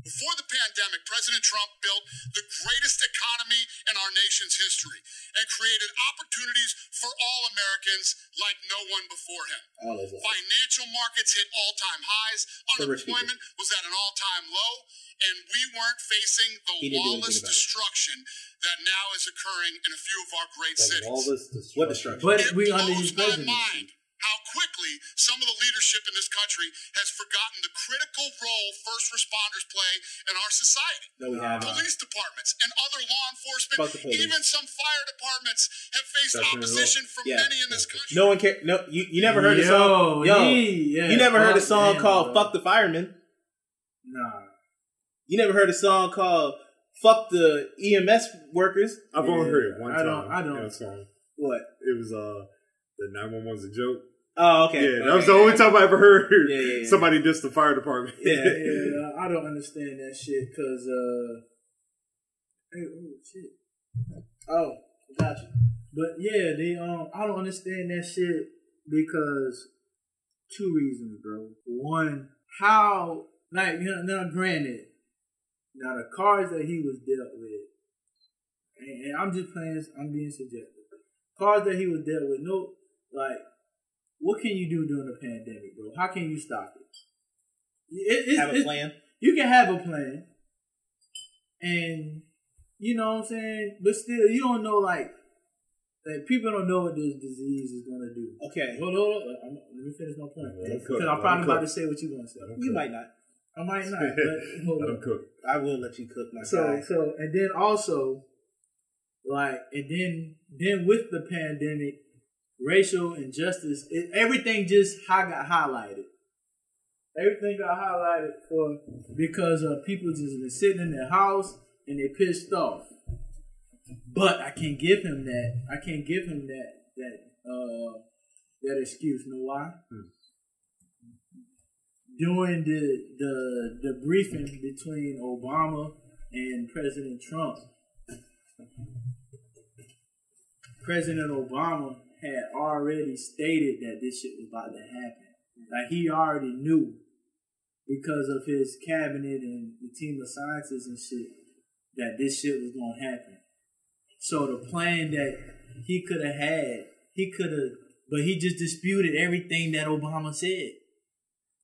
S6: Before the pandemic, President Trump built the greatest economy in our nation's history and created opportunities for all Americans like no one before him.
S2: All those lies.
S6: Financial markets hit all time highs.
S2: For rich people.
S6: Unemployment was at an all time low. And we weren't facing the
S2: He didn't do anything
S6: lawless
S2: about it.
S6: destruction that now is occurring in a few of our great
S3: The
S6: cities.
S3: lawless destruction.
S2: What destruction?
S4: But
S6: it
S4: we
S6: blows
S4: under his
S6: my
S4: presidency.
S6: mind how quickly some of the leadership in this country has forgotten the critical role first responders play in our society
S2: No, we have not.
S6: police departments and other law enforcement,
S2: Fuck the police.
S6: even some fire departments have faced
S3: That's your
S6: opposition from
S2: Yeah.
S6: many in this country.
S2: No one care. No, you, you never heard the song. Yo,
S4: he- yeah,
S2: you never heard a
S4: fuck
S2: song
S4: Dana,
S2: called
S4: bro.
S2: "Fuck the Fireman."
S4: Nah.
S2: You never heard a song called "Fuck the
S4: E
S2: EMS Workers."
S3: I've only heard it one
S4: I
S3: time.
S4: don't- I don't.
S3: in a song.
S2: What?
S3: It was uh, the 911's a joke.
S2: Oh, okay.
S3: Yeah, that was
S2: Okay.
S3: the only time I ever heard
S2: Yeah, yeah, yeah.
S3: somebody diss the fire department.
S2: Yeah.
S4: *laughs*
S3: *laughs*
S4: yeah, I don't understand that shit because uh, hey, oh shit. Oh, gotcha. But yeah, they um, I don't understand that shit because two reasons, bro. One, how like you know, now granted, now the cards that he was dealt with, and, and I'm just playing, I'm being subjective. Cards that he was dealt with, no, like, what can you do during the pandemic, bro? How can you stop it? It- it's-
S2: Have a
S4: it's-
S2: plan.
S4: you can have a plan and you know what I'm saying, but still you don't know like like people don't know what this disease is gonna do.
S2: Okay.
S4: Hold on, hold on, I'm- let me finish my point.
S3: Let him cook,
S4: Because
S3: let
S4: I'm probably
S3: him cook.
S4: about to say what you're gonna say.
S2: You might not.
S4: I might not,
S3: *laughs*
S4: but hold
S3: Let
S4: on.
S3: them cook.
S2: I will let you cook my
S4: So
S2: guy.
S4: so and then also like and then then with the pandemic, racial injustice, it, everything just high got highlighted. Everything got highlighted for because of people just been sitting in their house and they pissed off. But I can't give him that. I can't give him that that uh that excuse. Know why? During the the the briefing between Obama and President Trump, President Obama had already stated that this shit was about to happen. Like he already knew because of his cabinet and the team of scientists and shit that this shit was gonna happen. So the plan that he could have had, he could have, but he just disputed everything that Obama said.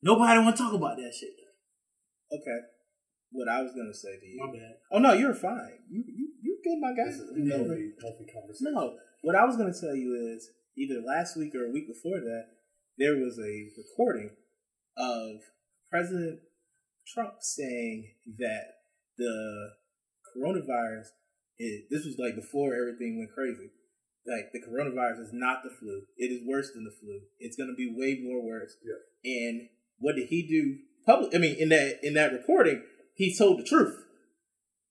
S4: Nobody want to talk about that shit.
S2: okay. What I was gonna say to you.
S4: My bad.
S2: Oh no, you're fine. You you you good, my guy.
S3: This is
S2: You
S3: a
S2: know it.
S3: healthy, healthy conversation.
S2: No, what I was going to tell you is either last week or a week before that, there was a recording of President Trump saying that the coronavirus, is, this was like before everything went crazy. Like the coronavirus is not the flu. It is worse than the flu. It's going to be way more worse. And what did he do? Public. I mean, in that in that recording, he told the truth.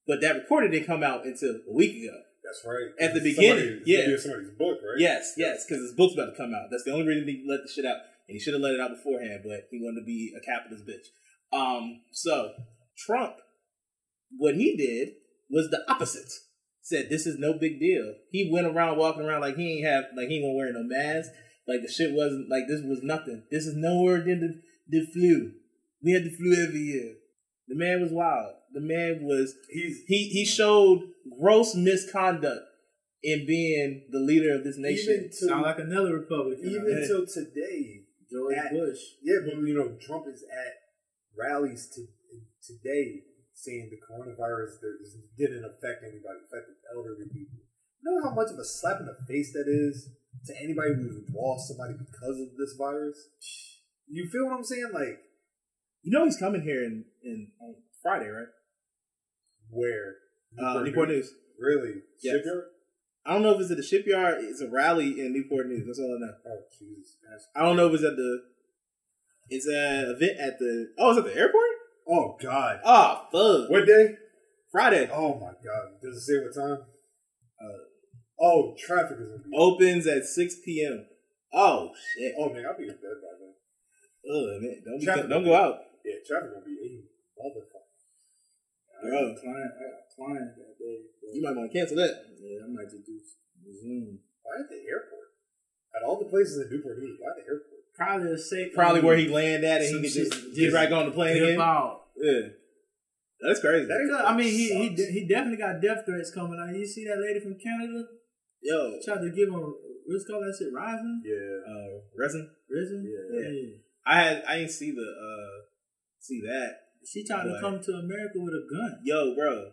S2: But that recording didn't come out until a week ago.
S3: That's right.
S2: At the
S3: Somebody-
S2: beginning,
S3: it's
S2: yeah.
S3: gonna be somebody's book, right?
S2: Yes, yes, because his book's about to come out. That's the only reason he let the shit out, and he should have let it out beforehand. But he wanted to be a capitalist bitch. Um, so Trump, what he did was the opposite. said this is no big deal. He went around walking around like he ain't have like he ain't wearing no mask. Like the shit wasn't like this was nothing. This is nowhere than the, the flu. We had the flu every year. The man was wild. The man was
S3: He's
S2: he he showed gross misconduct in being the leader of this
S3: even
S2: nation.
S4: Sound
S3: to
S4: like another Republican.
S3: even till today.
S4: George
S3: at-
S4: Bush.
S3: Yeah, but you know Trump is at rallies to, today saying the coronavirus there is, didn't affect anybody, it affected elderly people. You know how much of a slap in the face that is to anybody who's lost somebody because of this virus. You feel what I'm saying? Like
S2: You know he's coming here in, in on Friday, right?
S3: where
S2: Uh, Newport News.
S3: really
S2: Yes.
S3: sugar?
S2: I don't know if it's at the shipyard. It's a rally in Newport News. That's all I know.
S3: Oh Jesus! That's-
S2: I don't know if it's at the. It's a event at the. Oh, it's at the airport.
S3: Oh God!
S2: Oh, fuck.
S3: What day?
S2: Friday
S3: Oh my God! Does it say what time? Uh, oh, traffic is gonna be.
S2: opens at six p.m. Oh shit.
S3: oh man, I'll be in bed by then.
S2: Ugh, man, don't be,
S3: Traffic.
S2: don't go out,
S3: Yeah, traffic gonna be eighty motherfucker.
S2: bro.
S4: Client, I got clients that day. but-
S2: You might want to cancel that.
S4: yeah, I might just do
S2: mm-hmm.
S4: Zoom.
S3: Why at the airport? At all the places in Newport News, why the airport?
S4: Probably a safe.
S2: Probably where he land at, and
S4: Some
S2: he can just
S4: shit-
S2: get right on the plane
S4: Dip
S2: again.
S4: out.
S2: Yeah, that's crazy.
S3: That ain't-
S4: I mean, he he,
S3: Sucks.
S4: de- he definitely got death threats coming out. You see that lady from Canada
S2: Yo,
S4: tried to give him what's called that shit rising,
S3: Yeah.
S2: uh, resin.
S4: risen.
S3: Yeah.
S2: I had I didn't see the uh see that.
S4: She tried
S2: Boy.
S4: to come to America with a gun.
S2: Yo, bro,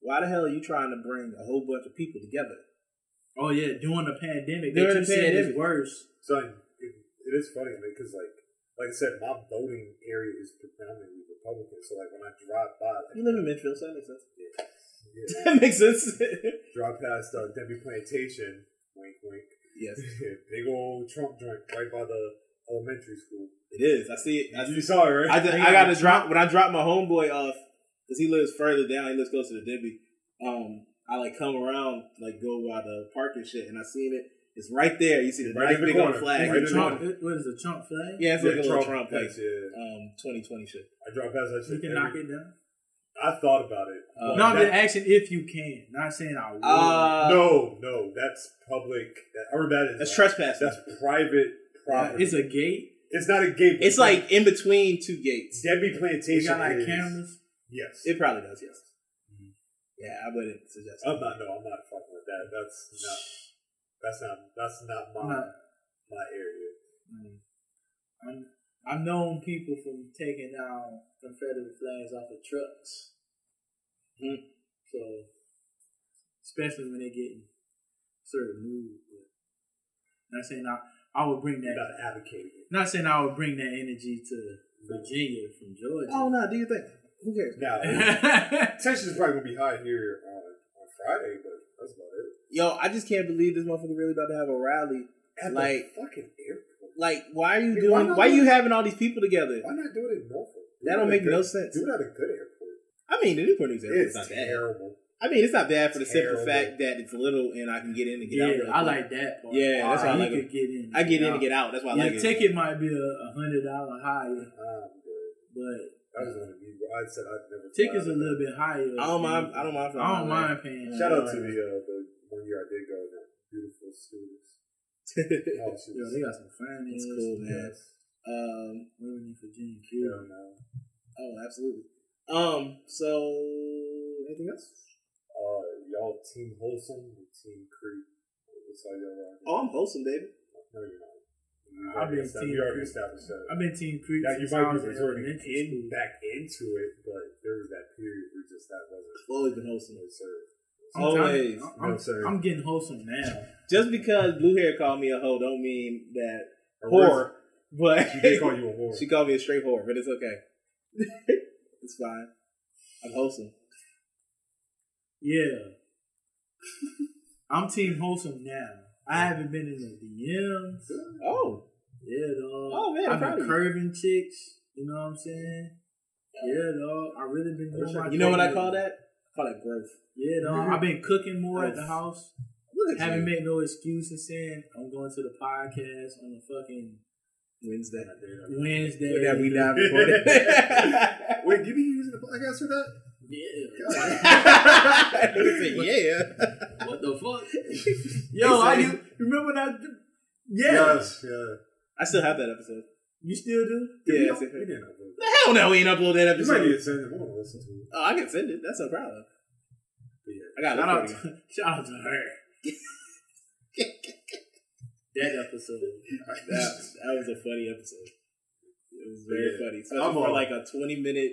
S2: why the hell are you trying to bring a whole bunch of people together? *laughs*
S4: Oh yeah, during the pandemic,
S2: During
S4: during
S2: the
S4: the said
S2: pandemic.
S4: it's worse.
S3: So I- it, it is funny because like like I said, my voting area is predominantly Republican. So like when I drive by, like,
S2: You live in Midfield, so that makes sense.
S3: yeah,
S2: That makes sense. *laughs*
S3: drive past uh, Debbie Plantation, wink wink,
S2: yes,
S3: *laughs* big old Trump joint right by the elementary school.
S2: it is. I see it. I,
S3: you saw it, right?
S2: I, just- I got to drop when I drop my homeboy off because he lives further down. He lives closer to Debbie. Um, I like come around, like go by the park and shit, and I seen it. It's right there. You see the
S3: Right
S2: nice
S3: in the
S2: big
S3: corner.
S2: old flag.
S3: Right in the
S4: Trump, it, what is the Trump flag?
S2: yeah, it's like
S3: Yeah,
S2: a little Trump, like
S3: yes, yeah.
S2: um, twenty twenty shit.
S3: I drive past that
S4: you
S3: shit.
S4: can
S3: every-
S4: knock it down.
S3: I thought about it.
S2: Uh,
S3: but
S4: no, I'm
S3: that-
S4: just asking if you can. Not saying I will.
S2: Uh,
S3: no, no, that's public. That, or that is
S2: that's
S3: like-
S2: trespassing.
S3: That's private
S4: Yeah,
S3: property.
S4: it's a gate.
S3: It's not a gate.
S2: it's like in between two gates.
S3: Debbie Plantation.
S4: They got like
S3: is-
S4: cameras.
S3: Yes.
S2: It probably does. Yes.
S3: Mm-hmm.
S2: Yeah, I wouldn't suggest.
S3: I'm not. No, I'm not fucking with that. That's not. That's not. That's not my
S4: No.
S3: my area.
S4: Mm. I'm, I've known people from taking down Confederate flags off of trucks.
S2: Mm.
S4: So, especially when they get certain moves. But not saying I, I would bring that.
S3: I'm not advocating
S2: *laughs*
S3: it.
S4: Not saying I would bring that energy to Virginia from Georgia.
S2: Oh
S4: *laughs*
S2: no, do you think? Who cares?
S3: Now, tension's probably gonna be high here on on Friday, but that's about it.
S2: Yo, I just can't believe this motherfucker really about to have a rally.
S3: At
S2: Like-
S3: the fucking airport.
S2: Like, why are you
S3: Why
S2: doing?
S3: not?
S2: Why are you having all these people together?
S3: Why not do it in Norfolk? Do it
S2: That don't
S3: at a
S2: make
S3: good-
S2: no sense.
S3: Do it at a good airport.
S2: I mean, the Newport News
S3: It's
S2: airport's not bad.
S3: terrible.
S2: I mean, it's not bad for the simple
S3: Terrible.
S2: fact that it's little and I can get in and get
S4: yeah,
S2: out. really
S4: I
S2: quick.
S4: like that part. Ah,
S2: Yeah, that's why I
S4: You
S2: like
S4: could
S2: it.
S4: get in.
S2: I get in and
S4: out.
S2: get out. That's why I
S4: Your
S2: like it.
S4: ticket might be a a hundred dollar higher,
S3: Um,
S4: but
S3: I was gonna be. I said I'd never. fly out
S4: tickets a
S3: of
S4: little bit higher.
S2: I don't mind. I don't mind. for
S4: I don't
S2: my
S4: mind paying.
S3: Shout out to the uh, the one year I did go, the beautiful students.
S2: man.
S3: Oh, she
S4: Yo,
S3: was
S4: they got some fine.
S2: It's
S4: ass
S2: cool, man.
S4: ass
S2: *laughs* um.
S4: Women in Virginia,
S3: you
S4: cute.
S3: know, now.
S2: Oh, absolutely. Um. So, anything else?
S3: Uh, y'all team wholesome and team creep. That's how y'all rock.
S2: Oh, I'm wholesome, baby.
S3: no, you're not. You
S4: I've
S3: already
S4: been
S3: established-
S4: team
S3: you already
S4: creep.
S3: established that.
S4: I've been Team Creek
S3: now you
S4: since I
S3: might
S4: was
S3: be
S4: in
S3: resorting
S4: elementary
S3: in
S4: school.
S3: back into it, but there was that period where just that wasn't
S2: I've always been wholesome.
S3: served.
S2: Always.
S4: I'm,
S3: No,
S4: I'm,
S3: sir.
S4: I'm getting wholesome now.
S2: Just because blue hair called me a hoe, don't mean that
S3: Or
S2: whore. *laughs* But
S3: worse, She did call you a whore. *laughs*
S2: *laughs* She called me a straight whore, but it's okay. *laughs* it's fine. I'm wholesome.
S4: Yeah. I'm Team Wholesome now. I haven't been in the DMs.
S2: Oh,
S4: Yeah, dog.
S2: Oh, man, I'm
S4: I've
S2: proud of
S4: been
S2: you.
S4: curving chicks. You know what I'm saying? Yeah, dog. I really been doing my
S2: you know what I call
S4: thing.
S2: that? I call that growth.
S4: Yeah, dog. I've been cooking more at the
S2: Yes.
S4: house.
S2: Look at
S4: Haven't
S2: you.
S4: made no excuses saying I'm going to the podcast on the fucking
S2: Wednesday.
S4: Wednesday. *laughs*
S2: Look at that, we not recording.
S3: *laughs* Wait, did you be using the podcast for that?
S4: Yeah.
S2: yeah.
S4: what the fuck? Yo, I you remember that? Yeah.
S3: Yes, yeah.
S2: I still have that episode.
S4: You still do?
S2: Yeah,
S3: we,
S2: it's
S3: don't-
S2: okay.
S3: we didn't upload it.
S2: Hell no, we ain't upload that
S3: You might
S2: episode.
S3: need to send it. We won't listen to it.
S2: Oh, I can send it. That's no problem.
S3: But yeah.
S2: I got
S4: Shout out,
S2: it.
S4: to, shout out to her. that episode.
S2: *laughs* That, that was a funny episode. It was very
S3: Yeah.
S2: funny.
S3: I'm
S2: So for
S3: on.
S2: like a twenty minute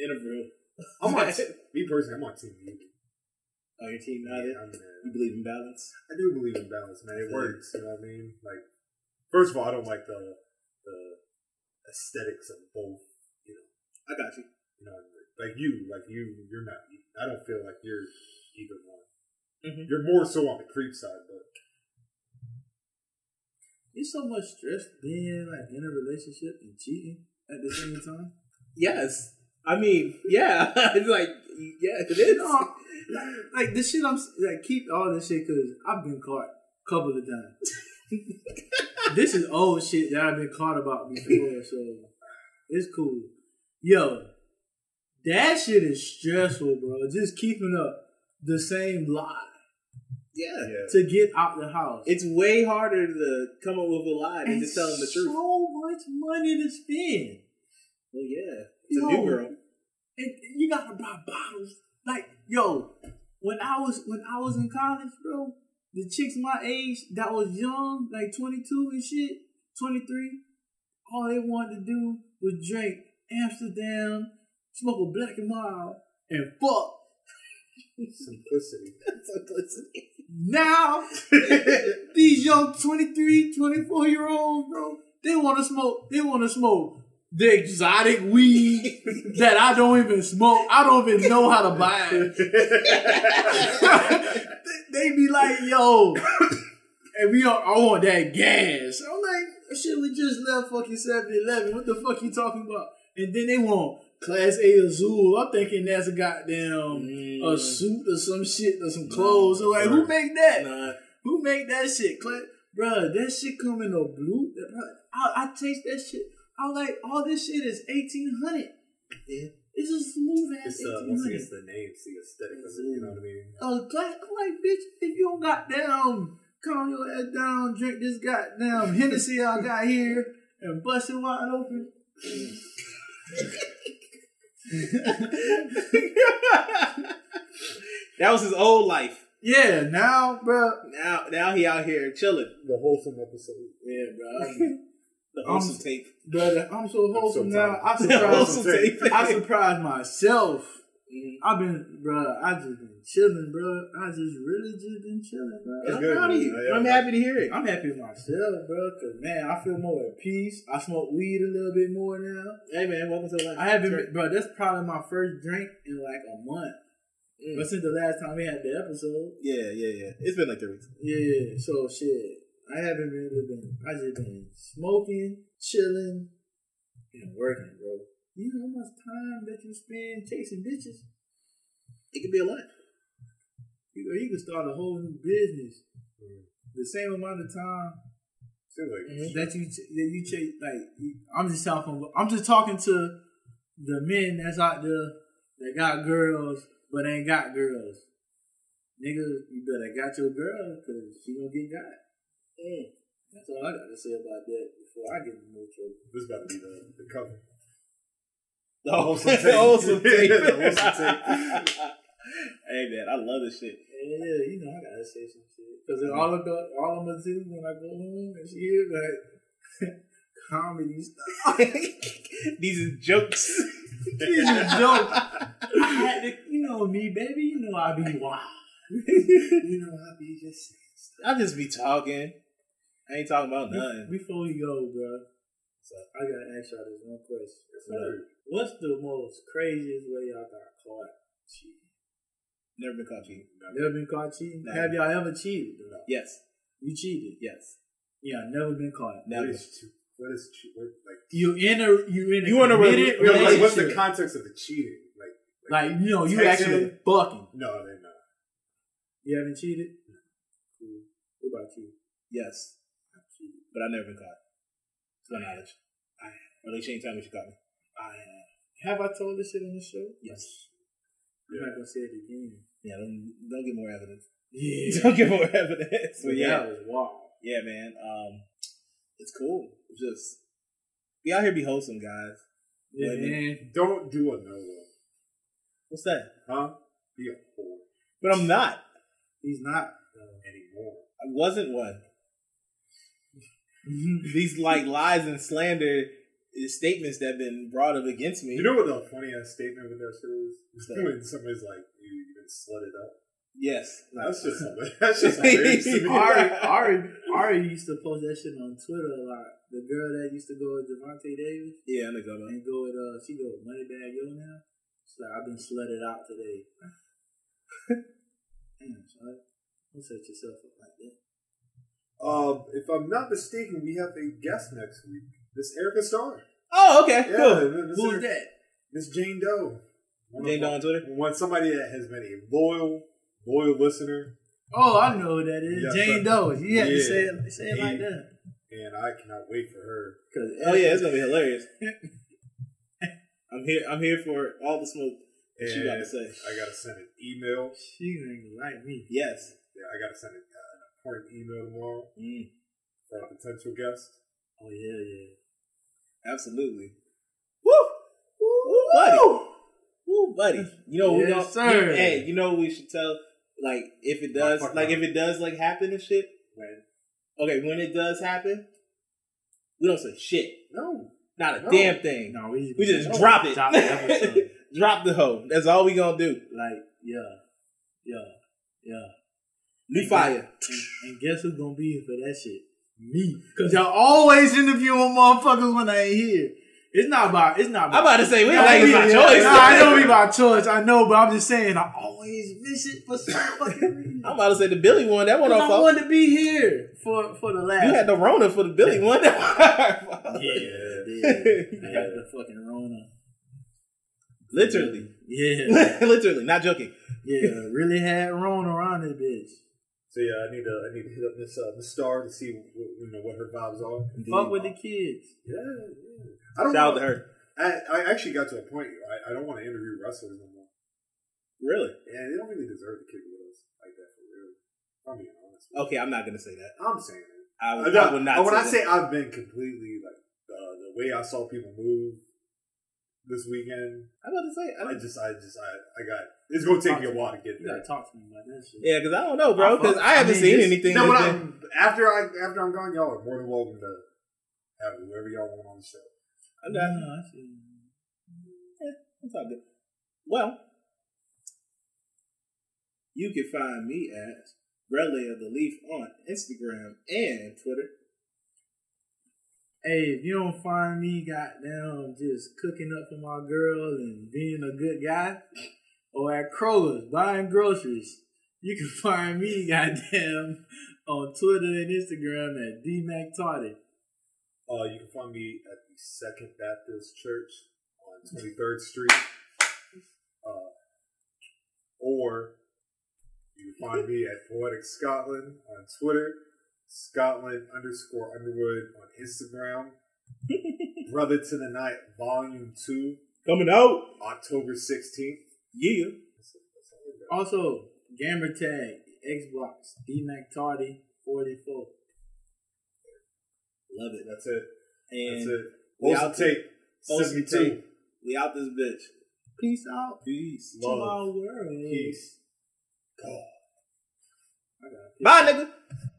S2: interview.
S3: I'm on t- me personally, I'm on Team Meek.
S2: Oh, your team
S3: Yeah,
S2: nodded.
S3: I'm mad.
S2: You believe in balance?
S3: I do believe in balance, man. It works. You know what I mean? Like, first of all, I don't like the the aesthetics of both. You know,
S2: I got you.
S3: you know, like you, like you, you're not. I don't feel like you're either one.
S2: Mhm.
S3: You're more so on the creep side, but
S4: It's so much stress being like in a relationship and cheating at the same time.
S2: *laughs* Yes. I mean, yeah. *laughs* it's like yeah, it is.
S4: No, like, like this shit. I'm s- like keep all this shit because I've been caught a couple
S2: *laughs*
S4: of times. this is old shit that I've been caught about before, so it's cool. Yo, that shit is stressful, bro. Just keeping up the same lie
S2: Yeah.
S3: yeah,
S4: to get out the house.
S2: It's way harder to come up with a lie than just
S4: It's
S2: tell them the truth.
S4: So much money to spend.
S2: Well, yeah. It's a
S4: Yo.
S2: new girl.
S4: and you gotta buy bottles. Like, yo, when I was when I was in college, bro, the chicks my age that was young, like twenty two and shit, twenty three, all they wanted to do was drink Amsterdam, smoke a black and mild, and fuck.
S2: *laughs*
S3: simplicity.
S4: Now *laughs* these young 23, 24 year olds, bro, they wanna smoke, they wanna smoke the exotic weed that I don't even smoke. I don't even know how to buy it. *laughs* they be like, yo, and we are, I want that gas. I'm like, shit, we just left fucking 7 Eleven. What the fuck you talking about? And then they want Class A Azul. I'm thinking that's a goddamn
S2: Mm.
S4: a
S3: Mm.
S4: suit or some shit or some clothes. or like, who make that?
S2: Nah.
S4: Who make that shit? Class, bruh, that shit come in a blue. bruh, I, I taste that shit. I'm like, all this shit is 1800.
S2: Yeah.
S4: It's a smooth ass
S3: It's uh,
S4: 1800
S3: once again, it's the name, it's the aesthetic of it. You know what I mean?
S4: uh, glass. I'm like, bitch, if you don't got down, calm your head down, drink this goddamn Hennessy I got here, and bust it wide open.
S2: *laughs* That was his old life.
S4: Yeah, now, bro,
S2: Now, now he out here chilling.
S3: The wholesome episode.
S2: Mm. Yeah, bro. the awesome
S4: I'm-
S2: tape.
S4: brother, I'm so wholesome now.
S3: *laughs*
S4: I
S2: The
S4: surprised,
S2: awesome
S3: Awesome
S2: tape.
S4: I surprised myself.
S2: Mhm.
S3: Mm-hmm.
S4: I've been, bro, I just been chilling, bro. I just really just been chilling, bro.
S2: I'm
S3: good,
S2: proud of
S3: man.
S2: you.
S3: Yeah,
S2: I'm
S3: man.
S2: happy to hear it.
S4: I'm happy with myself, bro, because, man, I feel more at peace. I smoke weed a little bit more now.
S2: Hey, man, welcome to life.
S4: I haven't, been, bro. That's probably my first drink in like a month. But since the last time we had the episode,
S2: Yeah, yeah, yeah. It's been like three weeks.
S4: yeah. So shit, I haven't really been. I just been smoking, chilling, and working, bro. You know how much time that you spend chasing bitches?
S2: It could be a lot.
S4: You know, you can start a whole new business. The same amount of time
S3: Seems like
S4: that you ch- that you chase. Like you, I'm just talking. I'm just talking to the men that's out there that got girls but ain't got girls. Nigga, you better got your girl because she gonna get got. That's all I got to say about that before I get to know you.
S3: this is about to be the, the cover.
S2: The
S3: wholesome tape.
S2: The wholesome tape. *laughs*
S3: The wholesome tape.
S2: hey, man, I love this shit.
S4: Yeah, you know I gotta say some shit because all of the, all I'm gonna do when I go home is hear like *laughs* comedy stuff.
S2: These are jokes.
S4: These are jokes. I had to, you know me, baby. You know I be wild.
S3: you know, I be just
S2: I just be talking. I ain't talking about nothing.
S4: Before we go, bro, so I gotta ask y'all this one question.
S3: sir.
S4: What's the most craziest way y'all got caught cheating?
S2: Never been caught cheating.
S4: Never been caught cheating?
S2: No.
S4: Have y'all ever cheated? No.
S2: Yes,
S4: You cheated?
S2: yes.
S4: Yeah, never been caught.
S3: What
S2: Never.
S3: is che- what is che- what, like?
S4: You in a you in a
S2: You in a rela-
S4: committed
S3: No,
S4: relationship?
S3: like, what's the context of the cheating? Like,
S4: like you know you
S3: Texting?
S4: actually fucking.
S3: no, they're not.
S4: You haven't cheated. Cool. What about you?
S2: Yes. But I've never been caught. To my knowledge. Or at least you ain't tell me she caught me.
S4: I have. Have I told this shit on the show?
S2: Yes.
S4: I'm not gonna say it again.
S2: Yeah, don't, don't get more evidence. *laughs*
S4: Yeah.
S2: Don't get more evidence.
S4: But
S2: But
S4: yeah,
S2: yeah,
S4: it was wild.
S2: *laughs* yeah, man. Um, it's cool. It's just be out here, be wholesome, guys.
S4: Yeah,
S2: Women.
S4: man.
S3: Don't do a no one.
S2: What's that?
S3: Huh? Be a whore uh,
S2: But I'm not.
S4: He's not.
S3: anymore.
S2: I wasn't one. These like lies and slander uh, statements that have been brought up against me.
S3: You know what the funny ass statement with that *laughs* shit
S2: that?
S3: is? when somebody's like, you, you've been slutted up.
S2: yes.
S3: That's just somebody. That's just
S4: *laughs*
S3: hilarious
S2: *laughs*
S3: to me. *laughs*
S4: Ari, Ari, Ari used to post that shit on Twitter a lot. The girl that used to go with Devontae Davis
S2: Yeah, I know about that.
S4: and go with uh, she go with Moneybag Yo now. She's like, I've been slutted out today. *laughs* Damn, son. Don't set yourself up like that.
S3: Um, if I'm not mistaken, we have a guest next week. Miss Erica Starr.
S2: Oh, okay.
S3: Yeah,
S2: Cool.
S3: Miss
S4: Who's
S3: Erica-
S4: that?
S3: Miss Jane Doe. One
S2: Jane
S3: of-
S2: Doe on Twitter?
S3: One somebody that has been a loyal, loyal listener,
S4: Oh, I know who that is.
S3: Yes,
S4: Jane
S3: sir.
S4: Doe. You had to
S3: Yeah.
S4: say it, say it like
S3: Yeah.
S4: that.
S3: and I cannot wait for her.
S4: Cause
S2: Oh yeah, it's gonna be hilarious. *laughs* I'm here. I'm here for all the smoke. that She got
S3: And
S2: to say
S3: I gotta send an email.
S4: she ain't gonna like me.
S2: yes.
S3: Yeah, I gotta send an uh, an important email tomorrow
S2: Mm,
S3: for a potential guest.
S4: Oh yeah, yeah.
S2: absolutely. Woo! Woo, buddy. Woo, buddy. You know, we
S4: Yes,
S2: don't,
S4: sir.
S2: hey, you know, what we should tell. Like, if it does,
S3: Oh, fuck
S2: like,
S3: no.
S2: if it does, like, happen and shit.
S3: When?
S2: Okay, when it does happen, we don't say shit.
S3: No.
S2: Not a
S3: No.
S2: damn thing.
S4: No, we,
S2: We just
S3: Oh.
S2: drop it.
S4: Drop the episode.
S2: Drop the hoe. That's all we gonna do.
S4: Like, yeah, yeah, yeah.
S2: New fire.
S4: And, and guess who's gonna be here for that shit? Me. Cause y'all always interviewing motherfuckers when I ain't here. It's not about. It's not.
S2: I'm about to say we
S4: Nah,
S2: like it's
S4: we-
S2: my choice.
S4: Nah, I know we by choice. I know, but I'm just saying. I always miss it for
S2: *laughs*
S4: some fucking reason.
S2: *laughs* I'm about to say the Billy one. That one
S4: Cause
S2: on
S4: I
S2: fault.
S4: wanted to be here for for the last.
S2: You had the Rona for the Billy one. *laughs*
S4: yeah, yeah. I had the fucking Rona.
S2: Literally, *laughs*
S4: Yeah,
S2: literally, not joking.
S4: yeah. Really had Rona around this bitch.
S3: So yeah, I need to I need to hit up Miss uh, Miss Star to see what, you know what her vibes are.
S4: Fuck with the kids.
S3: Yeah, yeah. I don't
S2: Shout
S3: know.
S2: out to her.
S3: I, I actually got to a point. where I, I don't want to interview wrestlers no more.
S2: Really?
S3: Yeah, they don't really deserve to kick with us like that for real. if I'm being honest. with
S2: Okay, I'm not gonna say that.
S3: you. I'm saying it.
S2: I,
S3: I,
S2: would- I
S3: don't- oh,
S2: would not.
S3: when I
S2: that.
S3: say I've been completely like uh, the way I saw people move this weekend,
S2: I'm about to say, I
S3: I
S2: don't,
S3: just, I just, I, I got. It's gonna take me a while to get
S4: You
S3: there.
S4: gotta talk to me about that shit.
S2: yeah, because I don't know, bro. Because I,
S4: I
S2: haven't
S4: mean,
S2: seen
S4: this-
S2: anything.
S3: No, when
S2: that's
S3: I'm
S2: been-
S3: Um, after I after I'm gone, y'all are more than welcome to have whoever y'all want on the show.
S2: I'm
S4: No,
S2: not-
S4: I see.
S2: It's all good. Well, you can find me at Relay of the Leaf on Instagram and Twitter.
S4: Hey, if you don't find me, goddamn, just cooking up for my girl and being a good guy, or at Kroger's buying groceries, you can *laughs* find me, goddamn, on Twitter and Instagram at dmactardy.
S3: Uh, you can find me at the Second Baptist Church on Twenty Third Street, uh, or you can find me at Poetic Scotland on Twitter, Scotland underscore Underwood on Instagram, Brother to the Night Volume Two,
S2: Coming out.
S3: October sixteenth.
S2: Yeah.
S4: Also, gamer tag Xbox dmactardy forty four.
S2: Love it.
S3: That's it. That's
S2: And
S3: it.
S2: we
S3: Wholesome
S2: out
S3: tape.
S2: Wholesome
S3: Seventy-two.
S2: Tape. we out this bitch.
S4: Peace out
S2: Peace.
S4: to
S3: Love.
S4: my world.
S3: Peace. God.
S2: Bye, nigga.